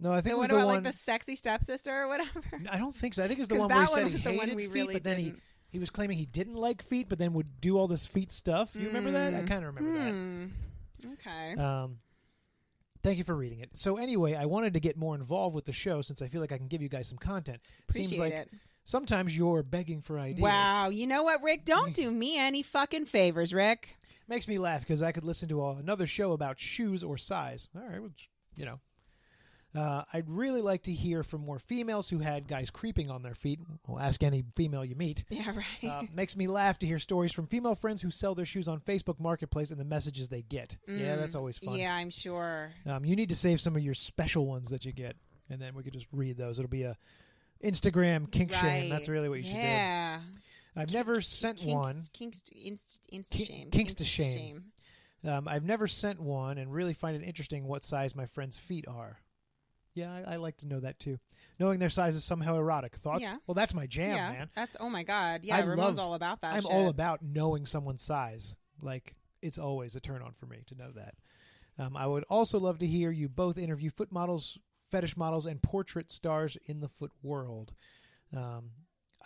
[SPEAKER 2] No, I think
[SPEAKER 4] the
[SPEAKER 2] it
[SPEAKER 4] one
[SPEAKER 2] was the
[SPEAKER 4] about
[SPEAKER 2] one.
[SPEAKER 4] like the sexy stepsister or whatever.
[SPEAKER 2] [LAUGHS] I don't think so. I think it's the
[SPEAKER 4] 'Cause
[SPEAKER 2] one
[SPEAKER 4] that
[SPEAKER 2] where
[SPEAKER 4] one
[SPEAKER 2] he said he
[SPEAKER 4] was the one
[SPEAKER 2] hated
[SPEAKER 4] we
[SPEAKER 2] feet,
[SPEAKER 4] really
[SPEAKER 2] but then he
[SPEAKER 4] didn't.
[SPEAKER 2] he was claiming he didn't like feet, but then would do all this feet stuff. You remember that? I
[SPEAKER 4] Mm-hmm.
[SPEAKER 8] Mm.
[SPEAKER 2] kind of remember that.
[SPEAKER 3] Hmm. Okay.
[SPEAKER 2] Um, thank you for reading it. So anyway, I wanted to get more involved with the show since I feel like I can give you guys some content. Seems
[SPEAKER 3] Appreciate
[SPEAKER 2] like
[SPEAKER 3] it.
[SPEAKER 2] sometimes you're begging for ideas.
[SPEAKER 3] Wow. You know what, Rick?
[SPEAKER 2] Mm.
[SPEAKER 3] Don't do me any fucking
[SPEAKER 2] [LAUGHS]
[SPEAKER 3] favors, Rick.
[SPEAKER 2] makes me laugh because I could listen to a, another show about shoes or size. All right, which, you know. Uh, I'd really like to hear from more females who had guys creeping on their feet. Well, ask any female you meet.
[SPEAKER 3] Yeah, [LAUGHS] right.
[SPEAKER 2] Uh, makes me laugh to hear stories from female friends who sell their shoes on Facebook Marketplace and the messages they get. Yeah,
[SPEAKER 3] Mm.
[SPEAKER 2] that's always fun.
[SPEAKER 3] Yeah, I'm sure.
[SPEAKER 2] Um, you need to save some of your special ones that you get, and then we could just read those. It'll be a Instagram kink shame. That's
[SPEAKER 3] Right.
[SPEAKER 2] really what you should
[SPEAKER 3] yeah.
[SPEAKER 2] do. I've never sent
[SPEAKER 3] Kinks,
[SPEAKER 2] one.
[SPEAKER 3] Kinks, inst, insta
[SPEAKER 2] Ki-
[SPEAKER 3] shame.
[SPEAKER 2] kinks to
[SPEAKER 3] Insta
[SPEAKER 2] shame. Um, I've never sent one, and really find it interesting what size my friends' feet are. Yeah, I, I like to know that too. Knowing their size is somehow erotic. Thoughts?
[SPEAKER 3] Yeah.
[SPEAKER 2] Well, that's my jam,
[SPEAKER 3] yeah,
[SPEAKER 2] man.
[SPEAKER 3] that's oh my god. Yeah,
[SPEAKER 2] I
[SPEAKER 3] Ramon's
[SPEAKER 2] love-
[SPEAKER 3] all about that.
[SPEAKER 2] I'm
[SPEAKER 3] shit.
[SPEAKER 2] all about knowing someone's size. Like it's always a turn on for me to know that. Um, I would also love to hear you both interview foot models, fetish models, and portrait stars in the foot world. Um,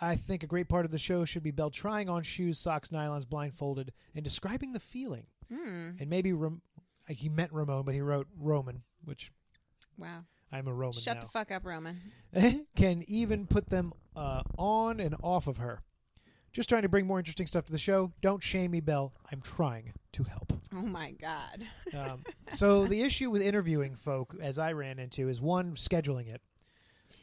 [SPEAKER 2] I think a great part of the show should be Bell trying on shoes, socks, nylons, blindfolded, and describing the feeling.
[SPEAKER 3] Hmm.
[SPEAKER 2] And maybe Ram- he meant Ramon, but he wrote Roman, which
[SPEAKER 3] Wow.
[SPEAKER 2] I'm a Roman
[SPEAKER 3] Shut
[SPEAKER 2] now.
[SPEAKER 3] the fuck up, Roman. [LAUGHS]
[SPEAKER 2] [LAUGHS] can even put them uh, on and off of her. Just trying to bring more interesting stuff to the show. Don't shame me, Belle. I'm trying to
[SPEAKER 3] [LAUGHS]
[SPEAKER 2] help.
[SPEAKER 3] Oh my god.
[SPEAKER 2] Um, so the issue with interviewing folk, as I ran into, is one scheduling it.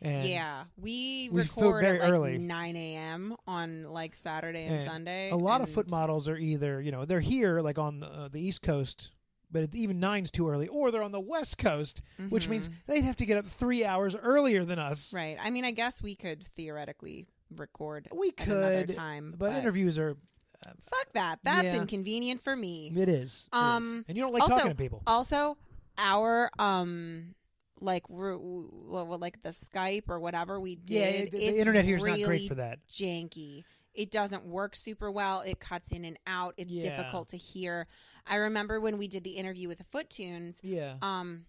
[SPEAKER 2] And
[SPEAKER 3] yeah, we,
[SPEAKER 2] we feel
[SPEAKER 3] record
[SPEAKER 2] very
[SPEAKER 3] at like
[SPEAKER 2] early.
[SPEAKER 3] 9 a.m. on like Saturday and,
[SPEAKER 2] And
[SPEAKER 3] Sunday.
[SPEAKER 2] a lot of
[SPEAKER 3] and-
[SPEAKER 2] foot models are either you know they're here like on the, uh, the East Coast, but it- even nine's too early, or they're on the West Coast, which means they'd have to get up three hours earlier than us.
[SPEAKER 3] mm-hmm. Right. I mean, I guess we could theoretically record.
[SPEAKER 2] We
[SPEAKER 3] at another
[SPEAKER 2] could,
[SPEAKER 3] time,
[SPEAKER 2] but, interviews are
[SPEAKER 3] Fuck that. That's
[SPEAKER 2] Yeah.
[SPEAKER 3] inconvenient for me.
[SPEAKER 2] it is. it is.
[SPEAKER 3] Um,
[SPEAKER 2] and you don't like
[SPEAKER 3] also- uh,
[SPEAKER 2] talking to people.
[SPEAKER 3] Also, our um, like we're, w- w- like the Skype or whatever we did.
[SPEAKER 2] Yeah, the, the
[SPEAKER 3] it's
[SPEAKER 2] internet here is
[SPEAKER 3] really
[SPEAKER 2] not great for that.
[SPEAKER 3] Janky. It doesn't work super well. It cuts in and out. It's
[SPEAKER 2] Yeah.
[SPEAKER 3] difficult to hear. I remember when we did the interview with the Foot Tunes.
[SPEAKER 2] Yeah.
[SPEAKER 3] Um,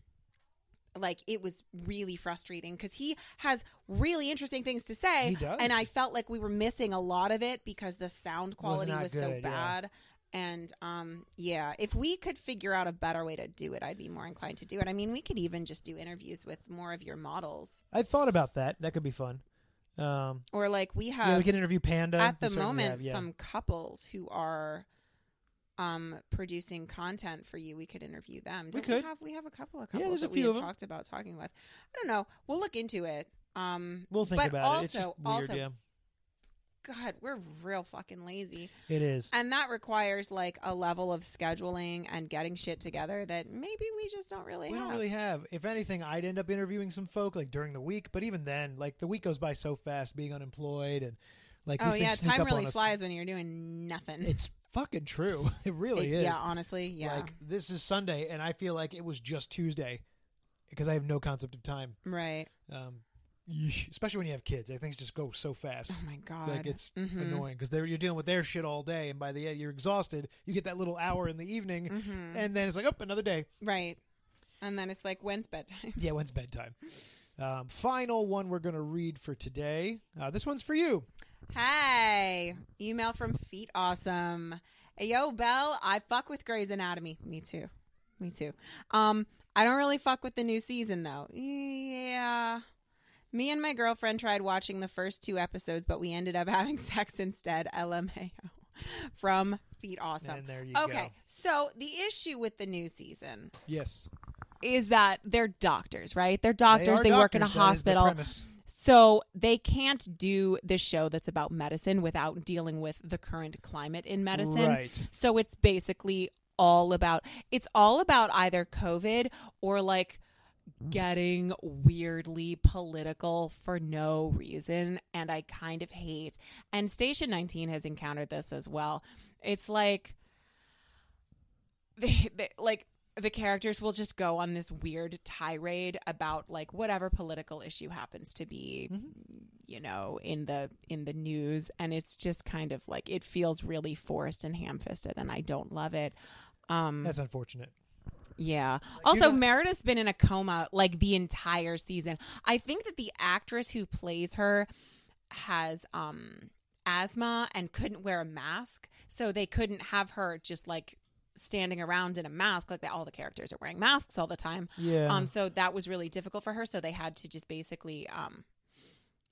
[SPEAKER 3] like it was really frustrating because he has really interesting things to say,
[SPEAKER 2] He does.
[SPEAKER 3] and I felt like we were missing a lot of it because the sound quality
[SPEAKER 2] not
[SPEAKER 3] was, so
[SPEAKER 2] good, yeah.
[SPEAKER 3] bad. And um, yeah, if we could figure out a better way to do it, I'd be more inclined to do it. I mean, we could even just do interviews with more of your models,
[SPEAKER 2] I thought about that. That could be fun. Um,
[SPEAKER 3] or like we have
[SPEAKER 2] yeah, we can interview Panda
[SPEAKER 3] at the
[SPEAKER 2] We certainly
[SPEAKER 3] moment
[SPEAKER 2] have, yeah.
[SPEAKER 3] some couples who are um producing content for you we could interview them Don't
[SPEAKER 2] could.
[SPEAKER 3] have we have a couple of
[SPEAKER 2] Yeah,
[SPEAKER 3] couples
[SPEAKER 2] there's a
[SPEAKER 3] that we
[SPEAKER 2] few
[SPEAKER 3] had
[SPEAKER 2] of 'em.
[SPEAKER 3] talked about talking with i don't know we'll look into it um
[SPEAKER 2] We'll think
[SPEAKER 3] but
[SPEAKER 2] about it. It's just
[SPEAKER 3] also-
[SPEAKER 2] weird,
[SPEAKER 3] also-
[SPEAKER 2] yeah.
[SPEAKER 3] god we're real fucking lazy
[SPEAKER 2] It is.
[SPEAKER 3] and that requires like a level of scheduling and getting shit together that maybe we just don't really
[SPEAKER 2] we
[SPEAKER 3] have
[SPEAKER 2] don't really have. If anything, I'd end up interviewing some folk like during the week. But even then, like the week goes by so fast, being unemployed and like
[SPEAKER 3] oh
[SPEAKER 2] these
[SPEAKER 3] yeah
[SPEAKER 2] things sneak
[SPEAKER 3] time
[SPEAKER 2] up
[SPEAKER 3] really
[SPEAKER 2] on us.
[SPEAKER 3] flies when you're doing nothing
[SPEAKER 2] It's fucking true. [LAUGHS] It really
[SPEAKER 3] It-
[SPEAKER 2] is.
[SPEAKER 3] yeah honestly yeah
[SPEAKER 2] Like this is Sunday, and I feel like it was just Tuesday because I have no concept of time.
[SPEAKER 3] right
[SPEAKER 2] Um, yeesh. especially when you have kids, like, things just go so fast.
[SPEAKER 3] oh my god
[SPEAKER 2] like it's
[SPEAKER 8] Mm-hmm.
[SPEAKER 2] annoying
[SPEAKER 3] Mhm.
[SPEAKER 2] annoying because you're dealing with their shit all day, and by the end you're exhausted. You get that little hour in the evening,
[SPEAKER 8] Mm-hmm.
[SPEAKER 3] Mhm.
[SPEAKER 2] and then it's like, oh, another day.
[SPEAKER 3] right and then it's like when's bedtime
[SPEAKER 2] Yeah, when's bedtime? Um, final one we're gonna read for today. Uh, this one's for you.
[SPEAKER 3] Hey, email from Feet Awesome. Hey, yo, Belle, I fuck with Grey's Anatomy. Me too. Me too. Um, I don't really fuck with the new season though. Yeah. Me and my girlfriend tried watching the first two episodes, but we ended up [LAUGHS] having sex instead. LMAO. From Feet Awesome.
[SPEAKER 2] And there you
[SPEAKER 3] Okay,
[SPEAKER 2] go.
[SPEAKER 3] so the issue with the new season
[SPEAKER 2] Yes,
[SPEAKER 8] Is that they're doctors, right? They're doctors.
[SPEAKER 2] are
[SPEAKER 8] They, work in a
[SPEAKER 2] doctors, that is the
[SPEAKER 8] hospital.
[SPEAKER 2] premise.
[SPEAKER 8] So they can't do the show that's about medicine without dealing with the current climate in medicine.
[SPEAKER 2] Right.
[SPEAKER 8] So it's basically all about it's all about either COVID or like getting weirdly political for no reason and I kind of hate. And Station 19 has encountered this as well. It's like [LAUGHS] they, they like the characters will just go on this weird tirade about like whatever political issue happens to be you know in the in the news and it's just kind of like it feels really forced and ham-fisted and i don't love it um
[SPEAKER 2] That's unfortunate.
[SPEAKER 8] yeah also
[SPEAKER 2] not-
[SPEAKER 8] meredith's been in a coma like the entire season i think that the actress who plays her has um
[SPEAKER 3] asthma and couldn't wear a mask, so they couldn't have her just like standing around in a mask like that all the characters are wearing masks all the time.
[SPEAKER 2] Yeah.
[SPEAKER 3] Um so that was really difficult for her, so they had to just basically um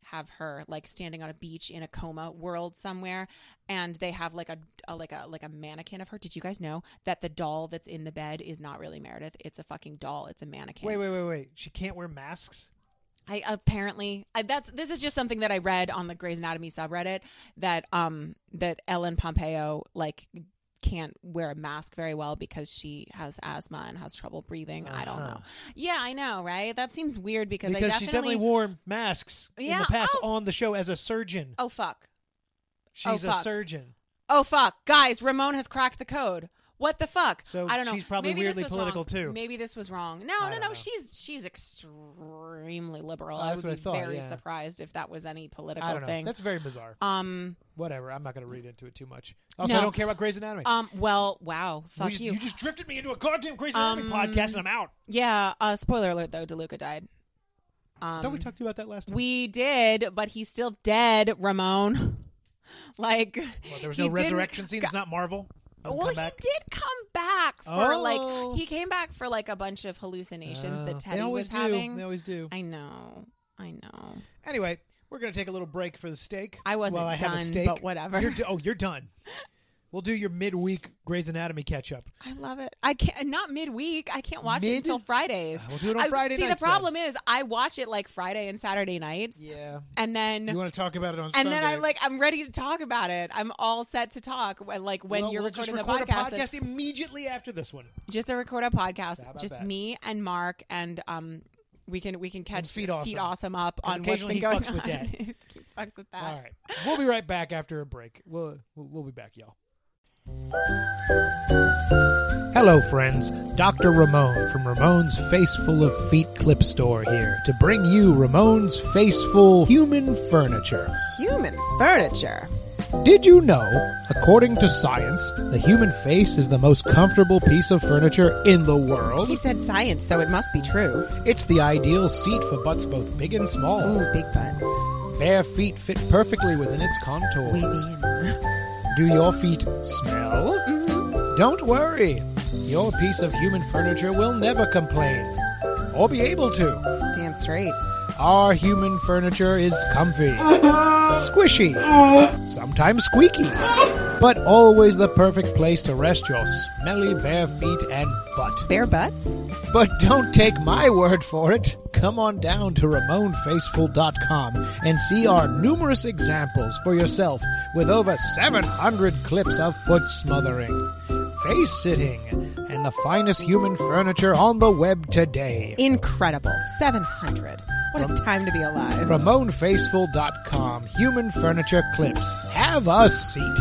[SPEAKER 3] have her like standing on a beach in a coma world somewhere and they have like a, a like a like a mannequin of her. Did you guys know that the doll that's in the bed is not really Meredith? It's a fucking doll. It's a mannequin.
[SPEAKER 2] wait, wait, wait, wait. She can't wear masks.
[SPEAKER 3] I apparently I, that's this is just something that I read on the Grey's Anatomy subreddit that um that Ellen Pompeo like can't wear a mask very well because she has asthma and has trouble breathing. I don't know.
[SPEAKER 2] Uh-huh.
[SPEAKER 3] Yeah, I know, right? That seems weird because,
[SPEAKER 2] Because
[SPEAKER 3] I
[SPEAKER 2] she's
[SPEAKER 3] definitely,
[SPEAKER 2] definitely worn masks in
[SPEAKER 3] Yeah,
[SPEAKER 2] the past
[SPEAKER 3] oh.
[SPEAKER 2] on the show as a surgeon.
[SPEAKER 3] Oh fuck.
[SPEAKER 2] She's a
[SPEAKER 3] fuck.
[SPEAKER 2] surgeon.
[SPEAKER 3] Oh fuck. Guys, Ramon has cracked the code. What the fuck?
[SPEAKER 2] So
[SPEAKER 3] I don't know.
[SPEAKER 2] she's probably
[SPEAKER 3] Maybe this
[SPEAKER 2] weirdly
[SPEAKER 3] was
[SPEAKER 2] political,
[SPEAKER 3] wrong.
[SPEAKER 2] too.
[SPEAKER 3] Maybe this was wrong. No,
[SPEAKER 2] I
[SPEAKER 3] no,
[SPEAKER 2] don't
[SPEAKER 3] no.
[SPEAKER 2] know.
[SPEAKER 3] She's she's extremely liberal.
[SPEAKER 2] Oh,
[SPEAKER 3] I
[SPEAKER 2] that's
[SPEAKER 3] would
[SPEAKER 2] what
[SPEAKER 3] be
[SPEAKER 2] I thought,
[SPEAKER 3] very
[SPEAKER 2] yeah.
[SPEAKER 3] surprised if that was any political
[SPEAKER 2] I don't know.
[SPEAKER 3] thing.
[SPEAKER 2] That's very bizarre.
[SPEAKER 3] um
[SPEAKER 2] Whatever. I'm not going to read into it too much. Also, I
[SPEAKER 3] No.
[SPEAKER 2] don't care about Grey's Anatomy.
[SPEAKER 3] Um. Well, wow.
[SPEAKER 2] You
[SPEAKER 3] Fuck
[SPEAKER 2] just-
[SPEAKER 3] you.
[SPEAKER 2] you just drifted me into a goddamn Grey's Anatomy
[SPEAKER 3] Um,
[SPEAKER 2] podcast, and I'm out.
[SPEAKER 3] yeah. Uh, spoiler alert, though. DeLuca died.
[SPEAKER 2] I
[SPEAKER 3] Um,
[SPEAKER 2] thought we talked to you about that last time.
[SPEAKER 3] we did, but he's still dead, Ramon. [LAUGHS] like,
[SPEAKER 2] well, there was
[SPEAKER 3] he
[SPEAKER 2] no
[SPEAKER 3] didn't-
[SPEAKER 2] resurrection scene. It's not Marvel. Don't
[SPEAKER 3] Well,
[SPEAKER 2] come
[SPEAKER 3] he
[SPEAKER 2] back.
[SPEAKER 3] did come back for
[SPEAKER 2] Oh.
[SPEAKER 3] like he came back for like a bunch of hallucinations
[SPEAKER 2] Oh,
[SPEAKER 3] that Teddy
[SPEAKER 2] they always
[SPEAKER 3] was
[SPEAKER 2] do.
[SPEAKER 3] having.
[SPEAKER 2] They always do.
[SPEAKER 3] I know. I know.
[SPEAKER 2] Anyway, we're going to take a little break for the steak.
[SPEAKER 3] I wasn't
[SPEAKER 2] while I have a
[SPEAKER 3] done,
[SPEAKER 2] steak.
[SPEAKER 3] but whatever.
[SPEAKER 2] You're do- oh, you're
[SPEAKER 3] [LAUGHS]
[SPEAKER 2] done. We'll do your midweek Grey's Anatomy catch up.
[SPEAKER 3] I love it. I can't not midweek. I can't watch
[SPEAKER 2] Mid-
[SPEAKER 3] it until Fridays.
[SPEAKER 2] Ah, we'll do it on
[SPEAKER 3] I-
[SPEAKER 2] Friday
[SPEAKER 3] See, the
[SPEAKER 2] nights, then.
[SPEAKER 3] problem is I watch it like Friday and Saturday nights,
[SPEAKER 2] Yeah.
[SPEAKER 3] and then
[SPEAKER 2] You want to talk about it on
[SPEAKER 3] and
[SPEAKER 2] Sunday?
[SPEAKER 3] then I'm like, I'm ready to talk about it. I'm all set to talk. When, like when
[SPEAKER 2] Well,
[SPEAKER 3] you're
[SPEAKER 2] we'll
[SPEAKER 3] recording
[SPEAKER 2] just
[SPEAKER 3] the
[SPEAKER 2] record
[SPEAKER 3] podcast,
[SPEAKER 2] a podcast immediately after this one.
[SPEAKER 3] just to record a podcast,
[SPEAKER 2] How about
[SPEAKER 3] just
[SPEAKER 2] that?
[SPEAKER 3] me and Mark, and um, we can we can catch
[SPEAKER 2] Feet
[SPEAKER 3] feet,
[SPEAKER 2] Awesome.
[SPEAKER 3] awesome. up
[SPEAKER 2] 'Cause
[SPEAKER 3] on what's
[SPEAKER 2] occasionally
[SPEAKER 3] been
[SPEAKER 2] he
[SPEAKER 3] going
[SPEAKER 2] fucks
[SPEAKER 3] on.
[SPEAKER 2] with that.
[SPEAKER 3] [LAUGHS] he fucks with that.
[SPEAKER 2] All right, we'll be right back after a break. We'll we'll we'll be back, y'all. Hello, friends. Dr. Ramon from Ramon's Faceful of Feet Clip Store here to bring you Ramon's Faceful Human Furniture.
[SPEAKER 4] Human furniture.
[SPEAKER 2] Did you know, according to science, the human face is the most comfortable piece of furniture in the world?
[SPEAKER 4] He said science, so it must be true.
[SPEAKER 2] It's the ideal seat for butts both big and small.
[SPEAKER 4] Ooh, big butts.
[SPEAKER 2] Bare feet fit perfectly within its
[SPEAKER 4] We
[SPEAKER 2] contours.
[SPEAKER 4] mean. Mm-hmm.
[SPEAKER 2] Do your feet smell? Don't worry. Your piece of human furniture will never complain. Or be able to.
[SPEAKER 4] Damn straight.
[SPEAKER 2] Our human furniture is comfy, squishy, sometimes squeaky, but always the perfect place to rest your smelly bare feet and butt.
[SPEAKER 4] Bare butts?
[SPEAKER 2] But don't take my word for it. Come on down to RamonFaceful.com and see our numerous examples for yourself with over 700 clips of foot smothering, face sitting, and the finest human furniture on the web today.
[SPEAKER 4] Incredible. 700. What a time to be
[SPEAKER 3] [SIGHS]
[SPEAKER 4] alive.
[SPEAKER 2] RamonFaceful.com Human Furniture Clips. Have a seat.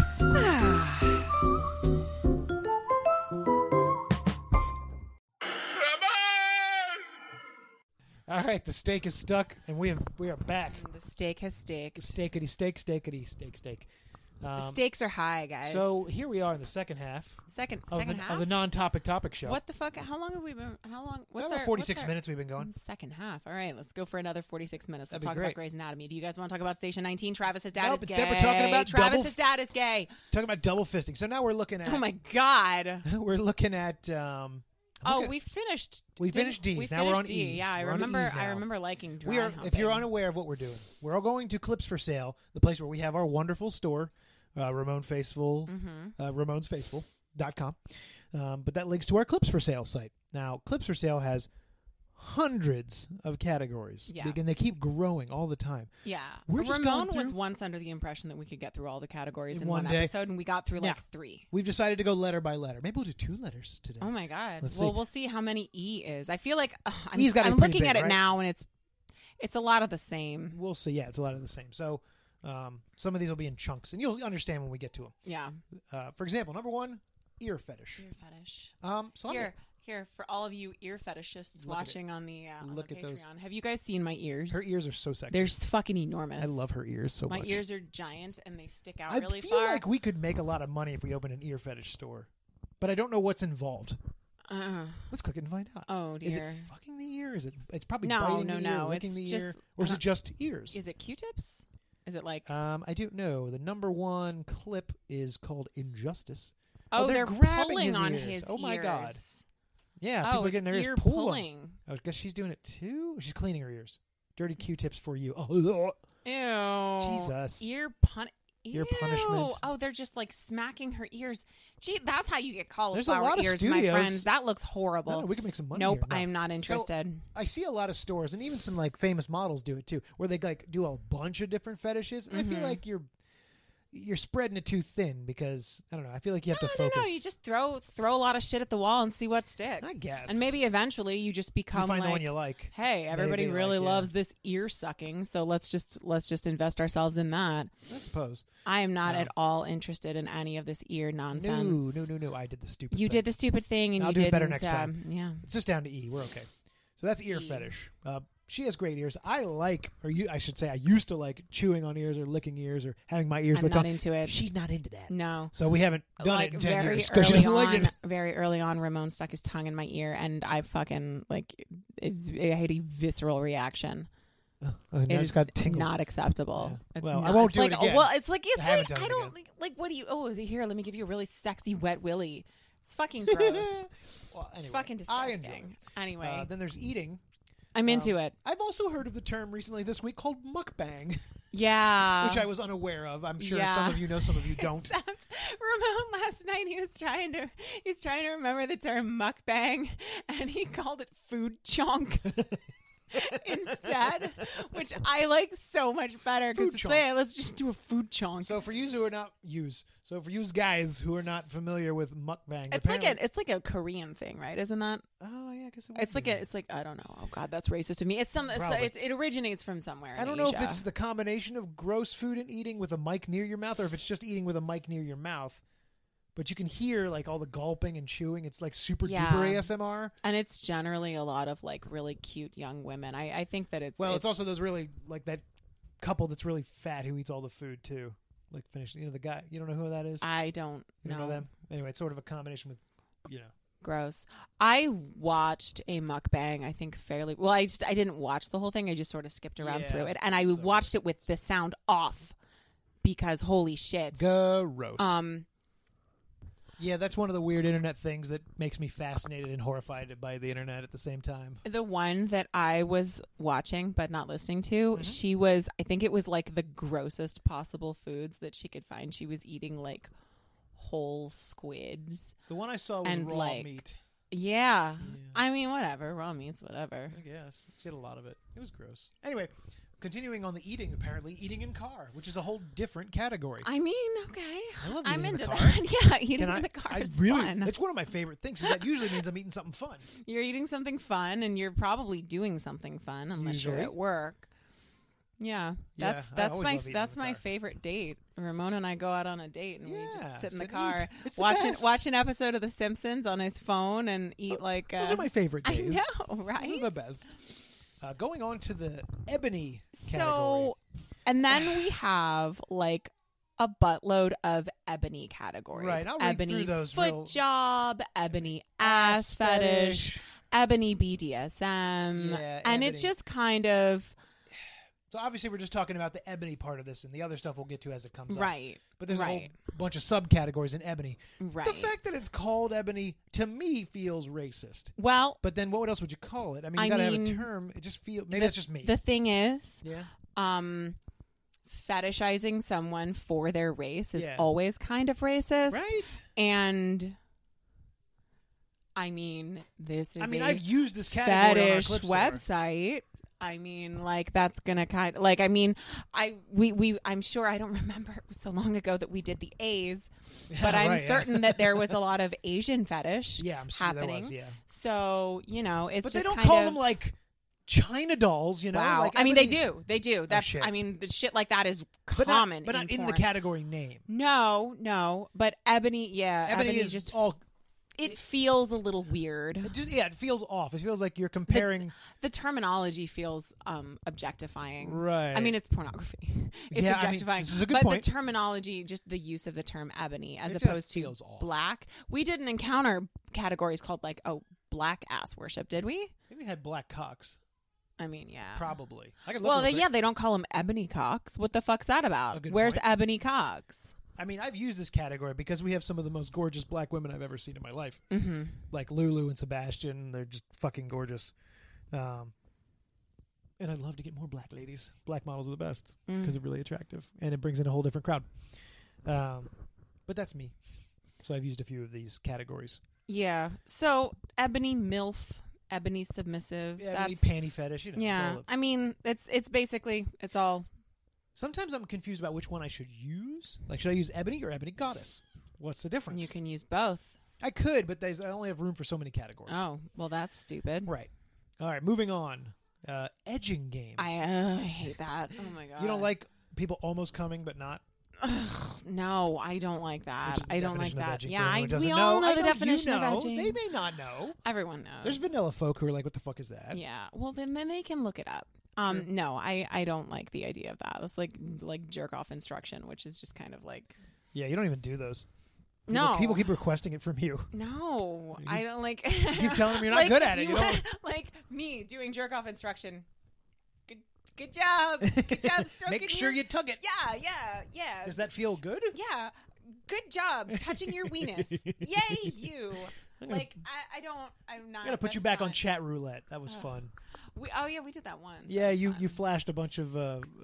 [SPEAKER 2] All right, the steak is stuck, and we have we are back.
[SPEAKER 3] The steak has staked.
[SPEAKER 2] Steakity, steak, steakity, steak, steak.
[SPEAKER 3] The
[SPEAKER 2] Um,
[SPEAKER 3] stakes are high, guys.
[SPEAKER 2] so here we are in the second half
[SPEAKER 3] second
[SPEAKER 2] of,
[SPEAKER 3] second
[SPEAKER 2] the,
[SPEAKER 3] half.
[SPEAKER 2] of the non-topic topic show.
[SPEAKER 3] what the fuck? How long have we been? How long? What's
[SPEAKER 2] About
[SPEAKER 3] our- what's
[SPEAKER 2] 46
[SPEAKER 3] our-
[SPEAKER 2] minutes we've been going.
[SPEAKER 3] Second half. All right, let's go for another 46 minutes.
[SPEAKER 2] That'd
[SPEAKER 3] Let's
[SPEAKER 2] be
[SPEAKER 3] talk
[SPEAKER 2] great.
[SPEAKER 3] about Grey's Anatomy. Do you guys want to talk about Station 19? Travis's dad
[SPEAKER 2] Nope,
[SPEAKER 3] is
[SPEAKER 2] instead
[SPEAKER 3] gay.
[SPEAKER 2] we're talking about double
[SPEAKER 3] Travis's
[SPEAKER 2] f-
[SPEAKER 3] dad is gay.
[SPEAKER 2] Talking about double fisting. So now we're looking at
[SPEAKER 3] Oh my god.
[SPEAKER 2] [LAUGHS] we're looking at um I'm
[SPEAKER 3] Oh,
[SPEAKER 2] looking-
[SPEAKER 3] we finished.
[SPEAKER 2] We
[SPEAKER 3] didn't-
[SPEAKER 2] finished D's.
[SPEAKER 3] We
[SPEAKER 2] Now we're
[SPEAKER 3] finished
[SPEAKER 2] on
[SPEAKER 3] D.
[SPEAKER 2] E's.
[SPEAKER 3] Yeah, I
[SPEAKER 2] We're on
[SPEAKER 3] remember.
[SPEAKER 2] E's
[SPEAKER 3] I
[SPEAKER 2] now.
[SPEAKER 3] remember liking dry
[SPEAKER 2] we are if you're
[SPEAKER 3] humping.
[SPEAKER 2] unaware of what we're doing we're all going to clips for sale the place where we have our wonderful store uh, ramon faithful
[SPEAKER 3] Mm. Mm-hmm.
[SPEAKER 2] uh, ramon's faithful dot com um, but that links to our clips for sale site now clips for sale has hundreds of categories
[SPEAKER 3] Yeah.
[SPEAKER 2] and they keep growing all the time
[SPEAKER 3] Yeah,
[SPEAKER 2] We're just
[SPEAKER 3] Ramon
[SPEAKER 2] going
[SPEAKER 3] was
[SPEAKER 2] through-
[SPEAKER 3] once under the impression that we could get through all the categories
[SPEAKER 2] In
[SPEAKER 3] in,
[SPEAKER 2] one
[SPEAKER 3] one,
[SPEAKER 2] day.
[SPEAKER 3] episode, and we got through like
[SPEAKER 2] Now-
[SPEAKER 3] three.
[SPEAKER 2] we've decided to go letter by letter maybe we'll do two letters today
[SPEAKER 3] Oh my god!
[SPEAKER 2] Let's
[SPEAKER 3] well,
[SPEAKER 2] see.
[SPEAKER 3] we'll see how many E is. I feel like ugh, I'm,
[SPEAKER 2] E's gotta be
[SPEAKER 3] I'm
[SPEAKER 2] pretty
[SPEAKER 3] looking
[SPEAKER 2] big,
[SPEAKER 3] at it
[SPEAKER 2] right?
[SPEAKER 3] now, and it's it's a lot of the same.
[SPEAKER 2] we'll see yeah it's a lot of the same so um, some of these will be in chunks and you'll understand when we get to them
[SPEAKER 3] Yeah,
[SPEAKER 2] uh, for example number one ear fetish
[SPEAKER 3] ear fetish.
[SPEAKER 2] um, so I'm
[SPEAKER 3] Here, here for all of you ear fetishists
[SPEAKER 2] Look at
[SPEAKER 3] watching on the uh, on
[SPEAKER 2] Look
[SPEAKER 3] the
[SPEAKER 2] at those.
[SPEAKER 3] Patreon. Have you guys seen my ears?
[SPEAKER 2] her ears are so sexy
[SPEAKER 3] They're s- fucking enormous.
[SPEAKER 2] I love her ears so
[SPEAKER 3] My
[SPEAKER 2] much.
[SPEAKER 3] ears are giant and they stick out
[SPEAKER 2] I
[SPEAKER 3] really
[SPEAKER 2] feel
[SPEAKER 3] far.
[SPEAKER 2] like we could make a lot of money if we open an ear fetish store, but I don't know what's involved.
[SPEAKER 3] uh,
[SPEAKER 2] Let's click it and find out.
[SPEAKER 3] oh
[SPEAKER 2] is it
[SPEAKER 3] dear.
[SPEAKER 2] fucking the ear? Is it? It's probably
[SPEAKER 3] No,
[SPEAKER 2] biting
[SPEAKER 3] no,
[SPEAKER 2] the ear,
[SPEAKER 3] no,
[SPEAKER 2] licking
[SPEAKER 3] it's uh-huh.
[SPEAKER 2] the ear,
[SPEAKER 3] just-
[SPEAKER 2] or is
[SPEAKER 3] I
[SPEAKER 2] it just ears?
[SPEAKER 3] Is it Q-tips? Is it like
[SPEAKER 2] Um, I do know the number one clip is called "Injustice."
[SPEAKER 3] oh,
[SPEAKER 2] they're
[SPEAKER 3] they're,
[SPEAKER 2] grabbing
[SPEAKER 3] pulling
[SPEAKER 2] his
[SPEAKER 3] on
[SPEAKER 2] ears.
[SPEAKER 3] his
[SPEAKER 2] Oh my God.
[SPEAKER 3] ears.
[SPEAKER 2] Yeah,
[SPEAKER 3] Oh,
[SPEAKER 2] people are
[SPEAKER 3] it's
[SPEAKER 2] getting their ears
[SPEAKER 3] ear
[SPEAKER 2] pulled on.
[SPEAKER 3] pulling.
[SPEAKER 2] Oh, I guess she's doing it too. She's cleaning her ears. Dirty Q-tips for you. [LAUGHS] Oh,
[SPEAKER 3] Ew.
[SPEAKER 2] Jesus.
[SPEAKER 3] Ear pun.
[SPEAKER 2] Ear punishment.
[SPEAKER 3] Ew. Oh, they're just like smacking her ears. Gee, that's how you get cauliflower
[SPEAKER 2] There's a lot of
[SPEAKER 3] ears, my
[SPEAKER 2] studios-
[SPEAKER 3] friends. That looks horrible.
[SPEAKER 2] no, no, we can make some money.
[SPEAKER 3] nope,
[SPEAKER 2] here. No.
[SPEAKER 3] I'm not
[SPEAKER 2] So,
[SPEAKER 3] interested.
[SPEAKER 2] I see a lot of stores, and even some like famous models do it too, where they like do a bunch of different fetishes. And I
[SPEAKER 3] Mm-hmm.
[SPEAKER 2] feel like you're you're spreading it too thin because I don't know. I feel like you have
[SPEAKER 3] no,
[SPEAKER 2] to
[SPEAKER 3] no,
[SPEAKER 2] focus.
[SPEAKER 3] no. You just throw throw a lot of shit at the wall and see what sticks.
[SPEAKER 2] I guess.
[SPEAKER 3] And maybe eventually you just become
[SPEAKER 2] find
[SPEAKER 3] like,
[SPEAKER 2] the one you like.
[SPEAKER 3] hey,
[SPEAKER 2] They-
[SPEAKER 3] everybody
[SPEAKER 2] they
[SPEAKER 3] really
[SPEAKER 2] like, yeah.
[SPEAKER 3] loves this ear sucking, so let's just let's just invest ourselves in that. [SIGHS]
[SPEAKER 2] I suppose.
[SPEAKER 3] I am not
[SPEAKER 2] No.
[SPEAKER 3] at all interested in any of this ear
[SPEAKER 2] No,
[SPEAKER 3] nonsense.
[SPEAKER 2] no, no, no. I did the stupid.
[SPEAKER 3] You
[SPEAKER 2] thing.
[SPEAKER 3] did the stupid thing, and
[SPEAKER 2] I'll
[SPEAKER 3] you
[SPEAKER 2] do it
[SPEAKER 3] didn't.
[SPEAKER 2] better next time.
[SPEAKER 3] um, Yeah.
[SPEAKER 2] It's just down to E. We're okay. So that's ear
[SPEAKER 3] E.
[SPEAKER 2] fetish. Uh, she has great ears. I like, or you, I should say, I used to like chewing on ears or licking ears or having my ears
[SPEAKER 3] I'm
[SPEAKER 2] licked
[SPEAKER 3] not
[SPEAKER 2] on.
[SPEAKER 3] into it.
[SPEAKER 2] She's not into that.
[SPEAKER 3] No.
[SPEAKER 2] So we haven't done
[SPEAKER 3] like
[SPEAKER 2] it in ten
[SPEAKER 3] very
[SPEAKER 2] years because she
[SPEAKER 3] early
[SPEAKER 2] doesn't
[SPEAKER 3] on,
[SPEAKER 2] like it.
[SPEAKER 3] very early on, Ramon stuck his tongue in my ear, and I fucking like, it's, I had a visceral reaction.
[SPEAKER 2] Oh, now
[SPEAKER 3] It
[SPEAKER 2] it's
[SPEAKER 3] is
[SPEAKER 2] got tingles.
[SPEAKER 3] not acceptable.
[SPEAKER 2] Yeah.
[SPEAKER 3] It's
[SPEAKER 2] Well, I
[SPEAKER 3] not-
[SPEAKER 2] won't
[SPEAKER 3] it's
[SPEAKER 2] do it
[SPEAKER 3] like,
[SPEAKER 2] again.
[SPEAKER 3] Well, it's like it's
[SPEAKER 2] I haven't
[SPEAKER 3] like
[SPEAKER 2] done
[SPEAKER 3] I
[SPEAKER 2] it
[SPEAKER 3] don't
[SPEAKER 2] again.
[SPEAKER 3] like, like. What do you? Oh, here, let me give you a really sexy wet willy. It's
[SPEAKER 2] [LAUGHS]
[SPEAKER 3] fucking gross.
[SPEAKER 2] Well,
[SPEAKER 3] it's
[SPEAKER 2] anyway,
[SPEAKER 3] fucking
[SPEAKER 2] I enjoy it.
[SPEAKER 3] disgusting. Anyway,
[SPEAKER 2] Uh, um, then there's eating.
[SPEAKER 3] I'm into it.
[SPEAKER 2] I've also heard of the term recently this week called mukbang, [LAUGHS]
[SPEAKER 3] Yeah,
[SPEAKER 2] which I was unaware of. I'm sure some
[SPEAKER 3] Um, yeah.
[SPEAKER 2] of you know,
[SPEAKER 3] [LAUGHS]
[SPEAKER 2] some of you don't.
[SPEAKER 3] Except Ramon last night he was trying to he's trying to remember the term mukbang and he called it food
[SPEAKER 2] [LAUGHS]
[SPEAKER 3] chunk instead, which I like so much better because
[SPEAKER 2] Food
[SPEAKER 3] it's
[SPEAKER 2] chonk.
[SPEAKER 3] like let's just do a food chunk.
[SPEAKER 2] So for you who are not use, so for you guys who are not familiar with mukbang,
[SPEAKER 3] it's like
[SPEAKER 2] apparently-
[SPEAKER 3] a it's like a Korean thing, right? Isn't that?
[SPEAKER 2] Oh yeah, I guess it would
[SPEAKER 3] It's like
[SPEAKER 2] be.
[SPEAKER 3] a it's like I don't know. Oh God, that's racist of me. It's some it's,
[SPEAKER 2] Probably.
[SPEAKER 3] it's, it originates from somewhere.
[SPEAKER 2] I
[SPEAKER 3] in
[SPEAKER 2] don't know if
[SPEAKER 3] Asia.
[SPEAKER 2] it's the combination of gross food and eating with a mic near your mouth, or if it's just eating with a mic near your mouth. But you can hear like all the gulping and chewing. It's like super
[SPEAKER 3] Yeah.
[SPEAKER 2] duper ASMR.
[SPEAKER 3] and it's generally a lot of like really cute young women. I I think that it's
[SPEAKER 2] Well, it's, also those really like that couple that's really fat who eats all the food too. Like finishing, you know, the guy. You don't know who that is.
[SPEAKER 3] I don't
[SPEAKER 2] you don't know them. Anyway, it's sort of a combination with, you know,
[SPEAKER 3] Gross. I watched a mukbang, I think fairly well, I just I didn't watch the whole thing. I just sort of skipped around
[SPEAKER 2] Yeah,
[SPEAKER 3] through it. And I
[SPEAKER 2] so
[SPEAKER 3] watched it with the sound off because holy shit.
[SPEAKER 2] gross.
[SPEAKER 3] Um
[SPEAKER 2] yeah, that's one of the weird internet things that makes me fascinated and horrified by the internet at the same time.
[SPEAKER 3] the one that I was watching but not listening to,
[SPEAKER 2] Mm-hmm.
[SPEAKER 3] she was I think it was like the grossest possible foods that she could find. She was eating like whole squids.
[SPEAKER 2] The one I saw was
[SPEAKER 3] And,
[SPEAKER 2] raw
[SPEAKER 3] like,
[SPEAKER 2] meat.
[SPEAKER 3] Yeah. I mean whatever, raw meats, whatever.
[SPEAKER 2] I guess she had a lot of it. It was gross. Anyway, continuing on the eating. Apparently, eating in car, which is a whole different category.
[SPEAKER 3] I mean, okay.
[SPEAKER 2] I love
[SPEAKER 3] I'm
[SPEAKER 2] eating in
[SPEAKER 3] into
[SPEAKER 2] the car.
[SPEAKER 3] that. [LAUGHS] yeah, eating
[SPEAKER 2] Can I-
[SPEAKER 3] in the car
[SPEAKER 2] I
[SPEAKER 3] is
[SPEAKER 2] really,
[SPEAKER 3] fun.
[SPEAKER 2] It's one of my favorite things. 'cause that usually means I'm eating something
[SPEAKER 3] [LAUGHS]
[SPEAKER 2] fun.
[SPEAKER 3] You're eating something fun and you're probably doing something fun unless you're
[SPEAKER 2] Usually.
[SPEAKER 3] at work. Yeah,
[SPEAKER 2] Yeah,
[SPEAKER 3] that's
[SPEAKER 2] I
[SPEAKER 3] that's
[SPEAKER 2] always
[SPEAKER 3] my
[SPEAKER 2] love eating in
[SPEAKER 3] that's
[SPEAKER 2] the
[SPEAKER 3] my
[SPEAKER 2] car.
[SPEAKER 3] favorite date. Ramona and I go out on a date and we
[SPEAKER 2] Yeah,
[SPEAKER 3] just sit in the
[SPEAKER 2] sit and
[SPEAKER 3] car,
[SPEAKER 2] eat. It's the
[SPEAKER 3] watch an,
[SPEAKER 2] best.
[SPEAKER 3] watch an episode of The Simpsons on his phone and eat like. Uh,
[SPEAKER 2] Those are my favorite
[SPEAKER 3] [LAUGHS] I
[SPEAKER 2] days.
[SPEAKER 3] know, right?
[SPEAKER 2] Those are the best. Uh, going on to the ebony category.
[SPEAKER 3] So, and then we have like a buttload of ebony categories.
[SPEAKER 2] Right, I'll read
[SPEAKER 3] ebony
[SPEAKER 2] through those
[SPEAKER 3] foot
[SPEAKER 2] real-
[SPEAKER 3] job, ebony ass fetish, ebony BDSM,
[SPEAKER 2] Yeah,
[SPEAKER 3] and it
[SPEAKER 2] ebony.
[SPEAKER 3] just kind of
[SPEAKER 2] So obviously, we're just talking about the ebony part of this, and the other stuff we'll get to as it comes. up.
[SPEAKER 3] right,
[SPEAKER 2] But there's a
[SPEAKER 3] right,
[SPEAKER 2] whole bunch of subcategories in ebony.
[SPEAKER 3] right.
[SPEAKER 2] The fact that it's called ebony to me feels racist.
[SPEAKER 3] well,
[SPEAKER 2] But then, what else would you call it? I mean, you
[SPEAKER 3] I
[SPEAKER 2] gotta have a
[SPEAKER 3] mean,
[SPEAKER 2] term. It just feels. Maybe
[SPEAKER 3] the,
[SPEAKER 2] that's just me.
[SPEAKER 3] The thing is,
[SPEAKER 2] yeah.
[SPEAKER 3] um, fetishizing someone for their race is
[SPEAKER 2] Yeah.
[SPEAKER 3] always kind of racist,
[SPEAKER 2] Right.
[SPEAKER 3] and. I mean, this is
[SPEAKER 2] I mean,
[SPEAKER 3] a
[SPEAKER 2] I've used this category on our
[SPEAKER 3] fetish
[SPEAKER 2] clip store. [LAUGHS]
[SPEAKER 3] website. I mean, like that's gonna kind like I mean, I we we I'm sure I don't [LAUGHS] remember it was so long ago that we did the A's, but
[SPEAKER 2] Yeah, [LAUGHS]
[SPEAKER 3] I'm
[SPEAKER 2] right, yeah.
[SPEAKER 3] certain that
[SPEAKER 2] [LAUGHS]
[SPEAKER 3] there was a lot of Asian fetish.
[SPEAKER 2] Yeah, I'm sure
[SPEAKER 3] happening.
[SPEAKER 2] there was. Yeah,
[SPEAKER 3] So you know, it's
[SPEAKER 2] but they
[SPEAKER 3] just
[SPEAKER 2] don't
[SPEAKER 3] kind
[SPEAKER 2] call
[SPEAKER 3] of,
[SPEAKER 2] them like China dolls, you know?
[SPEAKER 3] wow.
[SPEAKER 2] Like,
[SPEAKER 3] I mean, they
[SPEAKER 2] everybody-
[SPEAKER 3] do, they do. That's
[SPEAKER 2] shit.
[SPEAKER 3] I mean, the shit like that is
[SPEAKER 2] but
[SPEAKER 3] common,
[SPEAKER 2] not, but not in, the
[SPEAKER 3] porn.
[SPEAKER 2] category name.
[SPEAKER 3] No, no, but ebony, yeah,
[SPEAKER 2] Ebony, is
[SPEAKER 3] just
[SPEAKER 2] just all.
[SPEAKER 3] it feels a little
[SPEAKER 2] [LAUGHS]
[SPEAKER 3] weird.
[SPEAKER 2] it just- yeah, it feels off. It feels like you're comparing.
[SPEAKER 3] the terminology feels um, objectifying.
[SPEAKER 2] Right.
[SPEAKER 3] I mean, it's pornography. [LAUGHS]
[SPEAKER 2] Yeah, I
[SPEAKER 3] It's
[SPEAKER 2] mean,
[SPEAKER 3] objectifying.
[SPEAKER 2] this is a good
[SPEAKER 3] but
[SPEAKER 2] point.
[SPEAKER 3] the terminology, just the use of the term ebony as
[SPEAKER 2] It just
[SPEAKER 3] opposed to
[SPEAKER 2] feels off.
[SPEAKER 3] black. We didn't encounter categories called like, oh, black ass worship, did we?
[SPEAKER 2] Maybe it had black cocks.
[SPEAKER 3] I mean, yeah.
[SPEAKER 2] Probably. I could look
[SPEAKER 3] Well,
[SPEAKER 2] real
[SPEAKER 3] they,
[SPEAKER 2] quick.
[SPEAKER 3] yeah, they don't call him Ebony Cox. What the fuck's that
[SPEAKER 2] A
[SPEAKER 3] about?
[SPEAKER 2] good
[SPEAKER 3] Where's
[SPEAKER 2] point.
[SPEAKER 3] Ebony Cox?
[SPEAKER 2] I mean, I've used this category because we have some of the most gorgeous black women I've ever seen in my life.
[SPEAKER 3] Mm-hmm.
[SPEAKER 2] Like Lulu and Sebastian, they're just fucking gorgeous. Um, and I'd love to get more black ladies. Black models are the best
[SPEAKER 3] Mm.
[SPEAKER 2] because they're really attractive, and it brings in a whole different crowd. Um, but that's me. So I've used a few of these categories.
[SPEAKER 3] Yeah. So Ebony Milf, Ebony Submissive.
[SPEAKER 2] Yeah, I mean,
[SPEAKER 3] that's
[SPEAKER 2] panty fetish. You know, it's
[SPEAKER 3] yeah.
[SPEAKER 2] all a-
[SPEAKER 3] I mean, it's it's basically it's all
[SPEAKER 2] Sometimes I'm confused about which one I should use. Like, should I use ebony or ebony goddess? What's the difference?
[SPEAKER 3] you can use both.
[SPEAKER 2] I could, but there's, I only have room for so many categories.
[SPEAKER 3] Oh well, that's stupid.
[SPEAKER 2] Right. All right, moving on. Uh, edging games.
[SPEAKER 3] I uh, hate that. Oh my god.
[SPEAKER 2] you don't like people almost coming but not?
[SPEAKER 3] Ugh, no, I don't like that.
[SPEAKER 2] Which is the
[SPEAKER 3] Um, I don't like
[SPEAKER 2] definition of edging for
[SPEAKER 3] that. Yeah, I,
[SPEAKER 2] anyone who doesn't
[SPEAKER 3] we all know,
[SPEAKER 2] I
[SPEAKER 3] the definition
[SPEAKER 2] you know.
[SPEAKER 3] of edging.
[SPEAKER 2] They may not know.
[SPEAKER 3] Everyone knows.
[SPEAKER 2] There's vanilla folk who are like, what the fuck is that?
[SPEAKER 3] Yeah. Well, then then they can look it up. Um, no, I I don't like the idea of that. That's like like jerk off instruction, which is just kind of like
[SPEAKER 2] Yeah, you don't even do those. People-
[SPEAKER 3] no.
[SPEAKER 2] People keep requesting it from
[SPEAKER 3] [LAUGHS]
[SPEAKER 2] you. [LAUGHS]
[SPEAKER 3] no, I don't like.
[SPEAKER 2] keep telling
[SPEAKER 3] [LAUGHS]
[SPEAKER 2] them you're not good at it, you don't-
[SPEAKER 3] like me doing jerk off instruction. Good, good job. Good job.
[SPEAKER 2] [LAUGHS]
[SPEAKER 3] Stroking
[SPEAKER 2] Make sure
[SPEAKER 3] your-
[SPEAKER 2] you tug it.
[SPEAKER 3] Yeah, yeah, yeah.
[SPEAKER 2] Does that feel good?
[SPEAKER 3] yeah. Good job touching your
[SPEAKER 2] [LAUGHS]
[SPEAKER 3] weenus. Yay, you. Like I, I don't. I'm not.
[SPEAKER 2] I gotta put you
[SPEAKER 3] that's
[SPEAKER 2] back on
[SPEAKER 3] not-
[SPEAKER 2] chat roulette. That was fun.
[SPEAKER 3] We, oh yeah, we did that once. That
[SPEAKER 2] Yeah,
[SPEAKER 3] was
[SPEAKER 2] you,
[SPEAKER 3] fun.
[SPEAKER 2] you flashed a bunch of uh,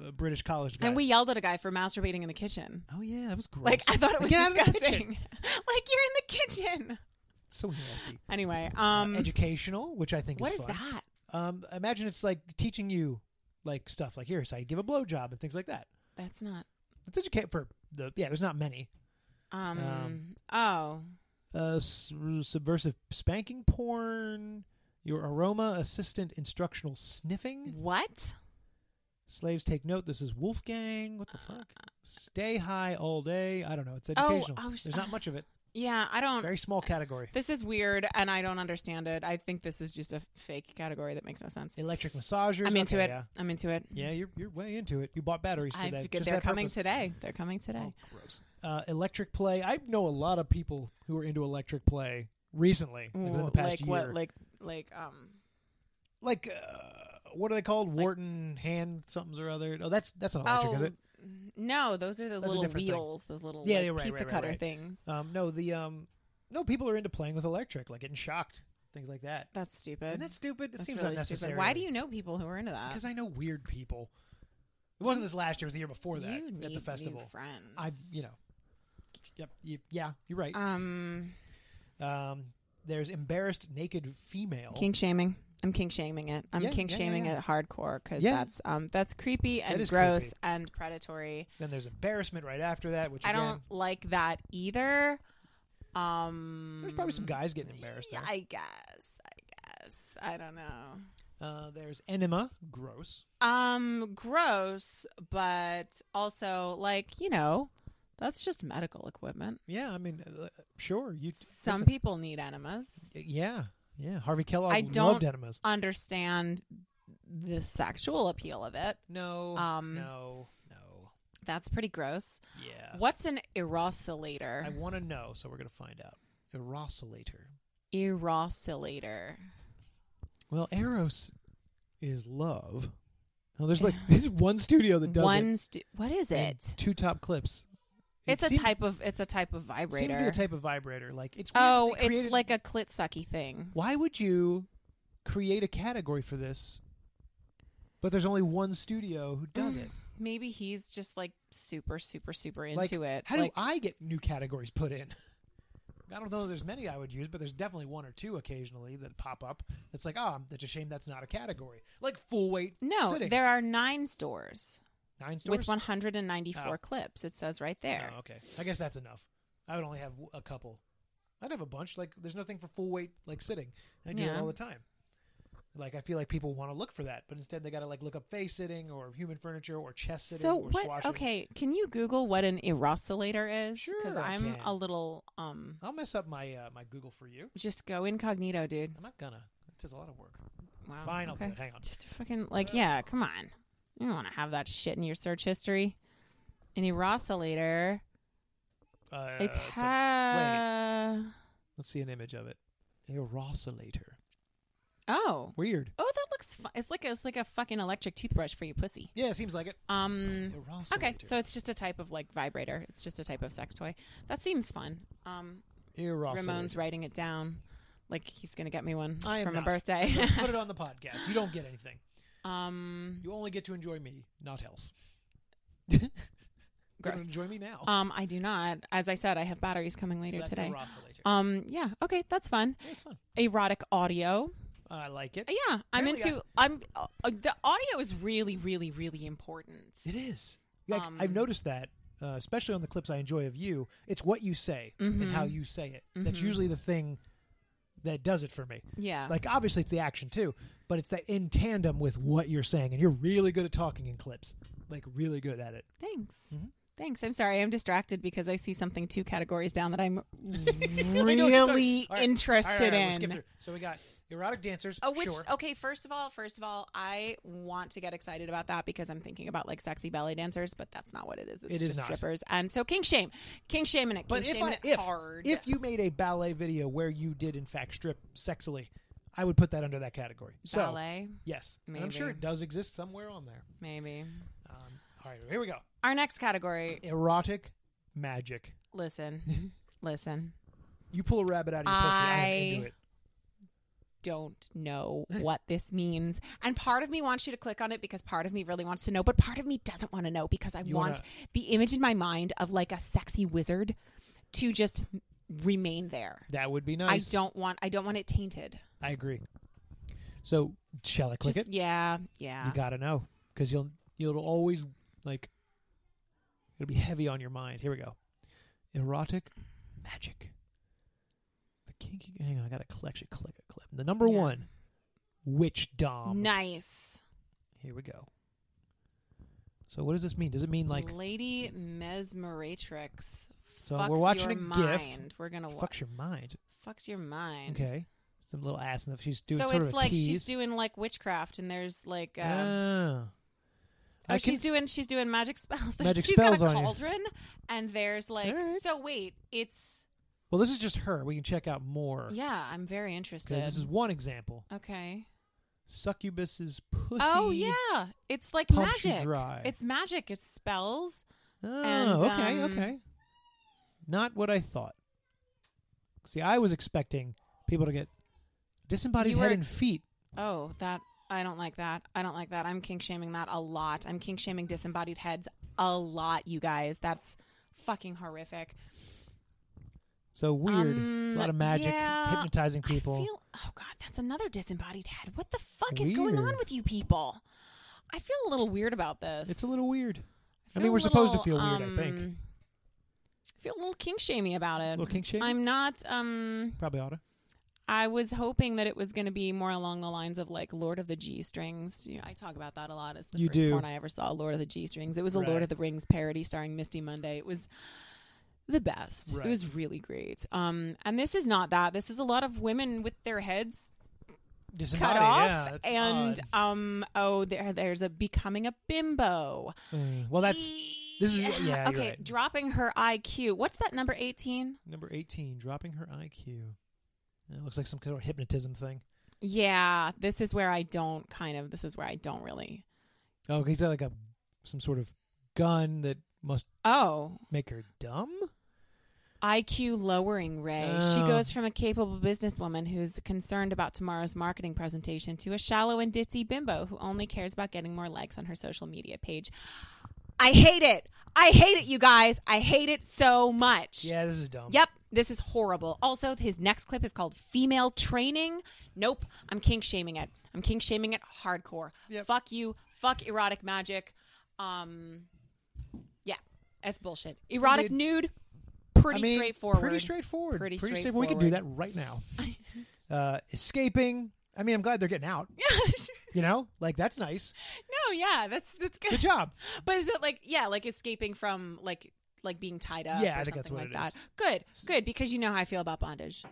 [SPEAKER 2] uh, British college guys.
[SPEAKER 3] And we yelled at a guy for masturbating in the kitchen.
[SPEAKER 2] oh yeah, that was gross.
[SPEAKER 3] Like I thought it was
[SPEAKER 2] Get out of the kitchen.
[SPEAKER 3] disgusting. [LAUGHS] like you're in the kitchen.
[SPEAKER 2] so nasty.
[SPEAKER 3] Anyway,
[SPEAKER 2] Um,
[SPEAKER 3] um,
[SPEAKER 2] educational, which I think
[SPEAKER 3] what
[SPEAKER 2] is
[SPEAKER 3] is
[SPEAKER 2] fun.
[SPEAKER 3] that?
[SPEAKER 2] Um, imagine it's like teaching you like stuff like here's how you give a blowjob and things like that.
[SPEAKER 3] That's not.
[SPEAKER 2] It's educate for the yeah. There's not many.
[SPEAKER 3] Um,
[SPEAKER 2] Um,
[SPEAKER 3] Oh.
[SPEAKER 2] Uh, s- subversive spanking porn. Your aroma assistant instructional sniffing.
[SPEAKER 3] What?
[SPEAKER 2] Slaves take note. This is Wolfgang. What the fuck? Stay high all day. I don't know. It's
[SPEAKER 3] Uh, oh,
[SPEAKER 2] educational.
[SPEAKER 3] I was- um,
[SPEAKER 2] There's not much of it.
[SPEAKER 3] Yeah, I don't.
[SPEAKER 2] Very small category.
[SPEAKER 3] This is weird, and I don't understand it. I think this is just a fake category that makes no sense.
[SPEAKER 2] Electric massagers.
[SPEAKER 3] I'm into
[SPEAKER 2] okay,
[SPEAKER 3] it.
[SPEAKER 2] Yeah.
[SPEAKER 3] I'm into it.
[SPEAKER 2] Yeah, you're you're way into it. You bought batteries for
[SPEAKER 3] I
[SPEAKER 2] that.
[SPEAKER 3] figured
[SPEAKER 2] just
[SPEAKER 3] they're
[SPEAKER 2] that
[SPEAKER 3] coming
[SPEAKER 2] purpose.
[SPEAKER 3] today. They're coming today.
[SPEAKER 2] Oh, gross. Uh, electric play. I know a lot of people who are into electric play recently, like within the past
[SPEAKER 3] Mm, like
[SPEAKER 2] year.
[SPEAKER 3] what? Like like um.
[SPEAKER 2] Like, uh, what are they called? Wharton hand somethings or other. Oh, that's that's not electric,
[SPEAKER 3] oh
[SPEAKER 2] is it?
[SPEAKER 3] no, those are those
[SPEAKER 2] That's a
[SPEAKER 3] little
[SPEAKER 2] different thing.
[SPEAKER 3] wheels. Those little
[SPEAKER 2] Yeah,
[SPEAKER 3] like,
[SPEAKER 2] you're right,
[SPEAKER 3] pizza
[SPEAKER 2] right, right,
[SPEAKER 3] cutter
[SPEAKER 2] right.
[SPEAKER 3] things.
[SPEAKER 2] Um, no, the um, no, people are into playing with electric, like getting shocked, things like that.
[SPEAKER 3] That's stupid.
[SPEAKER 2] Isn't that stupid? It
[SPEAKER 3] That's
[SPEAKER 2] seems
[SPEAKER 3] really
[SPEAKER 2] unnecessary.
[SPEAKER 3] stupid. Why do you know people who are into that?
[SPEAKER 2] Because I know weird people. It wasn't this last year. It was the year before that
[SPEAKER 3] you need
[SPEAKER 2] at the festival.
[SPEAKER 3] new friends.
[SPEAKER 2] I, you know. Yep. You, yeah, you're right.
[SPEAKER 3] um,
[SPEAKER 2] Um, there's embarrassed naked female.
[SPEAKER 3] kink shaming. I'm kink shaming it. I'm
[SPEAKER 2] Oh. Yeah,
[SPEAKER 3] kink
[SPEAKER 2] yeah, yeah,
[SPEAKER 3] shaming
[SPEAKER 2] yeah.
[SPEAKER 3] it hardcore because
[SPEAKER 2] Yeah.
[SPEAKER 3] that's um that's creepy and
[SPEAKER 2] is
[SPEAKER 3] gross
[SPEAKER 2] creepy.
[SPEAKER 3] and predatory.
[SPEAKER 2] Then there's embarrassment right after that, which
[SPEAKER 3] I
[SPEAKER 2] again,
[SPEAKER 3] don't like that either. Um,
[SPEAKER 2] there's probably some guys getting embarrassed. There.
[SPEAKER 3] I guess. I guess. I don't know.
[SPEAKER 2] Uh, there's enema, gross.
[SPEAKER 3] Um, gross, but also like you know, that's just medical equipment.
[SPEAKER 2] Yeah, I mean, uh, sure. You
[SPEAKER 3] Some
[SPEAKER 2] listen,
[SPEAKER 3] people need enemas.
[SPEAKER 2] yeah, yeah. Harvey Kellogg
[SPEAKER 3] I
[SPEAKER 2] loved
[SPEAKER 3] don't-
[SPEAKER 2] enemas.
[SPEAKER 3] Understand the sexual appeal of it.
[SPEAKER 2] No,
[SPEAKER 3] Um,
[SPEAKER 2] no, no.
[SPEAKER 3] That's pretty gross.
[SPEAKER 2] Yeah,
[SPEAKER 3] What's an
[SPEAKER 2] I
[SPEAKER 3] erosilator?
[SPEAKER 2] want to know, so we're gonna find out. Erosilator.
[SPEAKER 3] Erosilator.
[SPEAKER 2] Well, eros is love. Oh, there's
[SPEAKER 3] [LAUGHS]
[SPEAKER 2] like this is one studio that does it.
[SPEAKER 3] One. St- what is
[SPEAKER 2] in
[SPEAKER 3] it?
[SPEAKER 2] Two top clips. It
[SPEAKER 3] It's a
[SPEAKER 2] seems-
[SPEAKER 3] type of. It's a type of
[SPEAKER 2] Seemed to be
[SPEAKER 3] vibrator.
[SPEAKER 2] a type of vibrator. Like it's weird that
[SPEAKER 3] oh,
[SPEAKER 2] they
[SPEAKER 3] it's
[SPEAKER 2] created-
[SPEAKER 3] like a clit sucky thing.
[SPEAKER 2] why would you create a category for this but there's only one studio
[SPEAKER 3] Mm,
[SPEAKER 2] who does it
[SPEAKER 3] Maybe he's just like super, super, super into
[SPEAKER 2] like
[SPEAKER 3] it.
[SPEAKER 2] how
[SPEAKER 3] Like,
[SPEAKER 2] do i get new categories put in [LAUGHS] i don't know if there's many i would use but there's definitely one or two occasionally that pop up it's like oh that's a shame that's not a category like full weight
[SPEAKER 3] No,
[SPEAKER 2] sitting.
[SPEAKER 3] there are nine stores,
[SPEAKER 2] nine stores
[SPEAKER 3] with 194
[SPEAKER 2] Oh.
[SPEAKER 3] clips. It says right there.
[SPEAKER 2] oh, okay i guess that's enough i would only have w- a couple i'd have a bunch like there's nothing for full weight like sitting i do
[SPEAKER 3] Yeah.
[SPEAKER 2] that all the time like I feel like people want to look for that, but instead they got to like look up face sitting or human furniture or chest sitting.
[SPEAKER 3] So
[SPEAKER 2] or
[SPEAKER 3] what?
[SPEAKER 2] Swashing.
[SPEAKER 3] Okay, can you Google what an erosilator is? Because
[SPEAKER 2] Sure I
[SPEAKER 3] I'm
[SPEAKER 2] can.
[SPEAKER 3] a little um.
[SPEAKER 2] I'll mess up my uh, my Google for you.
[SPEAKER 3] Just go incognito, dude.
[SPEAKER 2] I'm not gonna. It takes a lot of work.
[SPEAKER 3] Wow.
[SPEAKER 2] Fine, I'll
[SPEAKER 3] Oh, okay.
[SPEAKER 2] do it. Hang on.
[SPEAKER 3] Just fucking like yeah. Come on. You don't want to have that shit in your search history. An erosilator.
[SPEAKER 2] Uh,
[SPEAKER 3] it's
[SPEAKER 2] a-
[SPEAKER 3] ha-
[SPEAKER 2] let's see an image of it. Erosilator.
[SPEAKER 3] oh
[SPEAKER 2] Weird.
[SPEAKER 3] oh that looks fu- it's like a, it's like a fucking electric toothbrush for your pussy.
[SPEAKER 2] Yeah, it seems like it.
[SPEAKER 3] Um,
[SPEAKER 2] A raw
[SPEAKER 3] okay,
[SPEAKER 2] serrator.
[SPEAKER 3] so it's just a type of like vibrator. It's just a type of sex toy. That seems fun. Um,
[SPEAKER 2] Ear raw
[SPEAKER 3] Ramon's
[SPEAKER 2] serrator.
[SPEAKER 3] writing it down, like he's gonna get me one
[SPEAKER 2] I am
[SPEAKER 3] from
[SPEAKER 2] not.
[SPEAKER 3] a birthday.
[SPEAKER 2] Put it on the podcast. You don't get anything.
[SPEAKER 3] [LAUGHS] um,
[SPEAKER 2] You only get to enjoy me, not
[SPEAKER 3] [LAUGHS]
[SPEAKER 2] else. You
[SPEAKER 3] gross.
[SPEAKER 2] don't enjoy me now.
[SPEAKER 3] Um, I do not. As I said, I have batteries coming
[SPEAKER 2] So
[SPEAKER 3] later
[SPEAKER 2] that's
[SPEAKER 3] today.
[SPEAKER 2] the raw serrator.
[SPEAKER 3] Um, yeah. Okay, that's fun.
[SPEAKER 2] Yeah, it's fun.
[SPEAKER 3] Erotic audio.
[SPEAKER 2] I like it.
[SPEAKER 3] Yeah, I'm
[SPEAKER 2] Apparently
[SPEAKER 3] into. I'm. Uh, uh, the audio is really, really, really important.
[SPEAKER 2] It is. Like
[SPEAKER 3] Um,
[SPEAKER 2] I've noticed that, uh, especially on the clips I enjoy of you, it's what you say and how
[SPEAKER 3] Mm-hmm.
[SPEAKER 2] you say it. That's usually the thing that does it for me.
[SPEAKER 3] Yeah.
[SPEAKER 2] Like obviously it's the action too, but it's that in tandem with what you're saying, and you're really good at talking in clips. Like really good at it.
[SPEAKER 3] Thanks.
[SPEAKER 2] Mm-hmm.
[SPEAKER 3] Thanks. I'm sorry. I'm distracted because I see something two categories down that I'm
[SPEAKER 2] [LAUGHS] I know what you're talking-
[SPEAKER 3] really
[SPEAKER 2] All right. All
[SPEAKER 3] interested
[SPEAKER 2] right, all right, we'll skip
[SPEAKER 3] in.
[SPEAKER 2] through. so we got erotic dancers.
[SPEAKER 3] Oh, which
[SPEAKER 2] sure.
[SPEAKER 3] okay. First of all, first of all, I want to get excited about that because I'm thinking about like sexy ballet dancers, but that's not what it is. It's
[SPEAKER 2] It is
[SPEAKER 3] just
[SPEAKER 2] not.
[SPEAKER 3] strippers. And so king shame, king shaming it, king
[SPEAKER 2] But if
[SPEAKER 3] shaming
[SPEAKER 2] I,
[SPEAKER 3] it
[SPEAKER 2] if,
[SPEAKER 3] hard.
[SPEAKER 2] if you made a ballet video where you did in fact strip sexily, I would put that under that category. So
[SPEAKER 3] ballet,
[SPEAKER 2] yes, And I'm sure
[SPEAKER 3] Maybe.
[SPEAKER 2] it does exist somewhere on there.
[SPEAKER 3] maybe.
[SPEAKER 2] Um, all right, here we go.
[SPEAKER 3] Our next category.
[SPEAKER 2] Erotic magic. [LAUGHS]
[SPEAKER 3] Listen, listen.
[SPEAKER 2] You pull a rabbit out of your pussy. I am into
[SPEAKER 3] I-
[SPEAKER 2] it.
[SPEAKER 3] don't
[SPEAKER 2] [LAUGHS]
[SPEAKER 3] know what this means. And part of me wants you to click on it because part of me really wants to know, but part of me doesn't want to know because I
[SPEAKER 2] You
[SPEAKER 3] want
[SPEAKER 2] wanna-
[SPEAKER 3] the image in my mind of like a sexy wizard to just remain there.
[SPEAKER 2] That would be nice.
[SPEAKER 3] I don't want I don't want it tainted.
[SPEAKER 2] I agree. So shall I click
[SPEAKER 3] just
[SPEAKER 2] it?
[SPEAKER 3] yeah, yeah.
[SPEAKER 2] You gotta know because you'll you'll always like it'll be heavy on your mind. Here we go. Erotic magic. The kinky. Hang on, I gotta collect it. Click a clip. The number
[SPEAKER 3] Yeah.
[SPEAKER 2] one. Witch dom.
[SPEAKER 3] nice.
[SPEAKER 2] Here we go. So what does this mean? Does it mean like
[SPEAKER 3] Lady Mesmeratrix.
[SPEAKER 2] So
[SPEAKER 3] fucks
[SPEAKER 2] we're watching
[SPEAKER 3] your
[SPEAKER 2] a GIF.
[SPEAKER 3] mind. We're gonna wa-
[SPEAKER 2] fucks your mind?
[SPEAKER 3] fucks your mind.
[SPEAKER 2] Okay. Some little ass and she's doing
[SPEAKER 3] so
[SPEAKER 2] sort
[SPEAKER 3] it's
[SPEAKER 2] of a
[SPEAKER 3] like
[SPEAKER 2] tease.
[SPEAKER 3] she's doing like witchcraft, and there's like uh,
[SPEAKER 2] Oh.
[SPEAKER 3] Oh,
[SPEAKER 2] I
[SPEAKER 3] she's
[SPEAKER 2] can-
[SPEAKER 3] doing she's doing magic spells. [LAUGHS]
[SPEAKER 2] Magic
[SPEAKER 3] she's
[SPEAKER 2] spells
[SPEAKER 3] got
[SPEAKER 2] on
[SPEAKER 3] a
[SPEAKER 2] you.
[SPEAKER 3] cauldron, and there's
[SPEAKER 2] All
[SPEAKER 3] like
[SPEAKER 2] right.
[SPEAKER 3] so. Wait, it's
[SPEAKER 2] well, this is just her. We can check out more.
[SPEAKER 3] yeah. I'm very
[SPEAKER 2] 'Cause
[SPEAKER 3] interested.
[SPEAKER 2] This is one example.
[SPEAKER 3] okay.
[SPEAKER 2] Succubus's pussy.
[SPEAKER 3] Oh yeah, it's like
[SPEAKER 2] pumps you
[SPEAKER 3] magic.
[SPEAKER 2] dry.
[SPEAKER 3] It's magic. It's spells.
[SPEAKER 2] Oh,
[SPEAKER 3] And,
[SPEAKER 2] okay,
[SPEAKER 3] um,
[SPEAKER 2] okay. Not what I thought. See, I was expecting people to get disembodied
[SPEAKER 3] You
[SPEAKER 2] head
[SPEAKER 3] were-
[SPEAKER 2] and feet.
[SPEAKER 3] Oh, that I don't like that. I don't like that. I'm kink shaming that a lot. I'm kink shaming disembodied heads a lot. You guys, that's fucking horrific.
[SPEAKER 2] So weird.
[SPEAKER 3] Um,
[SPEAKER 2] a lot of magic,
[SPEAKER 3] yeah,
[SPEAKER 2] hypnotizing people.
[SPEAKER 3] I feel, oh god, that's another disembodied head. What the fuck is going on
[SPEAKER 2] Weird.
[SPEAKER 3] with you people? I feel a little weird about this.
[SPEAKER 2] It's a little weird. I
[SPEAKER 3] feel
[SPEAKER 2] mean,
[SPEAKER 3] a
[SPEAKER 2] we're supposed to feel
[SPEAKER 3] little,
[SPEAKER 2] weird, I think.
[SPEAKER 3] um, I feel a little kink shamey about it.
[SPEAKER 2] Little kink shamey?
[SPEAKER 3] I'm not. Um,
[SPEAKER 2] Probably oughta.
[SPEAKER 3] I was hoping that it was going to be more along the lines of like Lord of the G Strings. You know, I talk about that a lot. It's the
[SPEAKER 2] You
[SPEAKER 3] first
[SPEAKER 2] do.
[SPEAKER 3] porn I ever saw, Lord of the G Strings. It was a
[SPEAKER 2] Right.
[SPEAKER 3] Lord of the Rings parody starring Misty Monday. It was the best.
[SPEAKER 2] Right.
[SPEAKER 3] It was really great. Um, and this is not that. This is a lot of women with their heads
[SPEAKER 2] Disembodied,
[SPEAKER 3] cut
[SPEAKER 2] yeah,
[SPEAKER 3] off
[SPEAKER 2] that's
[SPEAKER 3] and
[SPEAKER 2] odd.
[SPEAKER 3] um oh there there's a becoming a bimbo
[SPEAKER 2] Uh, well, that's this is- yeah, you're
[SPEAKER 3] okay
[SPEAKER 2] right.
[SPEAKER 3] dropping her iq what's that number 18
[SPEAKER 2] number eighteen. Dropping her IQ. It looks like some kind of hypnotism thing.
[SPEAKER 3] yeah this is where i don't kind of this is where i don't really
[SPEAKER 2] Oh, 'cause he's got like a some sort of gun that must
[SPEAKER 3] oh
[SPEAKER 2] make her dumb.
[SPEAKER 3] IQ lowering Ray. she
[SPEAKER 2] Oh.
[SPEAKER 3] goes from a capable businesswoman who's concerned about tomorrow's marketing presentation to a shallow and ditzy bimbo who only cares about getting more likes on her social media page. I hate it. I hate it, you guys. I hate it so much.
[SPEAKER 2] Yeah, this is dumb.
[SPEAKER 3] Yep, this is horrible. Also, his next clip is called Female Training. Nope, I'm kink shaming it. I'm kink shaming it hardcore.
[SPEAKER 2] Yep.
[SPEAKER 3] Fuck you. Fuck erotic magic. Um yeah, that's bullshit. Erotic
[SPEAKER 2] Agreed.
[SPEAKER 3] nude pretty
[SPEAKER 2] I mean,
[SPEAKER 3] straightforward.
[SPEAKER 2] Pretty
[SPEAKER 3] [LAUGHS]
[SPEAKER 2] straightforward.
[SPEAKER 3] Pretty
[SPEAKER 2] straightforward. We could do that right now. Uh, escaping. I mean, I'm glad they're getting out. You know, like that's nice.
[SPEAKER 3] [LAUGHS] no, yeah, that's that's good.
[SPEAKER 2] Good job.
[SPEAKER 3] [LAUGHS] But is it like yeah, like escaping from like like being tied up
[SPEAKER 2] Yeah,
[SPEAKER 3] or
[SPEAKER 2] I think that's
[SPEAKER 3] something
[SPEAKER 2] what
[SPEAKER 3] like
[SPEAKER 2] it
[SPEAKER 3] that.
[SPEAKER 2] is.
[SPEAKER 3] Good. Good because you know how I feel about bondage.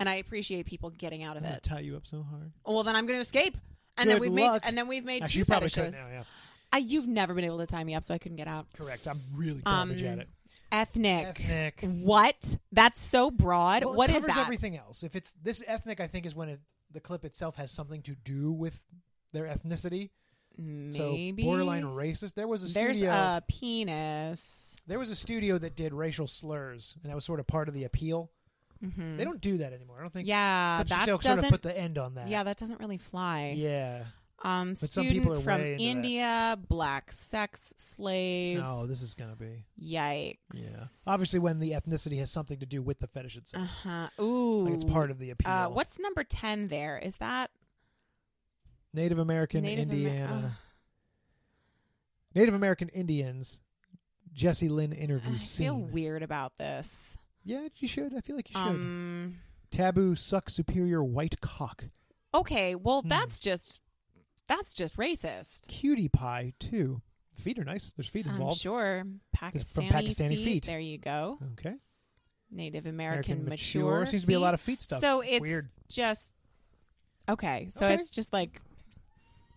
[SPEAKER 3] And I appreciate people getting out
[SPEAKER 2] I'm
[SPEAKER 3] of
[SPEAKER 2] gonna
[SPEAKER 3] it.
[SPEAKER 2] tie you up so hard.
[SPEAKER 3] Well, then I'm going to escape. And
[SPEAKER 2] Good
[SPEAKER 3] then we've
[SPEAKER 2] luck.
[SPEAKER 3] made and then we've made
[SPEAKER 2] Actually, you
[SPEAKER 3] two
[SPEAKER 2] probably
[SPEAKER 3] fetishes.
[SPEAKER 2] could now. Yeah,
[SPEAKER 3] I, you've never been able to tie me up, so I couldn't get out.
[SPEAKER 2] correct. I'm really garbage
[SPEAKER 3] Um,
[SPEAKER 2] at it.
[SPEAKER 3] Ethnic.
[SPEAKER 2] Ethnic.
[SPEAKER 3] What? That's so broad.
[SPEAKER 2] Well,
[SPEAKER 3] what
[SPEAKER 2] it
[SPEAKER 3] is
[SPEAKER 2] covers
[SPEAKER 3] that?
[SPEAKER 2] everything else. If it's this ethnic, I think is when it, the clip itself has something to do with their ethnicity.
[SPEAKER 3] Maybe
[SPEAKER 2] So borderline racist. There was a
[SPEAKER 3] There's
[SPEAKER 2] studio.
[SPEAKER 3] a penis.
[SPEAKER 2] There was a studio that did racial slurs, and that was sort of part of the appeal.
[SPEAKER 3] Mm-hmm.
[SPEAKER 2] They don't do that anymore. I don't think.
[SPEAKER 3] yeah,
[SPEAKER 2] Pepsi
[SPEAKER 3] that
[SPEAKER 2] Silk
[SPEAKER 3] doesn't.
[SPEAKER 2] sort of put the end on that.
[SPEAKER 3] yeah, that doesn't really fly.
[SPEAKER 2] Yeah.
[SPEAKER 3] Um,
[SPEAKER 2] But some people
[SPEAKER 3] student
[SPEAKER 2] are
[SPEAKER 3] from
[SPEAKER 2] way into that.
[SPEAKER 3] India, black sex slave.
[SPEAKER 2] Oh, this is gonna be.
[SPEAKER 3] Yikes.
[SPEAKER 2] Yeah. Obviously, when the ethnicity has something to do with the fetish itself,
[SPEAKER 3] Uh huh. Ooh.
[SPEAKER 2] like it's part of the appeal.
[SPEAKER 3] Uh, what's number ten? There is that
[SPEAKER 2] Native American
[SPEAKER 3] Native Amer- uh.
[SPEAKER 2] Indiana?
[SPEAKER 3] Ugh.
[SPEAKER 2] Native American Indians. Jesse Lynn
[SPEAKER 3] I
[SPEAKER 2] interview
[SPEAKER 3] feel
[SPEAKER 2] scene.
[SPEAKER 3] weird about this.
[SPEAKER 2] Yeah, you should. I feel like you should.
[SPEAKER 3] Um.
[SPEAKER 2] Taboo suck superior white cock.
[SPEAKER 3] Okay. Well,
[SPEAKER 2] Hmm.
[SPEAKER 3] that's just that's just racist.
[SPEAKER 2] Cutie pie too. Feet are nice. There's feet
[SPEAKER 3] I'm
[SPEAKER 2] involved.
[SPEAKER 3] sure. Pakistani,
[SPEAKER 2] This is from Pakistani feet.
[SPEAKER 3] There you go.
[SPEAKER 2] Okay.
[SPEAKER 3] Native American, mature.
[SPEAKER 2] seems to be a lot
[SPEAKER 3] feet.
[SPEAKER 2] of feet stuff.
[SPEAKER 3] So it's
[SPEAKER 2] weird.
[SPEAKER 3] just okay. So
[SPEAKER 2] Okay.
[SPEAKER 3] it's just like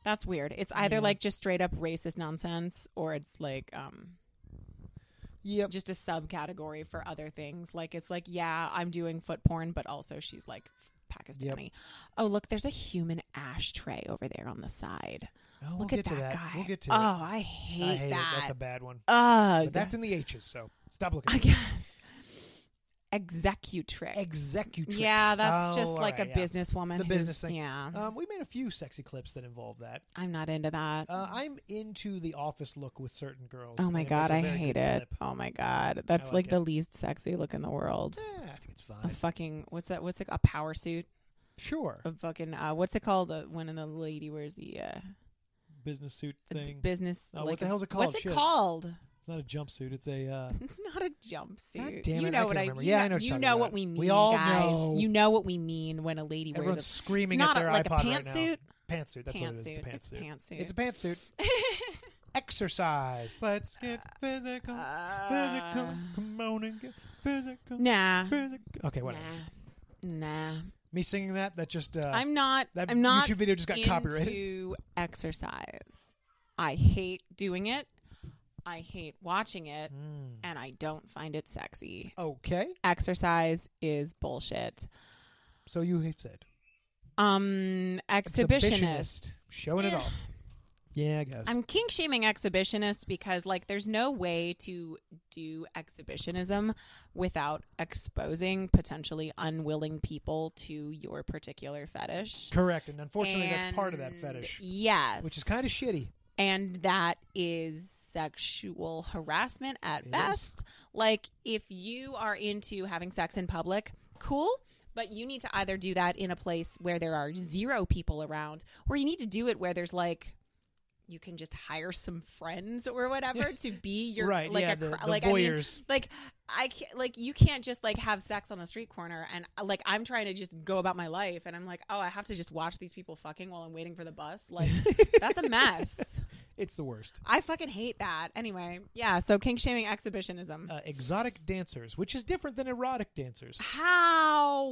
[SPEAKER 3] that's weird. It's either
[SPEAKER 2] Yeah.
[SPEAKER 3] like just straight up racist nonsense, or it's like um
[SPEAKER 2] Yep.
[SPEAKER 3] just a subcategory for other things. Like it's like yeah, I'm doing foot porn, but also she's like Pakistani. Oh look, there's a human ashtray over there on the side.
[SPEAKER 2] Oh, we'll
[SPEAKER 3] look
[SPEAKER 2] get
[SPEAKER 3] at
[SPEAKER 2] to
[SPEAKER 3] that,
[SPEAKER 2] that.
[SPEAKER 3] guy.
[SPEAKER 2] We'll get to
[SPEAKER 3] oh,
[SPEAKER 2] it.
[SPEAKER 3] I
[SPEAKER 2] I
[SPEAKER 3] hate,
[SPEAKER 2] hate it.
[SPEAKER 3] that.
[SPEAKER 2] That's a bad one.
[SPEAKER 3] Ugh,
[SPEAKER 2] But that's in the H's, so stop looking.
[SPEAKER 3] I guess executrix.
[SPEAKER 2] Executrix.
[SPEAKER 3] Yeah, that's
[SPEAKER 2] Oh,
[SPEAKER 3] just
[SPEAKER 2] all
[SPEAKER 3] like
[SPEAKER 2] right,
[SPEAKER 3] a
[SPEAKER 2] yeah.
[SPEAKER 3] businesswoman.
[SPEAKER 2] The
[SPEAKER 3] who's-
[SPEAKER 2] business thing.
[SPEAKER 3] Yeah,
[SPEAKER 2] Um, we made a few sexy clips that involve that.
[SPEAKER 3] I'm not into that.
[SPEAKER 2] Uh, I'm into the office look with certain girls.
[SPEAKER 3] Mm-hmm. Oh
[SPEAKER 2] and
[SPEAKER 3] my
[SPEAKER 2] it makes
[SPEAKER 3] god,
[SPEAKER 2] a
[SPEAKER 3] I
[SPEAKER 2] very
[SPEAKER 3] hate
[SPEAKER 2] good
[SPEAKER 3] it.
[SPEAKER 2] clip.
[SPEAKER 3] Oh my god,
[SPEAKER 2] I
[SPEAKER 3] that's like
[SPEAKER 2] like
[SPEAKER 3] the
[SPEAKER 2] it.
[SPEAKER 3] least sexy look in the world.
[SPEAKER 2] Eh, I think it's
[SPEAKER 3] A
[SPEAKER 2] fine.
[SPEAKER 3] fucking what's that? What's like a power suit?
[SPEAKER 2] Sure.
[SPEAKER 3] A fucking uh, what's it called? Uh, when the lady wears the uh,
[SPEAKER 2] Business suit
[SPEAKER 3] the
[SPEAKER 2] thing.
[SPEAKER 3] business.
[SPEAKER 2] Oh, what
[SPEAKER 3] like
[SPEAKER 2] the
[SPEAKER 3] a-
[SPEAKER 2] hell's it called?
[SPEAKER 3] What's it
[SPEAKER 2] Shit.
[SPEAKER 3] called? [LAUGHS]
[SPEAKER 2] It's not a jumpsuit. It's a. Uh,
[SPEAKER 3] It's not a jumpsuit.
[SPEAKER 2] God damn it,
[SPEAKER 3] you
[SPEAKER 2] I
[SPEAKER 3] know
[SPEAKER 2] can't
[SPEAKER 3] what
[SPEAKER 2] remember.
[SPEAKER 3] you
[SPEAKER 2] Yeah, I know what
[SPEAKER 3] you
[SPEAKER 2] you're talking
[SPEAKER 3] know what
[SPEAKER 2] about.
[SPEAKER 3] we mean.
[SPEAKER 2] We all
[SPEAKER 3] guys.
[SPEAKER 2] know.
[SPEAKER 3] You know what we mean when a lady
[SPEAKER 2] everyone's
[SPEAKER 3] wears
[SPEAKER 2] screaming at
[SPEAKER 3] not a-
[SPEAKER 2] their
[SPEAKER 3] like a
[SPEAKER 2] iPod right
[SPEAKER 3] pantsuit?
[SPEAKER 2] now. Pantsuit.
[SPEAKER 3] a
[SPEAKER 2] That's what it is. It's a
[SPEAKER 3] pantsuit.
[SPEAKER 2] pantsuit.
[SPEAKER 3] pantsuit.
[SPEAKER 2] It's a pantsuit. Exercise. Let's
[SPEAKER 3] [LAUGHS]
[SPEAKER 2] get physical. Physical.
[SPEAKER 3] Uh,
[SPEAKER 2] Come on and get physical.
[SPEAKER 3] Nah,
[SPEAKER 2] Physical. Okay,
[SPEAKER 3] nah,
[SPEAKER 2] whatever.
[SPEAKER 3] nah.
[SPEAKER 2] Me singing that, that just. Uh,
[SPEAKER 3] I'm not.
[SPEAKER 2] that
[SPEAKER 3] I'm not
[SPEAKER 2] YouTube video just got
[SPEAKER 3] into
[SPEAKER 2] copyrighted.
[SPEAKER 3] [LAUGHS] exercise. I hate doing it. I hate watching it,
[SPEAKER 2] Mm.
[SPEAKER 3] and I don't find it sexy.
[SPEAKER 2] Okay,
[SPEAKER 3] Exercise is bullshit.
[SPEAKER 2] so you have said
[SPEAKER 3] Um, exhibitionist.
[SPEAKER 2] showing it
[SPEAKER 3] Eh.
[SPEAKER 2] off. Yeah, I guess.
[SPEAKER 3] I'm kink shaming exhibitionist because like there's no way to do exhibitionism without exposing potentially unwilling people to your particular fetish.
[SPEAKER 2] Correct, and unfortunately, that's part of that
[SPEAKER 3] And
[SPEAKER 2] fetish,
[SPEAKER 3] Yes.
[SPEAKER 2] which is kind of shitty.
[SPEAKER 3] and that is sexual harassment at
[SPEAKER 2] It is.
[SPEAKER 3] best. Like if you are into having sex in public, cool, but you need to either do that in a place where there are zero people around or you need to do it where there's like you can just hire some friends or whatever to
[SPEAKER 2] [LAUGHS]
[SPEAKER 3] be your
[SPEAKER 2] right?
[SPEAKER 3] like
[SPEAKER 2] yeah,
[SPEAKER 3] a
[SPEAKER 2] the,
[SPEAKER 3] cr-
[SPEAKER 2] the
[SPEAKER 3] like I mean [LAUGHS]
[SPEAKER 2] voyeurs.
[SPEAKER 3] like I can't like you can't just like have sex on a street corner and like I'm trying to just go about my life and I'm like oh I have to just watch these people fucking while I'm waiting for the bus
[SPEAKER 2] [LAUGHS]
[SPEAKER 3] like that's a mess
[SPEAKER 2] it's the worst.
[SPEAKER 3] I fucking hate that anyway yeah so kink shaming exhibitionism
[SPEAKER 2] Uh, exotic dancers, which is different than erotic dancers.
[SPEAKER 3] how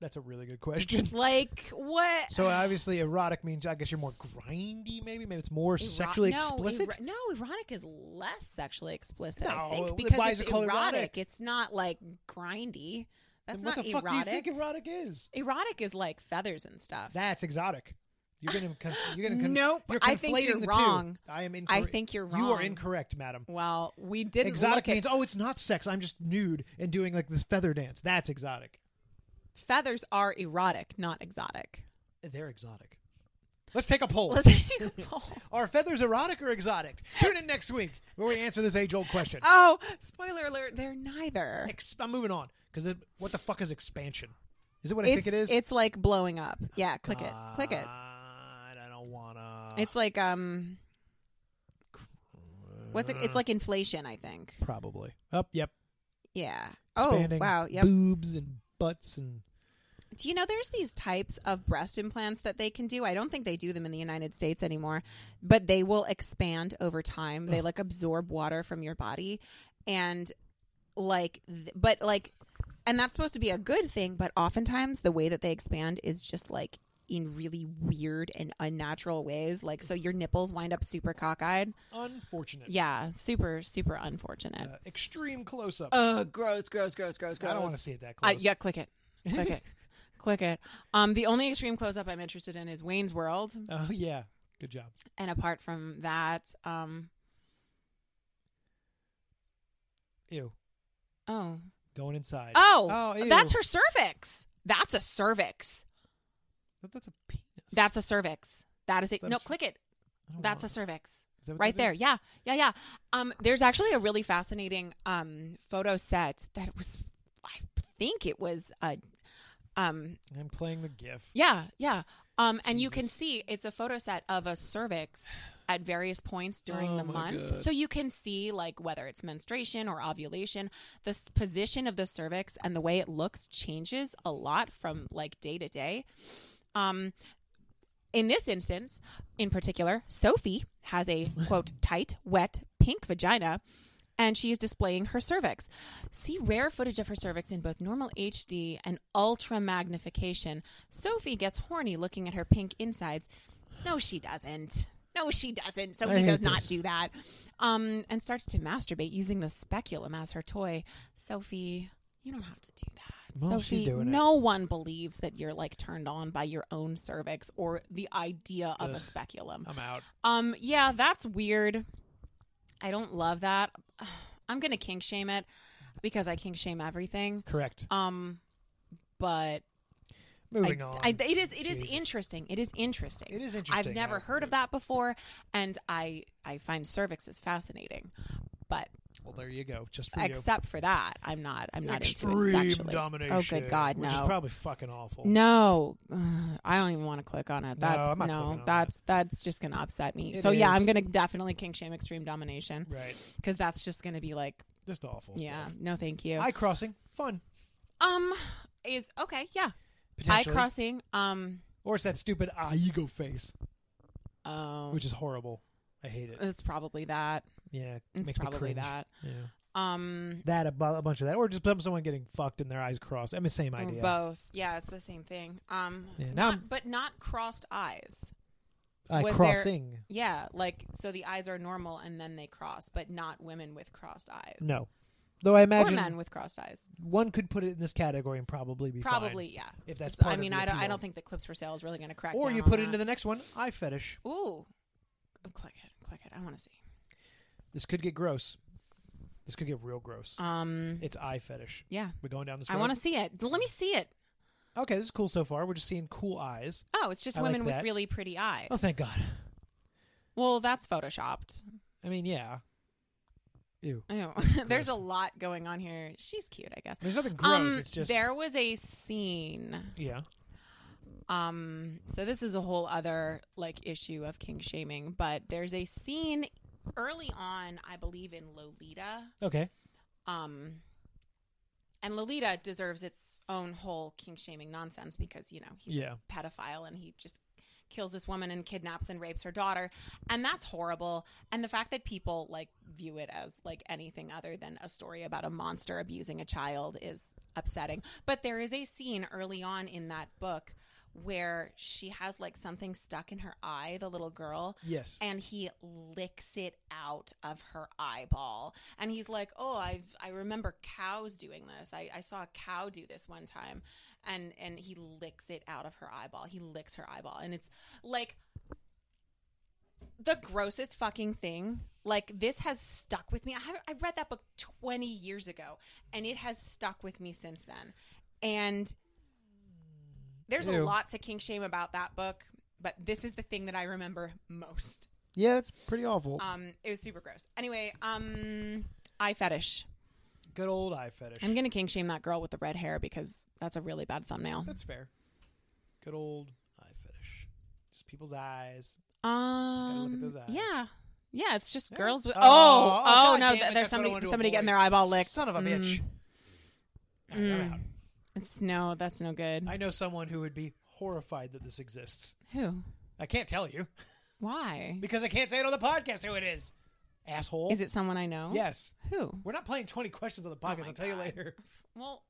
[SPEAKER 2] That's a really good question.
[SPEAKER 3] [LAUGHS] like what
[SPEAKER 2] So uh, obviously, erotic means I guess you're more grindy. Maybe maybe it's more
[SPEAKER 3] Ero-
[SPEAKER 2] sexually
[SPEAKER 3] no,
[SPEAKER 2] explicit.
[SPEAKER 3] ero- no, erotic is less sexually explicit.
[SPEAKER 2] No,
[SPEAKER 3] I think
[SPEAKER 2] then
[SPEAKER 3] because
[SPEAKER 2] why
[SPEAKER 3] it's
[SPEAKER 2] is it called
[SPEAKER 3] erotic.
[SPEAKER 2] erotic?
[SPEAKER 3] It's not like grindy. That's
[SPEAKER 2] Then what
[SPEAKER 3] not
[SPEAKER 2] the
[SPEAKER 3] erotic.
[SPEAKER 2] fuck do you think erotic is?
[SPEAKER 3] erotic is like feathers and stuff.
[SPEAKER 2] That's exotic. You're gonna conf- you're gonna con-
[SPEAKER 3] Nope,
[SPEAKER 2] You're conflating
[SPEAKER 3] I think you're
[SPEAKER 2] the
[SPEAKER 3] wrong.
[SPEAKER 2] Two. I am incorrect.
[SPEAKER 3] I think you're wrong.
[SPEAKER 2] You are incorrect, madam.
[SPEAKER 3] Well, we didn't
[SPEAKER 2] exotic
[SPEAKER 3] look at
[SPEAKER 2] means oh, it's not sex. I'm just nude and doing like this feather dance. That's exotic.
[SPEAKER 3] feathers are erotic, not exotic.
[SPEAKER 2] They're exotic. Let's take a poll.
[SPEAKER 3] Let's
[SPEAKER 2] [LAUGHS]
[SPEAKER 3] take a poll.
[SPEAKER 2] Are feathers erotic or exotic? Tune in next week where we answer this age-old question.
[SPEAKER 3] Oh, spoiler alert! They're neither.
[SPEAKER 2] Ex- I'm moving on because what the fuck is expansion? Is it what I
[SPEAKER 3] it's,
[SPEAKER 2] think it is?
[SPEAKER 3] It's like blowing up. Yeah, click it. Click it.
[SPEAKER 2] God, I don't wanna.
[SPEAKER 3] It's like um, what's it? It's like inflation. I think.
[SPEAKER 2] probably up. yep.
[SPEAKER 3] Yeah. Oh
[SPEAKER 2] Expanding
[SPEAKER 3] wow. Yep.
[SPEAKER 2] Boobs and butts and
[SPEAKER 3] Do you know there's these types of breast implants that they can do? I don't think they do them in the United States anymore, but they will expand over time. They like absorb water from your body and like th- but like and that's supposed to be a good thing, but oftentimes the way that they expand is just like in really weird and unnatural ways. Like so your nipples wind up super cockeyed.
[SPEAKER 2] unfortunate.
[SPEAKER 3] Yeah, super super unfortunate.
[SPEAKER 2] Uh, extreme close-ups.
[SPEAKER 3] Ugh, gross, gross, gross, gross, gross.
[SPEAKER 2] I don't want to see it that
[SPEAKER 3] I,
[SPEAKER 2] close. [LAUGHS]
[SPEAKER 3] yeah, click it. Click it. Click it. Um, the only extreme close up I'm interested in is Wayne's World,
[SPEAKER 2] Oh yeah, good job.
[SPEAKER 3] and apart from that, um,
[SPEAKER 2] Ew,
[SPEAKER 3] oh,
[SPEAKER 2] going inside.
[SPEAKER 3] oh,
[SPEAKER 2] ew.
[SPEAKER 3] that's her cervix. That's a cervix.
[SPEAKER 2] That- that's a penis.
[SPEAKER 3] That's a cervix. That is it. No,
[SPEAKER 2] That's-
[SPEAKER 3] click it.
[SPEAKER 2] I don't
[SPEAKER 3] That's a
[SPEAKER 2] want-
[SPEAKER 3] cervix.
[SPEAKER 2] is that what
[SPEAKER 3] right
[SPEAKER 2] that
[SPEAKER 3] there
[SPEAKER 2] is?
[SPEAKER 3] yeah yeah yeah um there's actually a really fascinating um photo set that was i think it was uh um
[SPEAKER 2] I'm playing the GIF.
[SPEAKER 3] yeah yeah um and you can
[SPEAKER 2] Jesus.
[SPEAKER 3] see it's a photo set of a cervix at various points during
[SPEAKER 2] Oh
[SPEAKER 3] the
[SPEAKER 2] my
[SPEAKER 3] month
[SPEAKER 2] God.
[SPEAKER 3] so you can see like whether it's menstruation or ovulation the s- position of the cervix and the way it looks changes a lot from like day to day um in this instance, in particular, Sophie
[SPEAKER 2] [LAUGHS]
[SPEAKER 3] has a quote tight, wet, pink vagina, and she is displaying her cervix. See rare footage of her cervix in both normal HD and ultra magnification. Sophie gets horny looking at her pink insides. No, she doesn't. No, she doesn't. Sophie
[SPEAKER 2] hate
[SPEAKER 3] does not
[SPEAKER 2] this.
[SPEAKER 3] do that. Um, and starts to masturbate using the speculum as her toy. Sophie, you don't have to do that.
[SPEAKER 2] Well, she's
[SPEAKER 3] Sophie,
[SPEAKER 2] doing it.
[SPEAKER 3] no one believes that you're like turned on by your own cervix or the idea of a speculum.
[SPEAKER 2] I'm out.
[SPEAKER 3] Um, yeah, that's weird. I don't love that. [SIGHS] I'm gonna kink shame it because I kink shame everything.
[SPEAKER 2] Correct.
[SPEAKER 3] Um, but
[SPEAKER 2] Moving
[SPEAKER 3] I,
[SPEAKER 2] on.
[SPEAKER 3] I, it is it is
[SPEAKER 2] Jesus.
[SPEAKER 3] interesting. It is interesting.
[SPEAKER 2] It is interesting.
[SPEAKER 3] I've never
[SPEAKER 2] I-
[SPEAKER 3] heard of that before, and I I find cervix is fascinating, but
[SPEAKER 2] well, there you go. Just for
[SPEAKER 3] except for that, I'm not I'm
[SPEAKER 2] you.
[SPEAKER 3] not into it
[SPEAKER 2] Extreme
[SPEAKER 3] sexually.
[SPEAKER 2] domination.
[SPEAKER 3] oh, good God,
[SPEAKER 2] Which
[SPEAKER 3] no.
[SPEAKER 2] is probably fucking awful.
[SPEAKER 3] No, [SIGHS] Ugh, I don't even want to click on it.
[SPEAKER 2] No,
[SPEAKER 3] That's
[SPEAKER 2] I'm
[SPEAKER 3] no,
[SPEAKER 2] not clicking on that.
[SPEAKER 3] that's that's just gonna upset me.
[SPEAKER 2] It
[SPEAKER 3] so yeah,
[SPEAKER 2] is.
[SPEAKER 3] I'm gonna definitely kink shame extreme domination
[SPEAKER 2] Right.
[SPEAKER 3] because that's just gonna be like,
[SPEAKER 2] Just awful.
[SPEAKER 3] yeah,
[SPEAKER 2] Stuff.
[SPEAKER 3] no, thank you.
[SPEAKER 2] Eye crossing. Fun.
[SPEAKER 3] um, is okay, yeah, eye
[SPEAKER 2] Potentially.
[SPEAKER 3] crossing. Um,
[SPEAKER 2] Or it's that stupid ah ego face,
[SPEAKER 3] oh,
[SPEAKER 2] which is horrible. I hate it.
[SPEAKER 3] it's probably that.
[SPEAKER 2] Yeah.
[SPEAKER 3] It's
[SPEAKER 2] makes me
[SPEAKER 3] probably
[SPEAKER 2] cringe.
[SPEAKER 3] that.
[SPEAKER 2] Yeah.
[SPEAKER 3] Um,
[SPEAKER 2] That a, bu- a bunch of that, or just someone getting fucked and their eyes crossed. I mean, same
[SPEAKER 3] or
[SPEAKER 2] idea.
[SPEAKER 3] both. Yeah, it's the same thing. Um,
[SPEAKER 2] Yeah, now I'm-
[SPEAKER 3] not, but not crossed eyes.
[SPEAKER 2] Eye
[SPEAKER 3] was there-
[SPEAKER 2] Uh, crossing.
[SPEAKER 3] Yeah, like so the eyes are normal and then they cross, but not women with crossed eyes.
[SPEAKER 2] No. Though I
[SPEAKER 3] Or
[SPEAKER 2] imagine
[SPEAKER 3] men with crossed eyes.
[SPEAKER 2] one could put it in this category and probably be fine.
[SPEAKER 3] Probably, yeah.
[SPEAKER 2] If that's
[SPEAKER 3] So,
[SPEAKER 2] part
[SPEAKER 3] I
[SPEAKER 2] of
[SPEAKER 3] mean,
[SPEAKER 2] the
[SPEAKER 3] I don't, I
[SPEAKER 2] appeal.
[SPEAKER 3] don't think that clips for sale is really going to crack.
[SPEAKER 2] Or
[SPEAKER 3] down
[SPEAKER 2] you
[SPEAKER 3] on
[SPEAKER 2] put it
[SPEAKER 3] that.
[SPEAKER 2] into the next one, eye fetish.
[SPEAKER 3] ooh, Oh, click it, click it. I want to see.
[SPEAKER 2] This could get gross. This could get real gross.
[SPEAKER 3] Um,
[SPEAKER 2] it's eye fetish.
[SPEAKER 3] yeah,
[SPEAKER 2] We're going down this road.
[SPEAKER 3] I want to see it. Let me see it.
[SPEAKER 2] Okay, this is cool so far. We're just seeing cool eyes.
[SPEAKER 3] Oh, it's just
[SPEAKER 2] I like
[SPEAKER 3] women with
[SPEAKER 2] that.
[SPEAKER 3] really pretty eyes.
[SPEAKER 2] Oh, thank God.
[SPEAKER 3] Well, that's photoshopped.
[SPEAKER 2] I mean, yeah. Ew.
[SPEAKER 3] Ew. [LAUGHS] There's a
[SPEAKER 2] gross.
[SPEAKER 3] lot going on here. She's cute, I guess.
[SPEAKER 2] There's nothing gross.
[SPEAKER 3] Um,
[SPEAKER 2] it's just
[SPEAKER 3] there was a scene.
[SPEAKER 2] yeah.
[SPEAKER 3] Um, so this is a whole other like issue of king shaming, but there's a scene early on, I believe, in Lolita.
[SPEAKER 2] Okay.
[SPEAKER 3] Um, and Lolita deserves its own whole king shaming nonsense because you know he's
[SPEAKER 2] Yeah.
[SPEAKER 3] a pedophile and he just kills this woman and kidnaps and rapes her daughter, and that's horrible. And the fact that people like view it as like anything other than a story about a monster abusing a child is upsetting. But there is a scene early on in that book where she has like something stuck in her eye, the little girl,
[SPEAKER 2] Yes.
[SPEAKER 3] and he licks it out of her eyeball and he's like oh i've i remember cows doing this i, I saw a cow do this one time and and he licks it out of her eyeball he licks her eyeball and it's like the grossest fucking thing like this has stuck with me i have, i read that book 20 years ago and it has stuck with me since then and there's a
[SPEAKER 2] Ew.
[SPEAKER 3] lot to king shame about that book but this is the thing that i remember most
[SPEAKER 2] yeah, it's pretty awful.
[SPEAKER 3] um, it was super gross. Anyway, um, eye fetish.
[SPEAKER 2] Good old eye fetish.
[SPEAKER 3] I'm gonna king shame that girl with the red hair because that's a really bad thumbnail.
[SPEAKER 2] That's fair. Good old eye fetish. Just people's eyes.
[SPEAKER 3] Um,
[SPEAKER 2] look at those eyes.
[SPEAKER 3] yeah, yeah. It's just
[SPEAKER 2] Yeah.
[SPEAKER 3] girls with.
[SPEAKER 2] Oh,
[SPEAKER 3] Oh,
[SPEAKER 2] oh,
[SPEAKER 3] oh,
[SPEAKER 2] God
[SPEAKER 3] no!
[SPEAKER 2] damn it, that's
[SPEAKER 3] th- there's
[SPEAKER 2] what I
[SPEAKER 3] somebody
[SPEAKER 2] wanted to
[SPEAKER 3] somebody getting
[SPEAKER 2] avoid.
[SPEAKER 3] their eyeball licked.
[SPEAKER 2] Son of a
[SPEAKER 3] Mm,
[SPEAKER 2] bitch. All right, I'm
[SPEAKER 3] Mm.
[SPEAKER 2] out.
[SPEAKER 3] It's no, that's no good.
[SPEAKER 2] I know someone who would be horrified that this exists.
[SPEAKER 3] Who?
[SPEAKER 2] I can't tell you
[SPEAKER 3] Why?
[SPEAKER 2] because I can't say it on the podcast who it is. Asshole.
[SPEAKER 3] Is it someone I know?
[SPEAKER 2] Yes.
[SPEAKER 3] Who?
[SPEAKER 2] We're not playing 20 questions on the podcast.
[SPEAKER 3] my
[SPEAKER 2] I'll tell you
[SPEAKER 3] God.
[SPEAKER 2] later. [LAUGHS]
[SPEAKER 3] Well,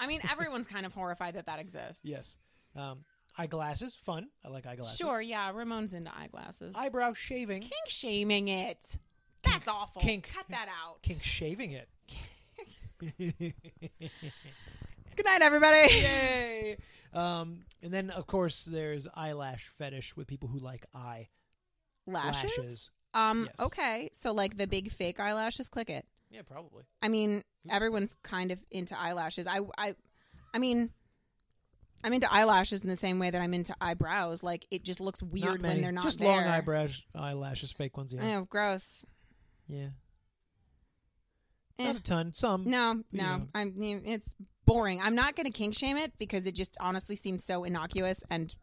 [SPEAKER 3] I mean, everyone's kind of horrified that that exists.
[SPEAKER 2] Yes. Um, eyeglasses. Fun. I like eyeglasses.
[SPEAKER 3] Sure. Yeah. Ramon's into eyeglasses.
[SPEAKER 2] Eyebrow shaving.
[SPEAKER 3] Kink shaming it. That's awful.
[SPEAKER 2] kink.
[SPEAKER 3] Cut that out.
[SPEAKER 2] Kink shaving it. [LAUGHS]
[SPEAKER 3] Good night, everybody.
[SPEAKER 2] Yay. Um, and then of course there's eyelash fetish with people who like eye
[SPEAKER 3] Lashes?
[SPEAKER 2] lashes.
[SPEAKER 3] Um,
[SPEAKER 2] Yes.
[SPEAKER 3] okay. So like the big fake eyelashes, click it.
[SPEAKER 2] Yeah, probably.
[SPEAKER 3] I mean,
[SPEAKER 2] Who's-
[SPEAKER 3] everyone's kind of into eyelashes. I, I, I mean, I'm into eyelashes in the same way that I'm into eyebrows. Like it just looks
[SPEAKER 2] Not
[SPEAKER 3] weird
[SPEAKER 2] many.
[SPEAKER 3] when they're not
[SPEAKER 2] just
[SPEAKER 3] there.
[SPEAKER 2] long eyebrows, eyelashes, fake ones. Yeah,
[SPEAKER 3] Oh, gross.
[SPEAKER 2] yeah.
[SPEAKER 3] Eh.
[SPEAKER 2] Not a ton. Some.
[SPEAKER 3] No, no.
[SPEAKER 2] Yeah.
[SPEAKER 3] I'm. It's boring. I'm not going to kink shame it because it just honestly seems so innocuous and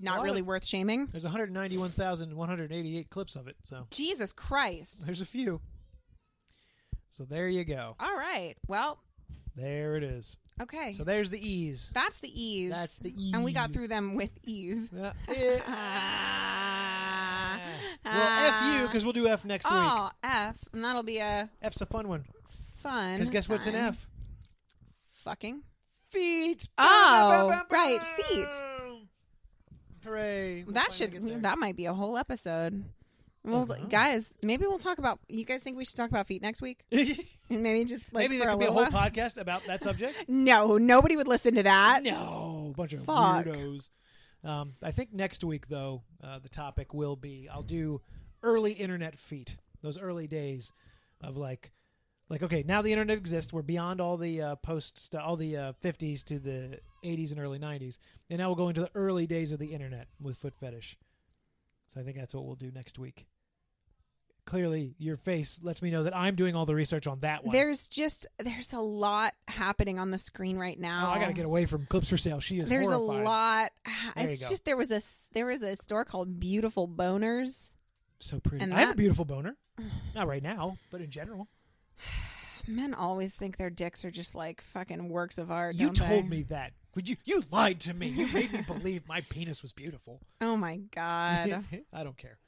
[SPEAKER 2] A
[SPEAKER 3] not
[SPEAKER 2] lot
[SPEAKER 3] really
[SPEAKER 2] of-
[SPEAKER 3] worth shaming.
[SPEAKER 2] There's 191,188 clips of it, so
[SPEAKER 3] Jesus Christ.
[SPEAKER 2] there's a few. So there you go.
[SPEAKER 3] All right. Well,
[SPEAKER 2] There it is.
[SPEAKER 3] okay.
[SPEAKER 2] So there's the E's.
[SPEAKER 3] That's the ease.
[SPEAKER 2] That's the
[SPEAKER 3] And we got
[SPEAKER 2] ease.
[SPEAKER 3] through them with
[SPEAKER 2] [LAUGHS]
[SPEAKER 3] ease.
[SPEAKER 2] Yeah. Eh.
[SPEAKER 3] [LAUGHS] Ah.
[SPEAKER 2] well, F you, because we'll do F next week.
[SPEAKER 3] Oh, F. And that'll be a
[SPEAKER 2] F's a fun one.
[SPEAKER 3] fun.
[SPEAKER 2] Because guess what's an
[SPEAKER 3] time.
[SPEAKER 2] F?
[SPEAKER 3] Fucking.
[SPEAKER 2] Feet.
[SPEAKER 3] Oh, right, feet.
[SPEAKER 2] Hooray. We'll
[SPEAKER 3] that
[SPEAKER 2] finally
[SPEAKER 3] should
[SPEAKER 2] get there.
[SPEAKER 3] that might be a whole episode. Well,
[SPEAKER 2] Mhm.
[SPEAKER 3] guys, maybe we'll talk about. You guys think we should talk about feet next week?
[SPEAKER 2] [LAUGHS]
[SPEAKER 3] And maybe just like
[SPEAKER 2] Maybe
[SPEAKER 3] for
[SPEAKER 2] there
[SPEAKER 3] a
[SPEAKER 2] could be a
[SPEAKER 3] little
[SPEAKER 2] whole
[SPEAKER 3] while?
[SPEAKER 2] podcast about that subject.
[SPEAKER 3] No, nobody would listen to that.
[SPEAKER 2] No, bunch of
[SPEAKER 3] Fuck.
[SPEAKER 2] weirdos. Um, I think next week though, uh, the topic will be I'll do early internet feet. Those early days of like, like okay, now the internet exists. We're beyond all the uh, post st- all the uh, 50s to the 80s and early 90s, and now we'll go into the early days of the internet with foot fetish. So I think that's what we'll do next week. Clearly, your face lets me know that I'm doing all the research on that one.
[SPEAKER 3] There's just there's a lot happening on the screen right
[SPEAKER 2] oh,
[SPEAKER 3] now.
[SPEAKER 2] I gotta get away from clips for sale. She is
[SPEAKER 3] There's
[SPEAKER 2] horrified.
[SPEAKER 3] a lot. [SIGHS]
[SPEAKER 2] There you
[SPEAKER 3] it's
[SPEAKER 2] go.
[SPEAKER 3] just there was a s- there was a store called Beautiful Boners.
[SPEAKER 2] so pretty.
[SPEAKER 3] And
[SPEAKER 2] I have a
[SPEAKER 3] that's-
[SPEAKER 2] beautiful
[SPEAKER 3] [SIGHS]
[SPEAKER 2] boner. Not right now, but in general.
[SPEAKER 3] Men always think their dicks are just like fucking works of art.
[SPEAKER 2] You
[SPEAKER 3] don't
[SPEAKER 2] told
[SPEAKER 3] they?
[SPEAKER 2] me that. Would you? You lied to me. You made me believe my penis was
[SPEAKER 3] [LAUGHS]
[SPEAKER 2] beautiful.
[SPEAKER 3] Oh my
[SPEAKER 2] [LAUGHS]
[SPEAKER 3] god.
[SPEAKER 2] I don't care.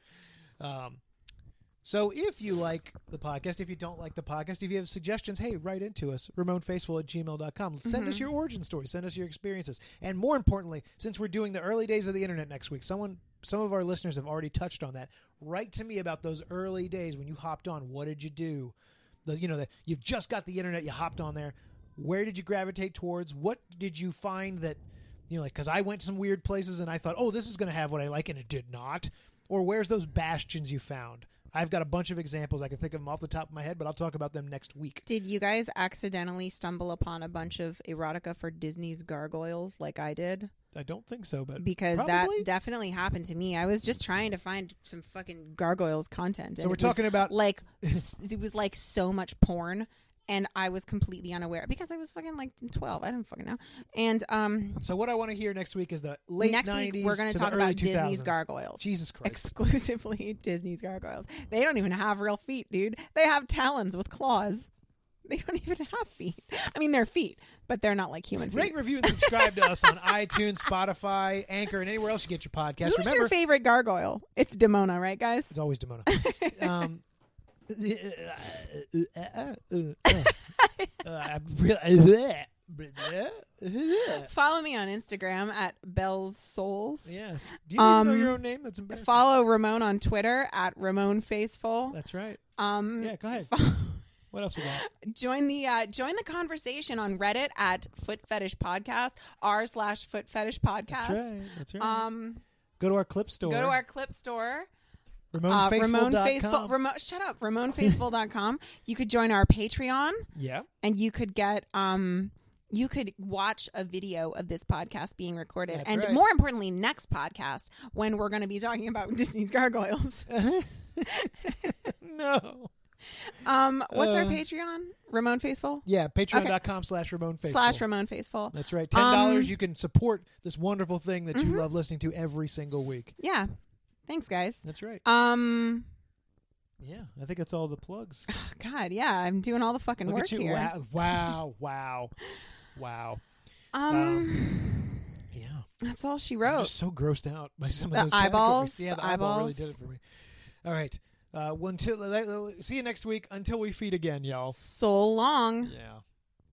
[SPEAKER 2] Um, so if you like the podcast, if you don't like the podcast, if you have suggestions, hey, write into us, ramonfaceful at gmail.com. Send us
[SPEAKER 3] Mm-hmm.
[SPEAKER 2] your origin story. Send us your experiences. And more importantly, since we're doing the early days of the internet next week, someone, some of our listeners have already touched on that. Write to me about those early days when you hopped on. What did you do? The, you know, that you've just got the internet, you hopped on there. Where did you gravitate towards? What did you find that you know, like because I went to some weird places and I thought, oh, this is going to have what I like, and it did not. Or where's those bastions you found? I've got a bunch of examples. I can think of them off the top of my head, but I'll talk about them next week.
[SPEAKER 3] Did you guys accidentally stumble upon a bunch of erotica for Disney's gargoyles like I did?
[SPEAKER 2] I don't think so, but
[SPEAKER 3] Because
[SPEAKER 2] probably?
[SPEAKER 3] that definitely happened to me. I was just trying to find some fucking gargoyles content.
[SPEAKER 2] So
[SPEAKER 3] and
[SPEAKER 2] we're
[SPEAKER 3] it was
[SPEAKER 2] talking about-
[SPEAKER 3] like
[SPEAKER 2] [LAUGHS]
[SPEAKER 3] s- it was like so much porn, and I was completely unaware because I was fucking like twelve. I didn't fucking know. And um,
[SPEAKER 2] So what I want to hear next week is the late
[SPEAKER 3] next
[SPEAKER 2] 90s
[SPEAKER 3] week we're going
[SPEAKER 2] to
[SPEAKER 3] to
[SPEAKER 2] the
[SPEAKER 3] talk about
[SPEAKER 2] early
[SPEAKER 3] Disney's
[SPEAKER 2] 2000s.
[SPEAKER 3] gargoyles.
[SPEAKER 2] Jesus Christ!
[SPEAKER 3] Exclusively [LAUGHS] Disney's gargoyles. They don't even have real feet, dude. They have talons with claws. [LAUGHS] They don't even have feet. I mean, they're feet, but they're not like human feet.
[SPEAKER 2] Rate, review, and subscribe to us on [LAUGHS] iTunes, Spotify, Anchor, and anywhere else you get your podcast.
[SPEAKER 3] Who's
[SPEAKER 2] Remember,
[SPEAKER 3] your favorite gargoyle? It's Demona, right, guys?
[SPEAKER 2] It's always
[SPEAKER 3] [LAUGHS]
[SPEAKER 2] Demona. um, yes.
[SPEAKER 3] Follow me on Instagram at Bell's Souls.
[SPEAKER 2] Do you even know
[SPEAKER 3] Um,
[SPEAKER 2] your own name? That's embarrassing.
[SPEAKER 3] Follow Ramon on Twitter at Ramon Faithful.
[SPEAKER 2] That's right.
[SPEAKER 3] Um,
[SPEAKER 2] Yeah, go ahead. What else we got?
[SPEAKER 3] [LAUGHS] join the uh, join the conversation on Reddit at Foot Fetish Podcast r slash Foot Fetish Podcast.
[SPEAKER 2] That's right. That's right.
[SPEAKER 3] Um,
[SPEAKER 2] go to our clip store.
[SPEAKER 3] go to our clip store. Uh, Ramon Faithful.
[SPEAKER 2] RamonFaceful.com.
[SPEAKER 3] Ramon, shut up. RamonFaceful.com. you could join our Patreon
[SPEAKER 2] yeah.
[SPEAKER 3] and you could get um you could watch a video of this podcast being recorded
[SPEAKER 2] That's
[SPEAKER 3] and
[SPEAKER 2] right.
[SPEAKER 3] more importantly next podcast when we're going to be talking about [LAUGHS]
[SPEAKER 2] [LAUGHS]
[SPEAKER 3] Disney's gargoyles.
[SPEAKER 2] no.
[SPEAKER 3] Um what's our
[SPEAKER 2] Uh,
[SPEAKER 3] Patreon? Ramon Faithful?
[SPEAKER 2] Yeah, patreon.com slash Ramon Faithful.
[SPEAKER 3] Slash Ramon Faithful.
[SPEAKER 2] That's right. Ten dollars,
[SPEAKER 3] Um, mm-hmm.
[SPEAKER 2] you can support this wonderful thing that you love listening to every single week.
[SPEAKER 3] Yeah. Thanks guys.
[SPEAKER 2] That's right.
[SPEAKER 3] Um
[SPEAKER 2] Yeah, I think that's all the plugs.
[SPEAKER 3] god, yeah, I'm doing all the fucking
[SPEAKER 2] Look
[SPEAKER 3] work
[SPEAKER 2] at you!
[SPEAKER 3] here.
[SPEAKER 2] Wow! Wow! Wow! Wow!
[SPEAKER 3] Um,
[SPEAKER 2] Yeah,
[SPEAKER 3] that's all she
[SPEAKER 2] I'm
[SPEAKER 3] wrote.
[SPEAKER 2] just so grossed out by some
[SPEAKER 3] Oh. The
[SPEAKER 2] of those
[SPEAKER 3] eyeballs,
[SPEAKER 2] Categories. Yeah, the,
[SPEAKER 3] the
[SPEAKER 2] eyeball really
[SPEAKER 3] eyeballs.
[SPEAKER 2] did it for me. All right. Uh, well, until see you next week. Until we feed again, y'all.
[SPEAKER 3] so long.
[SPEAKER 2] Yeah.